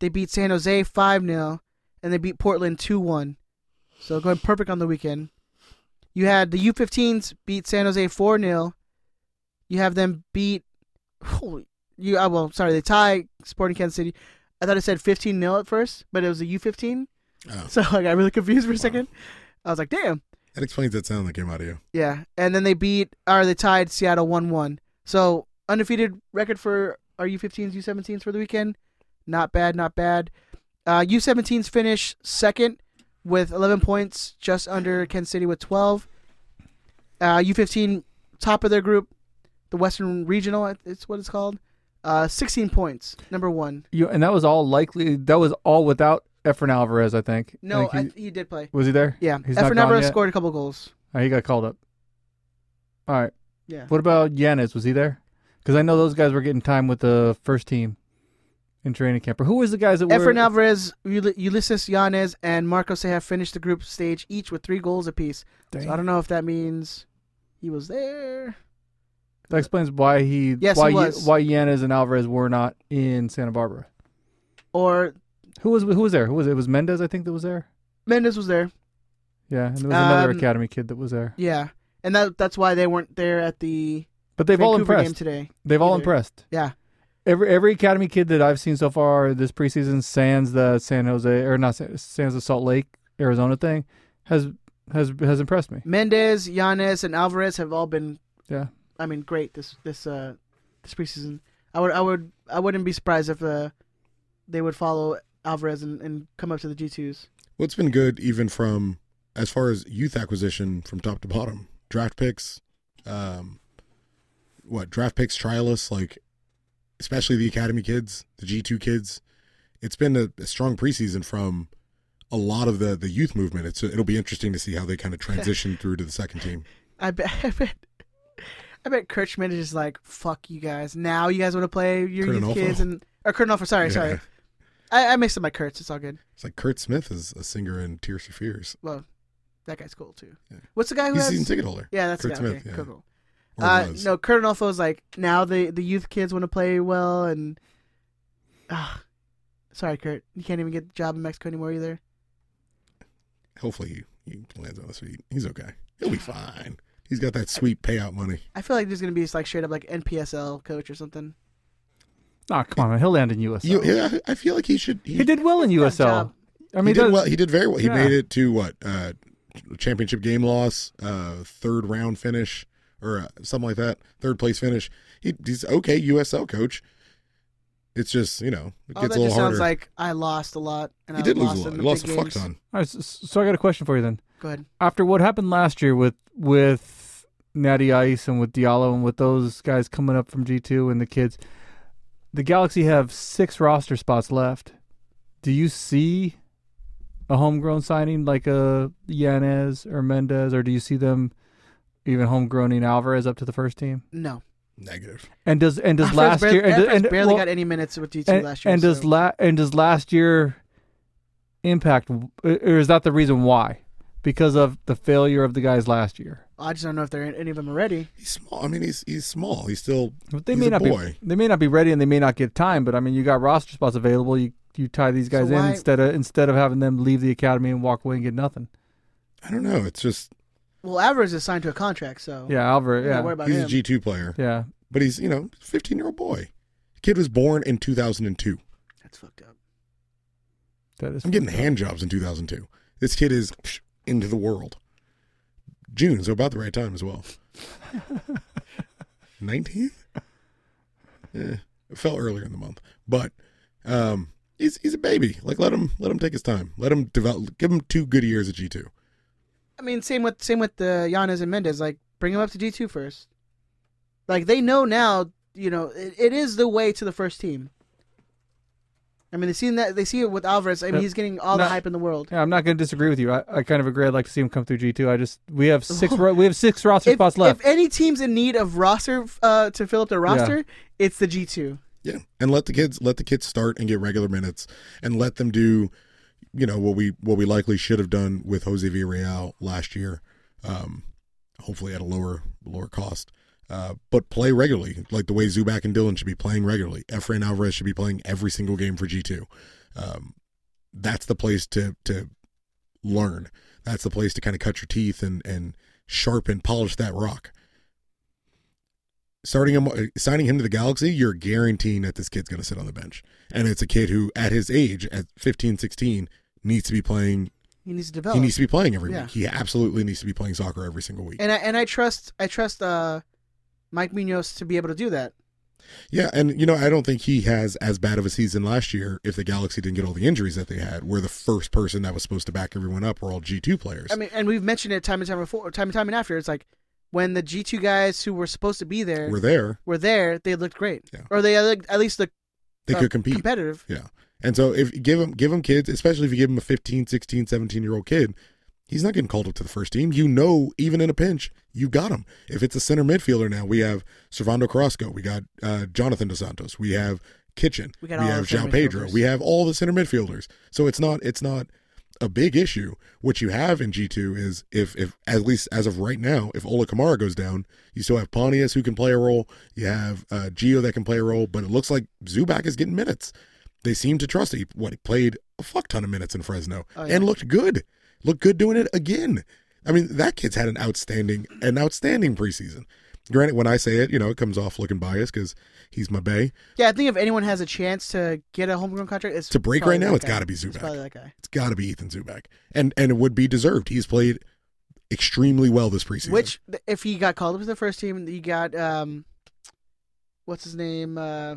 [SPEAKER 1] They beat San Jose five 0 and they beat Portland two one. So going perfect on the weekend. You had the U15s beat San Jose four 0 You have them beat. Holy, you I well sorry they tie Sporting Kansas City. I thought it said 15 0 at first, but it was a U15.
[SPEAKER 2] Oh.
[SPEAKER 1] So I got really confused for a second. I was like, damn.
[SPEAKER 2] That explains that sound that came out of you.
[SPEAKER 1] Yeah. And then they beat, or they tied Seattle 1 1. So undefeated record for our U15s, U17s for the weekend. Not bad, not bad. Uh, U17s finish second with 11 points, just under Kansas City with 12. Uh, U15, top of their group, the Western Regional, it's what it's called. Uh, 16 points, number one.
[SPEAKER 3] you, and that was all likely. That was all without Efren Alvarez, I think. I
[SPEAKER 1] No,
[SPEAKER 3] think
[SPEAKER 1] I
[SPEAKER 3] he-
[SPEAKER 1] he did play.
[SPEAKER 3] was he there?
[SPEAKER 1] Yeah,
[SPEAKER 3] He's not
[SPEAKER 1] Efren
[SPEAKER 3] gone
[SPEAKER 1] Alvarez
[SPEAKER 3] yet?
[SPEAKER 1] scored a couple goals.
[SPEAKER 3] Oh, he got called up. All right.
[SPEAKER 1] Yeah,
[SPEAKER 3] What about Yanis? Was he there? Because I know those guys were getting time with the first team in training camp. Or who was the guys that were?
[SPEAKER 1] Efren Alvarez, Uly- Ulysses Yanes, and Marco Seja finished the group stage each with three goals apiece. So I
[SPEAKER 3] Dang.
[SPEAKER 1] don't know if that means he was there.
[SPEAKER 3] That explains why he.
[SPEAKER 1] Yes,
[SPEAKER 3] why
[SPEAKER 1] he
[SPEAKER 3] Ye-
[SPEAKER 1] was.
[SPEAKER 3] why Yanez and Alvarez were not in Santa Barbara.
[SPEAKER 1] Or
[SPEAKER 3] Who was who was there? Who was it? it was Mendez? I think that was there.
[SPEAKER 1] Mendes was there.
[SPEAKER 3] Yeah, and there was another
[SPEAKER 1] Um,
[SPEAKER 3] academy kid that was there.
[SPEAKER 1] Yeah. And that that's why they weren't there at the
[SPEAKER 3] But they've all
[SPEAKER 1] Vancouver game
[SPEAKER 3] impressed.
[SPEAKER 1] today.
[SPEAKER 3] They've all
[SPEAKER 1] either.
[SPEAKER 3] impressed.
[SPEAKER 1] Yeah.
[SPEAKER 3] Every every academy kid that I've seen so far this preseason, sans the San Jose or not San, sans the Salt Lake Arizona thing, has has has impressed me.
[SPEAKER 1] Mendez, Yanes, and Alvarez have all been
[SPEAKER 3] Yeah.
[SPEAKER 1] I mean great this this uh this preseason. I would I would I wouldn't be surprised if uh they would follow Alvarez and, and come up to the G twos.
[SPEAKER 2] What's been good, even from as far as youth acquisition from top to bottom, draft picks, um, what draft picks, trialists, like especially the academy kids, the G two kids. It's been a, a strong preseason from a lot of the the youth movement. It's it'll be interesting to see how they kind of transition through to the second team.
[SPEAKER 1] I bet I bet I bet Kirchman is just like, fuck you guys. Now you guys want to play your
[SPEAKER 2] Kurtanova.
[SPEAKER 1] youth kids and or Kurtanova, sorry,
[SPEAKER 2] Yeah.
[SPEAKER 1] sorry. I, I mixed up my Kurtz, it's all good.
[SPEAKER 2] It's like Kurt Smith is a singer in Tears for Fears.
[SPEAKER 1] Well, that guy's cool too.
[SPEAKER 2] Yeah.
[SPEAKER 1] What's the guy who
[SPEAKER 2] He's a
[SPEAKER 1] has
[SPEAKER 2] season ticket holder.
[SPEAKER 1] Yeah, that's
[SPEAKER 2] Kurt
[SPEAKER 1] the guy.
[SPEAKER 2] Smith,
[SPEAKER 1] okay,
[SPEAKER 2] yeah.
[SPEAKER 1] cool, cool.
[SPEAKER 2] Or
[SPEAKER 1] Uh,
[SPEAKER 2] was.
[SPEAKER 1] no, Kurt Adolfo is like now the the youth kids want to play well and. ah, sorry, Kurt, you can't even get a job in Mexico anymore either.
[SPEAKER 2] Hopefully he, he lands on his feet. He's okay. He'll be fine. He's got that sweet payout money.
[SPEAKER 1] I feel like there's gonna be like straight up like NPSL coach or something.
[SPEAKER 3] Oh, come on, man. he'll land in USL.
[SPEAKER 2] You, yeah, I feel like he should. He,
[SPEAKER 3] He did well in USL.
[SPEAKER 1] job.
[SPEAKER 3] I mean,
[SPEAKER 2] he did
[SPEAKER 3] that-
[SPEAKER 2] well. He did very well. He
[SPEAKER 3] yeah.
[SPEAKER 2] made it to what uh, championship game loss, uh, third round finish, or uh, something like that. Third place finish. He, he's okay USL coach. It's just you know it
[SPEAKER 1] Oh, that
[SPEAKER 2] gets a
[SPEAKER 1] just
[SPEAKER 2] little harder.
[SPEAKER 1] sounds like I lost a lot. And
[SPEAKER 2] he
[SPEAKER 1] I
[SPEAKER 2] did
[SPEAKER 1] lost
[SPEAKER 2] lose a lot.
[SPEAKER 1] in
[SPEAKER 2] He
[SPEAKER 1] the
[SPEAKER 2] lost a
[SPEAKER 1] big
[SPEAKER 2] fuck
[SPEAKER 1] games.
[SPEAKER 2] ton.
[SPEAKER 3] All right, so, so I got a question for you then.
[SPEAKER 1] Go ahead.
[SPEAKER 3] After what happened last year with with Natty Ice and with Diallo and with those guys coming up from G two and the kids, the Galaxy have six roster spots left. Do you see a homegrown signing like a Yanez or Mendez, or do you see them even homegrowning Alvarez up to the first team?
[SPEAKER 1] No,
[SPEAKER 2] Negative.
[SPEAKER 3] And does and does
[SPEAKER 1] Alvarez
[SPEAKER 3] last
[SPEAKER 1] barely,
[SPEAKER 3] year and,
[SPEAKER 1] Alvarez
[SPEAKER 3] and-
[SPEAKER 1] barely
[SPEAKER 3] well-
[SPEAKER 1] got any minutes with D two
[SPEAKER 3] and,
[SPEAKER 1] last year.
[SPEAKER 3] and does
[SPEAKER 1] so-
[SPEAKER 3] la- and does last year impact or is that the reason why? Because of the failure of the guys last year.
[SPEAKER 1] I just don't know if there are any of them are ready.
[SPEAKER 2] He's small. I mean, he's he's small. He's still.
[SPEAKER 3] But they
[SPEAKER 2] he's
[SPEAKER 3] may
[SPEAKER 2] a
[SPEAKER 3] not
[SPEAKER 2] boy.
[SPEAKER 3] be they may not be ready and they may not get time, but I mean you got roster spots available, you you tie these guys in
[SPEAKER 1] why-
[SPEAKER 3] instead of instead of having them leave the academy and walk away and get nothing.
[SPEAKER 2] I don't know. It's just
[SPEAKER 1] Well, Alvarez is signed to a contract, so
[SPEAKER 3] Yeah, Alvarez,
[SPEAKER 1] Oh. don't worry
[SPEAKER 3] yeah.
[SPEAKER 1] about
[SPEAKER 2] he's
[SPEAKER 1] him.
[SPEAKER 2] a G two player,
[SPEAKER 3] Yeah.
[SPEAKER 2] but he's you know fifteen year old boy. Kid was born in two thousand and two.
[SPEAKER 1] That's fucked up.
[SPEAKER 3] That is
[SPEAKER 2] I'm getting hand jobs in 2002. This kid is psh, into the world. June, so about the right time as well. 19th? Yeah, Eh, it fell earlier in the month, but um, he's he's a baby. Like let him let him take his time. Let him develop. Give him two good years at G2.
[SPEAKER 1] I mean, same with same with the Giannis and Mendez. Like, bring them up to G two first. Like they know now. You know, it, it is the way to the first team. I mean, they seen that they see it with Alvarez. I mean,
[SPEAKER 3] Yep.
[SPEAKER 1] he's getting all the
[SPEAKER 3] No.
[SPEAKER 1] hype in the world.
[SPEAKER 3] yeah, I'm not going to disagree with you. I, I kind of agree. I'd like to see him come through G2. I just we have six ro- we have six roster
[SPEAKER 1] If,
[SPEAKER 3] spots left.
[SPEAKER 1] if any team's in need of roster uh, to fill up their roster, it's the G two.
[SPEAKER 2] Yeah, and let the kids let the kids start and get regular minutes, and let them do, you know, what we what we likely should have done with Jose Villarreal last year, um, hopefully at a lower lower cost. Uh, but play regularly, like the way Zubac and Dylan should be playing regularly. Efrain Alvarez should be playing every single game for G two. Um, that's the place to to learn. That's the place to kind of cut your teeth and and sharpen, polish that rock starting him, uh, signing him to the Galaxy, you're guaranteeing that this kid's going to sit on the bench. And it's a kid who, at his age, at 15, 16, needs to be playing.
[SPEAKER 1] He needs to develop.
[SPEAKER 2] He needs to be playing every
[SPEAKER 1] Oh. Yeah.
[SPEAKER 2] week. He absolutely needs to be playing soccer every single week.
[SPEAKER 1] and I and I trust I trust uh, Mike Munoz to be able to do that.
[SPEAKER 2] yeah, and you know, I don't think he has as bad of a season last year. If the Galaxy didn't get all the injuries that they had, where the first person that was supposed to back everyone up were all G two players.
[SPEAKER 1] I mean, and we've mentioned it time and time before, time and time and after. It's like when the G two guys who were supposed to be there
[SPEAKER 2] were there,
[SPEAKER 1] were there, they looked great,
[SPEAKER 2] Yeah.
[SPEAKER 1] or they looked, at least looked
[SPEAKER 2] they
[SPEAKER 1] uh,
[SPEAKER 2] could compete.
[SPEAKER 1] competitive.
[SPEAKER 2] Yeah. And so if give them give them kids, especially if you give them a 15, 16, 17 year old kid, He's not getting called up to the first team. You know, even in a pinch, you got him. If it's a center midfielder now, we have Servando Carrasco, we got uh, Jonathan Dos Santos, we have Kitchen,
[SPEAKER 1] We got all
[SPEAKER 2] have
[SPEAKER 1] the center
[SPEAKER 2] João Pedro,
[SPEAKER 1] midfielders.
[SPEAKER 2] we have all the center midfielders. So it's not it's not a big issue. What you have in G two is if if at least as of right now, if Ola Kamara goes down, you still have Pontius who can play a role. You have uh, Gio that can play a role, but it looks like Zubac is getting minutes. They seem to trust it. He, what he played a fuck ton of minutes in Fresno
[SPEAKER 1] Oh, yeah.
[SPEAKER 2] and looked good. Looked good doing it again. I mean, that kid's had an outstanding an outstanding preseason. Granted, when I say it, you know, it comes off looking biased because he's my bay.
[SPEAKER 1] Yeah, I think if anyone has a chance to get a homegrown contract, it's
[SPEAKER 2] To break
[SPEAKER 1] probably
[SPEAKER 2] right now,
[SPEAKER 1] that
[SPEAKER 2] it's
[SPEAKER 1] guy.
[SPEAKER 2] gotta be
[SPEAKER 1] It's
[SPEAKER 2] Zubac.
[SPEAKER 1] probably that guy.
[SPEAKER 2] It's got to be Ethan Zubak, and and it would be deserved. He's played extremely well this preseason.
[SPEAKER 1] Which, th- if he got called up to the first team, you got um, what's his name? Uh,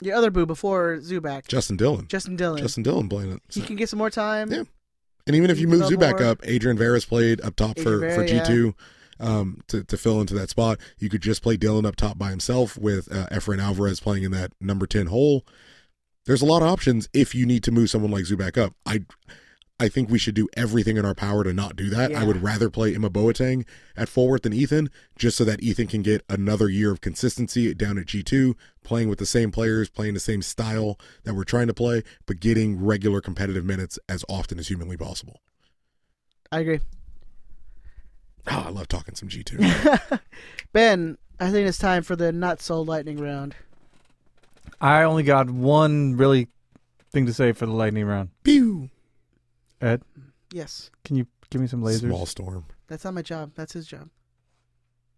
[SPEAKER 1] your other boo before Zubac,
[SPEAKER 2] Justin Dillon,
[SPEAKER 1] Justin Dillon.
[SPEAKER 2] Justin Dillon playing it.
[SPEAKER 1] he can get some more time.
[SPEAKER 2] Yeah. and even if you move
[SPEAKER 1] Develop
[SPEAKER 2] Zubak
[SPEAKER 1] more.
[SPEAKER 2] up, Adrian Vera's played up top for,
[SPEAKER 1] Adrian
[SPEAKER 2] for
[SPEAKER 1] Vera,
[SPEAKER 2] G2 um, to, to fill into that spot. You could just play Dylan up top by himself with uh, Efren Alvarez playing in that number 10 hole. There's a lot of options if you need to move someone like Zubak up. I I think we should do everything in our power to not do that.
[SPEAKER 1] Yeah.
[SPEAKER 2] I would rather play Emma Boateng at forward than Ethan, just so that Ethan can get another year of consistency down at G2, playing with the same players, playing the same style that we're trying to play, but getting regular competitive minutes as often as humanly possible.
[SPEAKER 1] I agree.
[SPEAKER 2] Oh, I love talking some G2.
[SPEAKER 1] Ben, I think it's time for the not so lightning round.
[SPEAKER 3] I only got one really thing to say for the lightning round.
[SPEAKER 2] Pew!
[SPEAKER 3] Ed,
[SPEAKER 1] Yes,
[SPEAKER 3] can you give me some lasers?
[SPEAKER 2] Small storm.
[SPEAKER 1] that's not my job. That's his job.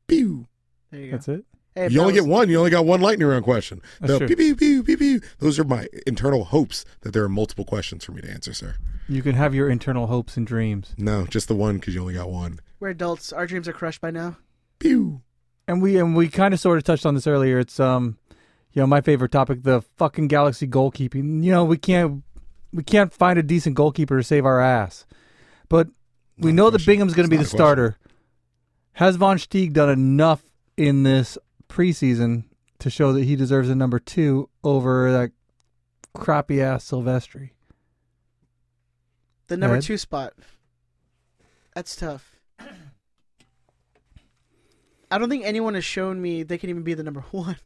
[SPEAKER 2] Pew!
[SPEAKER 1] There you go.
[SPEAKER 3] That's it.
[SPEAKER 1] Hey, if
[SPEAKER 2] you
[SPEAKER 1] that
[SPEAKER 2] only
[SPEAKER 1] was-
[SPEAKER 2] get one. You only got one lightning round question. The
[SPEAKER 3] That's true.
[SPEAKER 2] pew, pew, pew, pew, pew. Those are my internal hopes that there are multiple questions for me to answer, sir.
[SPEAKER 3] You can have your internal hopes and dreams.
[SPEAKER 2] No, just the one because you only got one.
[SPEAKER 1] We're adults. Our dreams are crushed by now.
[SPEAKER 2] Pew!
[SPEAKER 3] And we and we kind of sort of touched on this earlier. It's um, you know, my favorite topic, the fucking galaxy goalkeeping. You know, we can't we can't find a decent goalkeeper to save our ass. But
[SPEAKER 2] Not
[SPEAKER 3] we
[SPEAKER 2] a
[SPEAKER 3] know that
[SPEAKER 2] question.
[SPEAKER 3] Bingham's going
[SPEAKER 2] It's
[SPEAKER 3] to be
[SPEAKER 2] not
[SPEAKER 3] the
[SPEAKER 2] a question.
[SPEAKER 3] starter. Has Von Stieg done enough in this preseason to show that he deserves a number two over that crappy ass Silvestri?
[SPEAKER 1] The number
[SPEAKER 3] Ed?
[SPEAKER 1] two spot. That's tough. I don't think anyone has shown me they can even be the number one.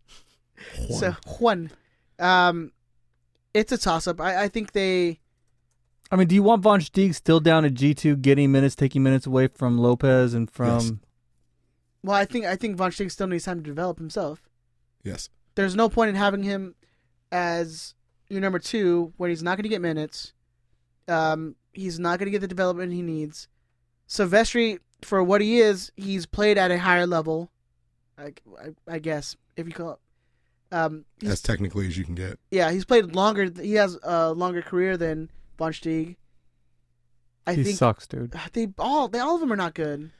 [SPEAKER 2] Juan.
[SPEAKER 1] So Juan, um, it's a toss up. I, I think they.
[SPEAKER 3] I mean, do you want Von Stieg still down at G two, getting minutes, taking minutes away from Lopez and from?
[SPEAKER 2] Yes.
[SPEAKER 1] Well, I think I think Von Stig still needs time to develop himself.
[SPEAKER 2] yes.
[SPEAKER 1] There's no point in having him as your number two when he's not going to get minutes. Um, he's not going to get the development he needs. Silvestri, for what he is, he's played at a higher level. I, I, I guess if you call it. Um, he's
[SPEAKER 2] as technically as you can get.
[SPEAKER 1] Yeah, he's played longer. He has a longer career than Von Stieg. I
[SPEAKER 3] he
[SPEAKER 1] think
[SPEAKER 3] sucks, dude.
[SPEAKER 1] they all they all of them are not good.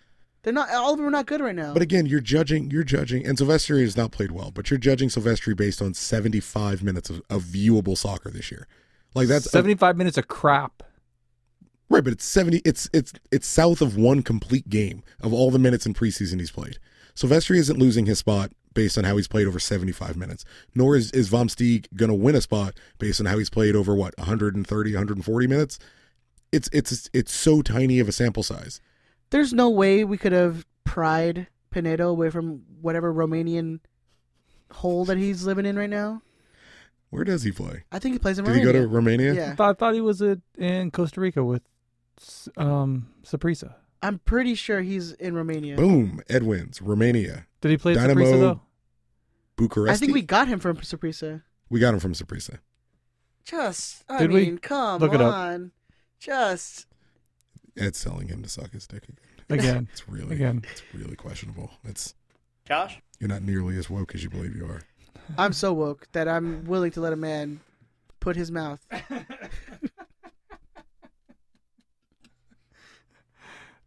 [SPEAKER 1] They're not all of them are not good right now.
[SPEAKER 2] But again, you're judging. You're judging, and Silvestri has not played well. But you're judging Silvestri based on 75 minutes of, of viewable soccer this year. Like that's uh,
[SPEAKER 3] 75 minutes of crap.
[SPEAKER 2] right, but it's 70. It's it's it's south of one complete game of all the minutes in preseason he's played. Silvestri isn't losing his spot based on how he's played over 75 minutes. Nor is is Vomstieg going to win a spot based on how he's played over what 130, 140 minutes. It's it's it's so tiny of a sample size.
[SPEAKER 1] There's no way we could have pried Pinedo away from whatever Romanian hole that he's living in right now.
[SPEAKER 2] Where does he play?
[SPEAKER 1] I think he plays in
[SPEAKER 2] Did he go to
[SPEAKER 1] Romania.
[SPEAKER 2] Romania?
[SPEAKER 1] yeah,
[SPEAKER 3] I thought, I thought he was at, in Costa Rica with um, Saprissa.
[SPEAKER 1] I'm pretty sure he's in Romania.
[SPEAKER 2] Boom. Edwins, Romania.
[SPEAKER 3] Did he play at
[SPEAKER 2] Dynamo-
[SPEAKER 3] Saprissa, though?
[SPEAKER 2] Bucharest.
[SPEAKER 1] I think we got him from Saprissa.
[SPEAKER 2] we got him from Saprissa.
[SPEAKER 1] Just, I
[SPEAKER 3] Did we?
[SPEAKER 1] mean, come
[SPEAKER 3] Look it up.
[SPEAKER 1] on. Just,
[SPEAKER 2] Ed's selling him to suck his dick again.
[SPEAKER 3] Again.
[SPEAKER 2] It's really,
[SPEAKER 3] Again.
[SPEAKER 2] it's really questionable. It's
[SPEAKER 4] Josh?
[SPEAKER 2] you're not nearly as woke as you believe you are.
[SPEAKER 1] I'm so woke that I'm willing to let a man put his mouth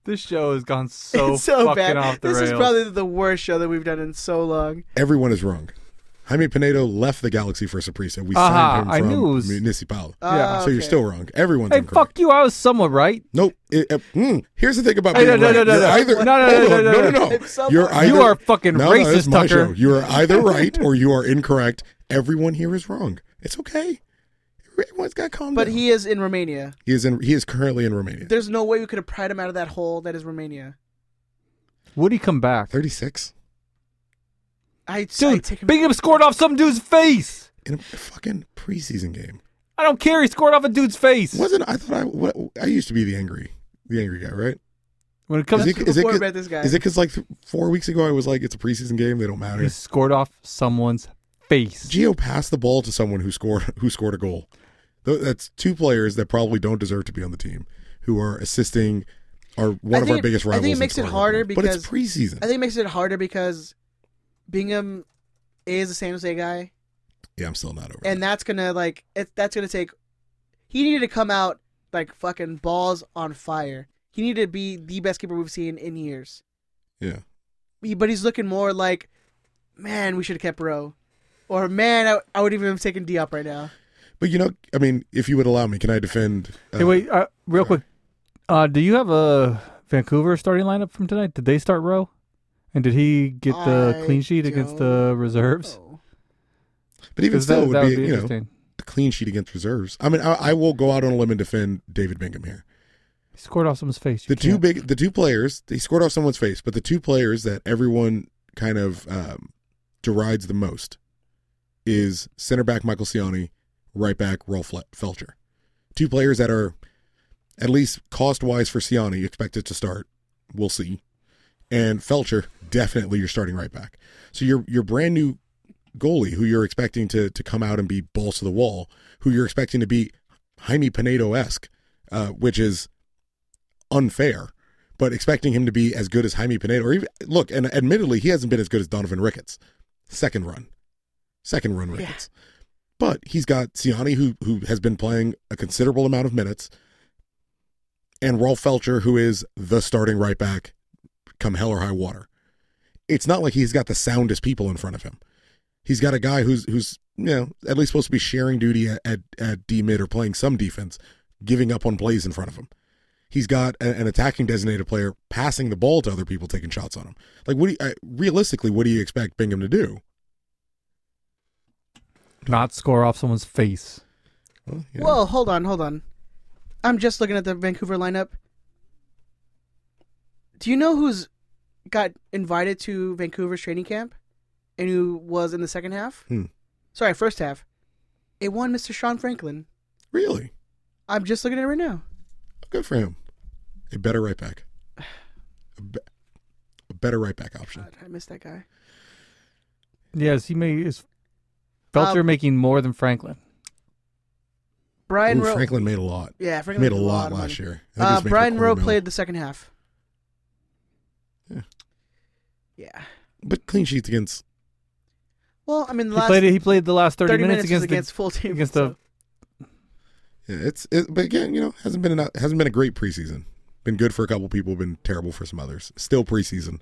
[SPEAKER 3] This show has gone so,
[SPEAKER 1] it's so
[SPEAKER 3] fucking
[SPEAKER 1] bad.
[SPEAKER 3] off the
[SPEAKER 1] this
[SPEAKER 3] rails.
[SPEAKER 1] is probably the worst show that we've done in so long.
[SPEAKER 2] Everyone is wrong. Jaime Pinedo left the Galaxy for Saprissa. We
[SPEAKER 3] Aha,
[SPEAKER 2] signed
[SPEAKER 3] I
[SPEAKER 2] him from
[SPEAKER 3] knew it was-
[SPEAKER 2] Municipal.
[SPEAKER 1] Ah,
[SPEAKER 2] So you're
[SPEAKER 1] okay.
[SPEAKER 2] still wrong. Everyone's
[SPEAKER 3] hey,
[SPEAKER 2] incorrect.
[SPEAKER 3] fuck you. I was somewhat right.
[SPEAKER 2] Nope. It- uh, mm. Here's the thing about
[SPEAKER 3] Hey,
[SPEAKER 2] being
[SPEAKER 3] no, no,
[SPEAKER 2] right.
[SPEAKER 3] no, no,
[SPEAKER 2] You're
[SPEAKER 3] no.
[SPEAKER 2] either-
[SPEAKER 3] No, no,
[SPEAKER 2] hold
[SPEAKER 3] no,
[SPEAKER 2] on.
[SPEAKER 3] no, no,
[SPEAKER 2] no,
[SPEAKER 3] no.
[SPEAKER 1] If someone-
[SPEAKER 2] You're either,
[SPEAKER 3] You are fucking racist,
[SPEAKER 2] this is my
[SPEAKER 3] Tucker.
[SPEAKER 2] show. You are either right or you are incorrect. Everyone here is wrong. It's okay. Everyone's got calm
[SPEAKER 1] But
[SPEAKER 2] down.
[SPEAKER 1] he is in Romania.
[SPEAKER 2] he is in he is currently in Romania.
[SPEAKER 1] There's no way we could have pried him out of that hole that is Romania.
[SPEAKER 3] Would he come back?
[SPEAKER 2] Thirty six
[SPEAKER 1] I I
[SPEAKER 3] Dude,
[SPEAKER 1] take him.
[SPEAKER 3] Bingham scored off some dude's face.
[SPEAKER 2] in a fucking preseason game.
[SPEAKER 3] I don't care. He scored off a dude's face.
[SPEAKER 2] Wasn't I thought I what, I used to be the angry the angry guy, right?
[SPEAKER 3] When it comes,
[SPEAKER 1] Is
[SPEAKER 3] to
[SPEAKER 1] it- before about this guy.
[SPEAKER 2] is it 'cause, like th- four weeks ago I was like it's a preseason game, they don't matter.
[SPEAKER 3] he scored off someone's face.
[SPEAKER 2] Geo passed the ball to someone who scored who scored a goal. Tho- That's two players that probably don't deserve to be on the team who are assisting our
[SPEAKER 1] I
[SPEAKER 2] one of
[SPEAKER 1] think
[SPEAKER 2] our
[SPEAKER 1] it-
[SPEAKER 2] biggest
[SPEAKER 1] I think
[SPEAKER 2] rivals.
[SPEAKER 1] it
[SPEAKER 2] in
[SPEAKER 1] makes it
[SPEAKER 2] scoring
[SPEAKER 1] harder
[SPEAKER 2] goals. but it's
[SPEAKER 1] I
[SPEAKER 2] preseason.
[SPEAKER 1] think it makes it harder because Bingham is a San Jose guy,
[SPEAKER 2] Yeah, I'm still not over.
[SPEAKER 1] and
[SPEAKER 2] that.
[SPEAKER 1] that's gonna like it, that's gonna take. He needed to come out like fucking balls on fire. He needed to be the best keeper we've seen in years.
[SPEAKER 2] yeah,
[SPEAKER 1] He- But he's looking more like, man, we should have kept Rowe, or man, I, I would even have taken Diop right now.
[SPEAKER 2] but you know, I mean, if you would allow me, can I defend? uh,
[SPEAKER 3] Hey, wait, uh, real quick. Uh, do you have a Vancouver starting lineup from tonight? Did they start Rowe? And did he get the
[SPEAKER 1] I
[SPEAKER 3] clean sheet against the reserves?
[SPEAKER 1] Oh.
[SPEAKER 2] But even
[SPEAKER 3] 'Cause that,
[SPEAKER 2] still, it would
[SPEAKER 3] that
[SPEAKER 2] be,
[SPEAKER 3] would be
[SPEAKER 2] you know
[SPEAKER 3] interesting.
[SPEAKER 2] a clean sheet against reserves. I mean, I, I will go out on a limb and defend David Bingham here.
[SPEAKER 3] He scored off someone's face. You
[SPEAKER 2] The two
[SPEAKER 3] can't-
[SPEAKER 2] big, the two players, they scored off someone's face, but the two players that everyone kind of um, derides the most is center back Michael Ciani, right back Rolf Le- Felcher. Two players that are, at least cost wise for Ciani, expected to start. We'll see. And Felcher, definitely you're starting right back. So your your brand new goalie, who you're expecting to to come out and be balls to the wall, who you're expecting to be Jaime Pinedo esque, uh, which is unfair. But expecting him to be as good as Jaime Pinedo, or even look, and admittedly, he hasn't been as good as Donovan Ricketts. Second run, second run Ricketts. But he's got Siani, who who has been playing a considerable amount of minutes, and Rolf Felcher, who is the starting right back, come hell or high water. It's not like he's got the soundest people in front of him. He's got a guy who's who's you know at least supposed to be sharing duty at at, at D mid or playing some defense, giving up on plays in front of him. He's got a- an attacking designated player passing the ball to other people taking shots on him. Like what do you, uh, realistically what do you expect Bingham to do?
[SPEAKER 3] not score off someone's face.
[SPEAKER 2] Well, you know,
[SPEAKER 1] Whoa, hold on, hold on. I'm just looking at the Vancouver lineup. Do you know who's got invited to Vancouver's training camp and who was in the second half?
[SPEAKER 2] Hmm.
[SPEAKER 1] Sorry, first half. It won Mr. Sean Franklin.
[SPEAKER 2] really
[SPEAKER 1] I'm just looking at it right now.
[SPEAKER 2] good for him. A better right back. A, be- a better right back option.
[SPEAKER 1] God, I missed that guy.
[SPEAKER 3] Yes, he may is Felcher
[SPEAKER 1] Um,
[SPEAKER 3] making more than Franklin.
[SPEAKER 1] Brian
[SPEAKER 2] Ooh,
[SPEAKER 1] Rowe.
[SPEAKER 2] Franklin made a lot.
[SPEAKER 1] yeah, Franklin
[SPEAKER 2] made a
[SPEAKER 1] made
[SPEAKER 2] lot,
[SPEAKER 1] of
[SPEAKER 2] last
[SPEAKER 1] money.
[SPEAKER 2] year. I think he
[SPEAKER 1] Uh,
[SPEAKER 2] was making
[SPEAKER 1] Brian
[SPEAKER 2] a quarter
[SPEAKER 1] Rowe
[SPEAKER 2] mil.
[SPEAKER 1] played the second half.
[SPEAKER 2] Yeah.
[SPEAKER 1] Yeah.
[SPEAKER 2] but clean sheets against
[SPEAKER 1] Well, I mean, the
[SPEAKER 3] He
[SPEAKER 1] last
[SPEAKER 3] played he played the last 30,
[SPEAKER 1] 30 minutes, was
[SPEAKER 3] against,
[SPEAKER 1] against full
[SPEAKER 3] the
[SPEAKER 1] team.
[SPEAKER 3] against
[SPEAKER 1] so-
[SPEAKER 3] the
[SPEAKER 2] Yeah, it's it, but again, you know, hasn't been an, hasn't been a great preseason. Been good for a couple people, been terrible for some others. Still preseason.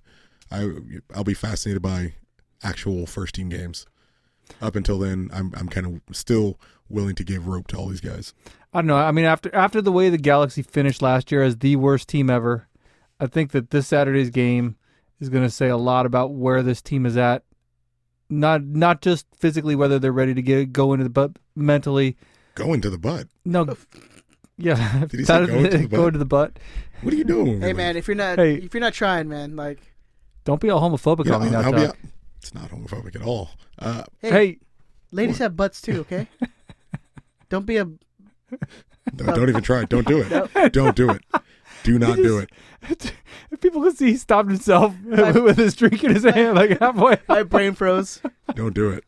[SPEAKER 2] I I'll be fascinated by actual first team games. Up until then, I'm I'm kind of still willing to give rope to all these guys.
[SPEAKER 3] I don't know. I mean, after after the way the Galaxy finished last year as the worst team ever, I think that this Saturday's game is going to say a lot about where this team is at. Not not just physically whether they're ready to get go into the but mentally.
[SPEAKER 2] Go into the butt.
[SPEAKER 3] No, yeah,
[SPEAKER 2] Did he say go into the
[SPEAKER 3] go
[SPEAKER 2] butt?
[SPEAKER 3] into the butt.
[SPEAKER 2] What are you doing?
[SPEAKER 1] Hey man, if you're not
[SPEAKER 3] Hey.
[SPEAKER 1] if you're not trying, man, like
[SPEAKER 3] Don't be all homophobic on me now,
[SPEAKER 2] I'll be,
[SPEAKER 3] Todd.
[SPEAKER 2] out- it's not homophobic at all. Uh,
[SPEAKER 1] hey,
[SPEAKER 3] Hey,
[SPEAKER 1] ladies have butts too, okay? Don't be a
[SPEAKER 2] no, don't even try it. Don't do it. Don't do it. Do not do it.
[SPEAKER 3] if people could see he stopped himself with his drink in his hand like halfway.
[SPEAKER 1] my brain froze.
[SPEAKER 2] Don't do it.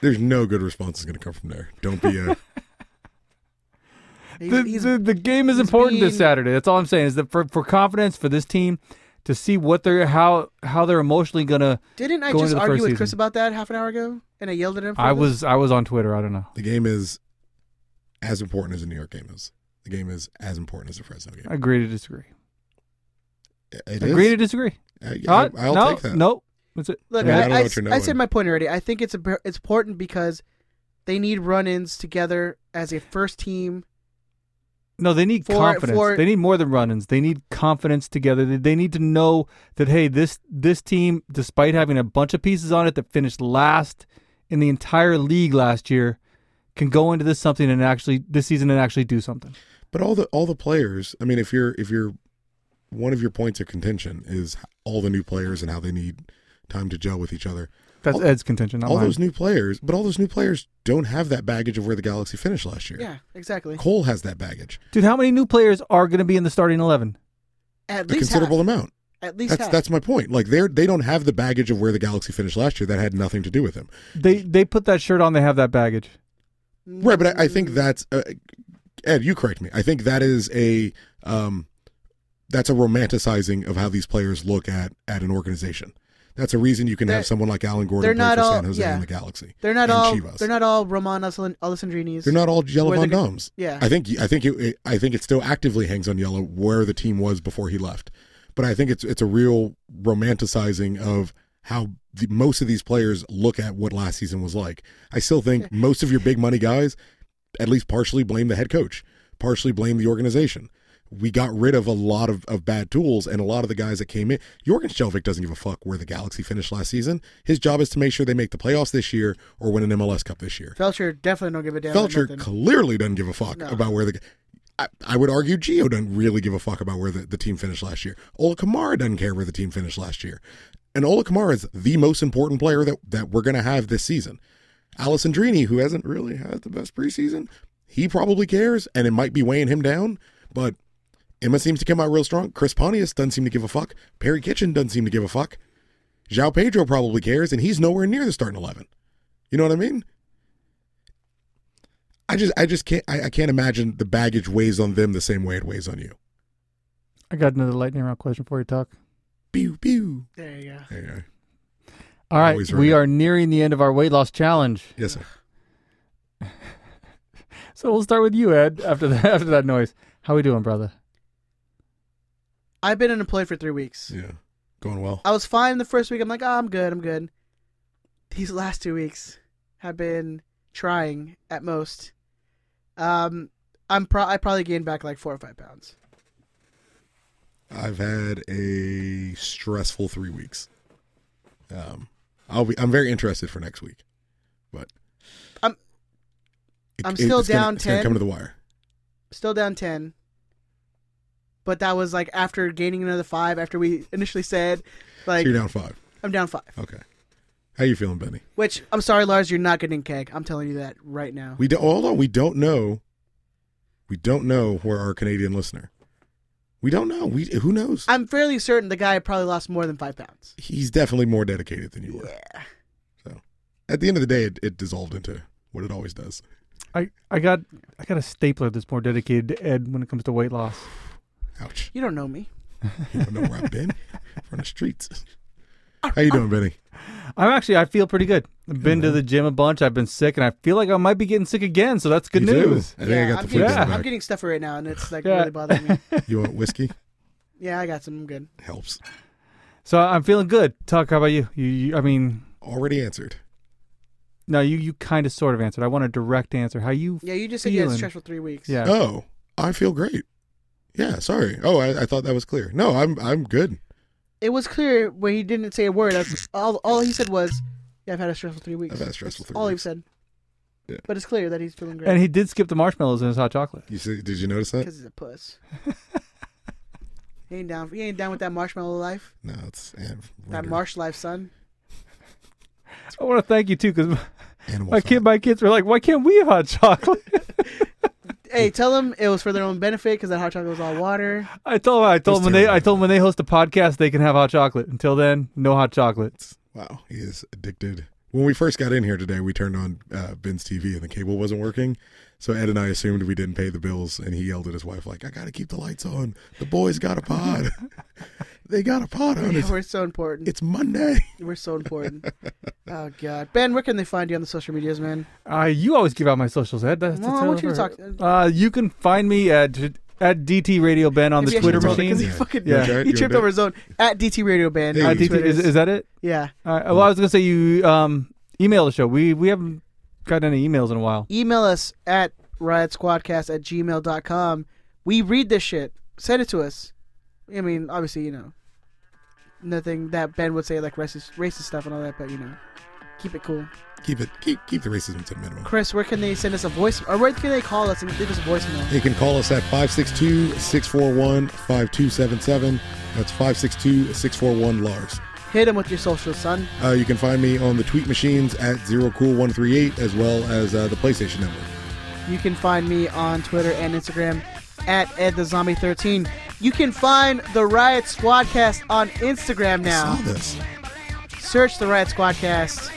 [SPEAKER 2] There's no good response is going to come from there. Don't be a
[SPEAKER 1] He's,
[SPEAKER 3] the,
[SPEAKER 1] he's-
[SPEAKER 3] the, the game is
[SPEAKER 1] he's
[SPEAKER 3] important this
[SPEAKER 1] being-
[SPEAKER 3] Saturday. That's all I'm saying is that for, for confidence for this team to see what they're how how they're emotionally gonna.
[SPEAKER 1] didn't I
[SPEAKER 3] going
[SPEAKER 1] just
[SPEAKER 3] to the
[SPEAKER 1] argue
[SPEAKER 3] first
[SPEAKER 1] with Chris
[SPEAKER 3] season.
[SPEAKER 1] about that half an hour ago and I yelled at him? For
[SPEAKER 3] I
[SPEAKER 1] this?
[SPEAKER 3] was I was on Twitter. I don't know.
[SPEAKER 2] The game is as important as the New York game is. The game is as important as the Fresno game.
[SPEAKER 3] I agree to disagree.
[SPEAKER 2] It is.
[SPEAKER 3] Agree to disagree.
[SPEAKER 2] I,
[SPEAKER 3] Todd,
[SPEAKER 2] I, will
[SPEAKER 3] no,
[SPEAKER 2] take that.
[SPEAKER 3] Nope. That's it.
[SPEAKER 1] look.
[SPEAKER 2] Yeah,
[SPEAKER 1] I,
[SPEAKER 2] I don't know
[SPEAKER 1] I,
[SPEAKER 2] what you're
[SPEAKER 1] I
[SPEAKER 2] knowing.
[SPEAKER 1] said my point already. I think it's a, it's important because they need run-ins together as a first team.
[SPEAKER 3] No, they need
[SPEAKER 1] For-
[SPEAKER 3] confidence.
[SPEAKER 1] for-
[SPEAKER 3] they need more than run-ins. They need confidence together. They, they need to know that hey, this this team, despite having a bunch of pieces on it that finished last in the entire league last year, can go into this something and actually this season and actually do something.
[SPEAKER 2] But all the all the players, I mean, if you're if you're one of your points of contention is all the new players and how they need time to gel with each other.
[SPEAKER 3] That's
[SPEAKER 2] All-
[SPEAKER 3] Ed's contention. Not
[SPEAKER 2] all
[SPEAKER 3] mine.
[SPEAKER 2] those new players, but all those new players don't have that baggage of where the Galaxy finished last year.
[SPEAKER 1] Yeah, exactly.
[SPEAKER 2] Cole has that baggage,
[SPEAKER 3] Dude, how many new players are going to be in the starting eleven?
[SPEAKER 1] At
[SPEAKER 2] a
[SPEAKER 1] least
[SPEAKER 2] considerable
[SPEAKER 1] half.
[SPEAKER 2] amount.
[SPEAKER 1] At least
[SPEAKER 2] That's
[SPEAKER 1] half.
[SPEAKER 2] that's my point. Like they're they don't have the baggage of where the Galaxy finished last year. That had nothing to do with them.
[SPEAKER 3] They they put that shirt on. They have that baggage.
[SPEAKER 2] Right, but I, I
[SPEAKER 1] Mm-hmm.
[SPEAKER 2] think that's uh, Ed. You correct me. I think that is a um, that's a romanticizing of how these players look at at an organization. That's a reason you can
[SPEAKER 1] They're-
[SPEAKER 2] have someone like Alan Gordon
[SPEAKER 1] they're
[SPEAKER 2] play
[SPEAKER 1] not
[SPEAKER 2] for
[SPEAKER 1] all-
[SPEAKER 2] San Jose
[SPEAKER 1] yeah.
[SPEAKER 2] and the Galaxy.
[SPEAKER 1] They're not
[SPEAKER 2] and
[SPEAKER 1] all.
[SPEAKER 2] Chivas.
[SPEAKER 1] They're not all Roman Alessand- Alessandrinis.
[SPEAKER 2] They're not all yellow
[SPEAKER 1] Where
[SPEAKER 2] Von
[SPEAKER 1] they're-
[SPEAKER 2] Doms.
[SPEAKER 1] yeah.
[SPEAKER 2] I think I think it, it I think it still actively hangs on yellow where the team was before he left. But I think it's it's a real romanticizing of how the, most of these players look at what last season was like. I still think most of your big money guys at least partially blame the head coach, partially blame the organization. We got rid of a lot of, of bad tools and a lot of the guys that came in. Jorgen Shelvik doesn't give a fuck where the Galaxy finished last season. His job is to make sure they make the playoffs this year or win an MLS Cup this year.
[SPEAKER 1] Felcher definitely don't give a damn. about
[SPEAKER 2] Felcher
[SPEAKER 1] nothing.
[SPEAKER 2] clearly doesn't give a fuck
[SPEAKER 1] No.
[SPEAKER 2] about where the. I, I would argue Gio doesn't really give a fuck about where the, the team finished last year. Ola Kamara doesn't care where the team finished last year. And Ola Kamara is the most important player that, that we're going to have this season. Alessandrini, who hasn't really had the best preseason, he probably cares, and it might be weighing him down, but Emma seems to come out real strong. Chris Pontius doesn't seem to give a fuck. Perry Kitchen doesn't seem to give a fuck. Jao Pedro probably cares, and he's nowhere near the starting 11. You know what I mean? I just I just can't I, I can't imagine the baggage weighs on them the same way it weighs on you.
[SPEAKER 3] I got another lightning round question for you, Tuck.
[SPEAKER 2] Pew pew.
[SPEAKER 1] There you go.
[SPEAKER 2] There you go.
[SPEAKER 3] All right,
[SPEAKER 2] Always
[SPEAKER 3] we
[SPEAKER 2] right.
[SPEAKER 3] are nearing the end of our weight loss challenge,
[SPEAKER 2] Yes, sir.
[SPEAKER 3] so we'll start with you, Ed. After that, after that noise, how we doing, brother?
[SPEAKER 1] I've been unemployed for three weeks.
[SPEAKER 2] Yeah. Going well.
[SPEAKER 1] I was fine the first week. I'm like, oh, I'm good. I'm good. These last two weeks have been trying at most. Um, I'm pro- I probably gained back like four or five pounds.
[SPEAKER 2] I've had a stressful three weeks. Um I'll be I'm very interested for next week. But
[SPEAKER 1] I'm-
[SPEAKER 2] It-
[SPEAKER 1] I'm
[SPEAKER 2] it-
[SPEAKER 1] still
[SPEAKER 2] it's gonna-
[SPEAKER 1] down
[SPEAKER 2] it's gonna
[SPEAKER 1] 10.
[SPEAKER 2] come to the wire.
[SPEAKER 1] Still down ten. But that was like after gaining another five. After we initially said, like,
[SPEAKER 2] so you're down five.
[SPEAKER 1] I'm down five.
[SPEAKER 2] Okay. How you feeling, Benny?
[SPEAKER 1] Which I'm sorry, Lars, you're not getting keg. I'm telling you that right now.
[SPEAKER 2] We don't hold on, we don't know. We don't know where our Canadian listener. We don't know. We who knows?
[SPEAKER 1] I'm fairly certain the guy probably lost more than five pounds.
[SPEAKER 2] he's definitely more dedicated than you were.
[SPEAKER 1] Yeah.
[SPEAKER 2] So at the end of the day, it, it dissolved into what it always does.
[SPEAKER 3] I, I got I got a stapler that's more dedicated to Ed when it comes to weight loss.
[SPEAKER 2] Ouch.
[SPEAKER 1] You don't know me.
[SPEAKER 2] You don't know where I've been. From the streets. How you doing, Benny?
[SPEAKER 3] I'm actually I feel pretty good. I've been to the gym a bunch. I've been sick, and I feel like I might be getting sick again. So that's good
[SPEAKER 2] You too.
[SPEAKER 3] news.
[SPEAKER 2] I think I
[SPEAKER 1] yeah,
[SPEAKER 2] got
[SPEAKER 1] I'm
[SPEAKER 2] the flu
[SPEAKER 1] getting,
[SPEAKER 2] down
[SPEAKER 3] Yeah.
[SPEAKER 2] back.
[SPEAKER 1] I'm getting stuff right now, and it's like
[SPEAKER 3] Yeah.
[SPEAKER 1] really bothering me.
[SPEAKER 2] You want whiskey?
[SPEAKER 1] Yeah, I got some. I'm good.
[SPEAKER 2] Helps.
[SPEAKER 3] So I'm feeling good. Tuck, how about you? You, you I mean,
[SPEAKER 2] Already answered.
[SPEAKER 3] no, you you kind of sort of answered. I want a direct answer. How you?
[SPEAKER 1] Yeah, you just said you had
[SPEAKER 3] Feeling.
[SPEAKER 1] stressful three weeks.
[SPEAKER 3] Yeah.
[SPEAKER 2] Oh, I feel great. Yeah, sorry. Oh, I, I thought that was clear. No, I'm I'm good.
[SPEAKER 1] It was clear when he didn't say a word. That's all, all he said was, Yeah, I've had a stressful three weeks.
[SPEAKER 2] I've had a stressful
[SPEAKER 1] That's
[SPEAKER 2] three
[SPEAKER 1] all he
[SPEAKER 2] weeks.
[SPEAKER 1] said.
[SPEAKER 2] Yeah.
[SPEAKER 1] But it's clear that he's feeling great.
[SPEAKER 3] And he did skip the marshmallows in his hot chocolate.
[SPEAKER 2] You see, did you notice that?
[SPEAKER 1] Because he's a puss. he, ain't down, he ain't down with that marshmallow life,
[SPEAKER 2] No, it's eh, an,
[SPEAKER 1] that marsh life, son.
[SPEAKER 3] I want to thank you too, because
[SPEAKER 2] animal.
[SPEAKER 3] my
[SPEAKER 2] fat.
[SPEAKER 3] kid, my kids were like, "Why can't we have hot chocolate?"
[SPEAKER 1] Hey, tell him it was for their own benefit because that hot chocolate was all water.
[SPEAKER 3] I told them, I told them when they, I told them when they host a podcast, they can have hot chocolate. Until then, no hot chocolate.
[SPEAKER 2] Wow, he is addicted. When we first got in here today, we turned on uh, Ben's TV and the cable wasn't working. So Ed and I assumed we didn't pay the bills, and he yelled at his wife like, "I gotta keep the lights on. The boys got a pod. they got a pod on.
[SPEAKER 1] Yeah,
[SPEAKER 2] It's,
[SPEAKER 1] we're so important.
[SPEAKER 2] it's Monday.
[SPEAKER 1] We're so important. oh, God. Ben, where can they find you on the social medias, man?
[SPEAKER 3] Uh, you always give out my socials, Ed. That's
[SPEAKER 1] Well,
[SPEAKER 3] that's
[SPEAKER 1] I want you to
[SPEAKER 3] over.
[SPEAKER 1] talk-
[SPEAKER 3] Uh, you can find me at at DT Radio Ben on
[SPEAKER 1] Maybe
[SPEAKER 3] the
[SPEAKER 1] I
[SPEAKER 3] Twitter
[SPEAKER 1] should tell them, 'cause
[SPEAKER 3] machine.
[SPEAKER 1] He, fucking,
[SPEAKER 3] Yeah.
[SPEAKER 2] You okay?
[SPEAKER 1] he
[SPEAKER 2] You
[SPEAKER 1] tripped
[SPEAKER 2] okay?
[SPEAKER 1] over his own. At DT Radio Ben.
[SPEAKER 2] Hey.
[SPEAKER 1] on
[SPEAKER 3] At DT,
[SPEAKER 1] Twitter.
[SPEAKER 3] is, is that it?
[SPEAKER 1] yeah.
[SPEAKER 3] All right. Well, I was gonna say you um, email the show. We we haven't gotten any emails in a while.
[SPEAKER 1] Email us at riotsquadcast at gmail.com. We read this shit. Send it to us. I mean, obviously, you know, nothing that Ben would say, like racist, racist stuff and all that, but, you know, Keep it cool.
[SPEAKER 2] Keep it keep keep the racism to a minimum.
[SPEAKER 1] Chris, where can they send us a voice or where can they call us and leave us a voicemail?
[SPEAKER 2] They can call us at 562-641-5277. That's 562-641-LARS.
[SPEAKER 1] Hit them with your social, son.
[SPEAKER 2] Uh, you can find me on the tweet machines at zerocool138 as well as uh, the PlayStation Network.
[SPEAKER 1] You can find me on Twitter and Instagram at EdTheZombie13. You can find the Riot Squadcast on Instagram
[SPEAKER 2] I
[SPEAKER 1] now.
[SPEAKER 2] saw this.
[SPEAKER 1] Search the Riot Squadcast.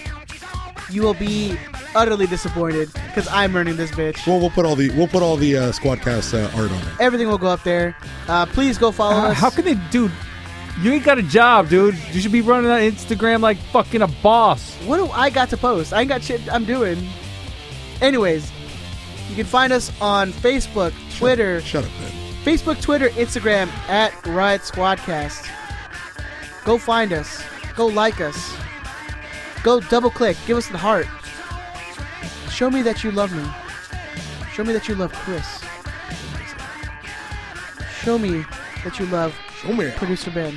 [SPEAKER 1] You will be utterly disappointed because I'm running this bitch.
[SPEAKER 2] Well, we'll put all the we'll put all the uh, Squadcast uh, art on it.
[SPEAKER 1] Everything will go up there. Uh, please go follow
[SPEAKER 3] How,
[SPEAKER 1] us.
[SPEAKER 3] how can they, dude? You ain't got a job, dude. You should be running on Instagram like fucking a boss.
[SPEAKER 1] what do I got to post? I ain't got shit I'm doing. Anyways, you can find us on Facebook, Twitter,
[SPEAKER 2] Shut up, man.
[SPEAKER 1] Facebook, Twitter, Instagram at Riot Squadcast. Go find us. Go like us. Go double click. Give us the heart. Show me that you love me. Show me that you love Chris. Show me that you love
[SPEAKER 2] Show me.
[SPEAKER 1] producer Ben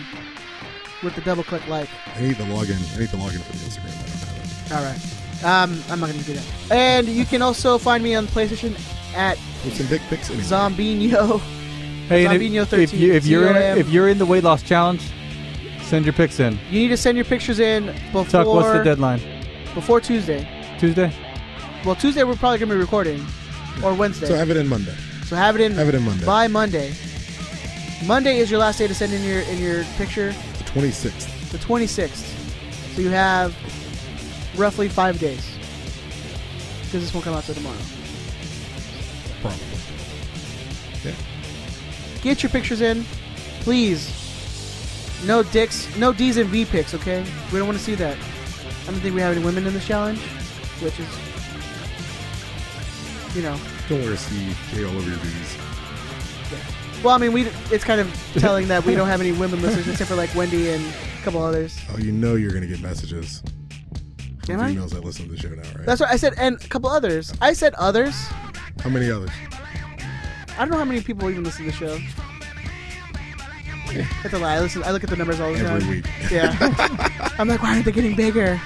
[SPEAKER 1] with the double click like.
[SPEAKER 2] I need the login. I need the login for the Instagram. I don't have it.
[SPEAKER 1] All right. Um, I'm not gonna do that. And you can also find me on PlayStation at
[SPEAKER 2] Put some dick pics in it.
[SPEAKER 1] Zombino.
[SPEAKER 3] Hey, and
[SPEAKER 1] Zombino
[SPEAKER 3] if,
[SPEAKER 1] 13,
[SPEAKER 3] if, you, if you're in,
[SPEAKER 1] COM.
[SPEAKER 3] if you're in the weight loss challenge, send your pics in.
[SPEAKER 1] You need to send your pictures in before
[SPEAKER 3] Tuck, what's the deadline?
[SPEAKER 1] before Tuesday.
[SPEAKER 3] Tuesday.
[SPEAKER 1] Well, Tuesday we're probably gonna be recording, or Wednesday.
[SPEAKER 2] So have it in Monday.
[SPEAKER 1] So have it in.
[SPEAKER 2] have it in Monday.
[SPEAKER 1] By Monday. Monday is your last day to send in your in your picture.
[SPEAKER 2] The 26th.
[SPEAKER 1] The 26th. So you have roughly five days. Because this won't come out till tomorrow.
[SPEAKER 2] Probably. Yeah.
[SPEAKER 1] Get your pictures in, please. No dicks, no D's and V pics, okay? We don't want to see that. I don't think we have any women in this challenge, which is, you know.
[SPEAKER 2] Don't wear a C J all over your B's.
[SPEAKER 1] Well, I mean, we it's kind of telling that we don't have any women listeners except for like Wendy and a couple others.
[SPEAKER 2] Oh, you know you're gonna get messages from
[SPEAKER 1] Am I?
[SPEAKER 2] females that listen to the show now, right?
[SPEAKER 1] That's what I said, and a couple others. I said others.
[SPEAKER 2] How many others?
[SPEAKER 1] I don't know how many people even listen to the show. That's a lie. I listen. I look at the numbers all the
[SPEAKER 2] Every
[SPEAKER 1] time.
[SPEAKER 2] week.
[SPEAKER 1] Yeah. I'm like, why aren't they getting bigger?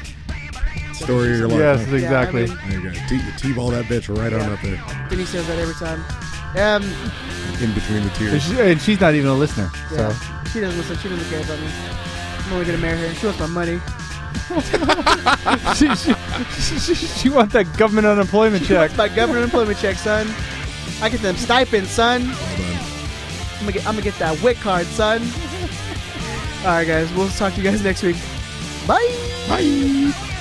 [SPEAKER 2] Story of your life.
[SPEAKER 3] Yes,
[SPEAKER 2] huh?
[SPEAKER 3] exactly.
[SPEAKER 1] Yeah, I mean-
[SPEAKER 2] There you go. T- T-ball that bitch right on
[SPEAKER 1] Yeah.
[SPEAKER 2] up there,
[SPEAKER 1] Denise says that every time. Um,
[SPEAKER 2] in between the
[SPEAKER 3] and,
[SPEAKER 2] tears.
[SPEAKER 3] she, and she's not even a listener.
[SPEAKER 1] yeah.
[SPEAKER 3] So
[SPEAKER 1] She doesn't listen. She doesn't care about me. I'm only gonna marry her. She wants my money.
[SPEAKER 3] she, she, she, she wants that government unemployment
[SPEAKER 1] She
[SPEAKER 3] check.
[SPEAKER 1] wants my government employment check, son. I get them stipends, son.
[SPEAKER 2] Well done.
[SPEAKER 1] I'm gonna get, I'm gonna get that wit card, son. All right, guys. We'll talk to you guys next week. Bye.
[SPEAKER 2] Bye.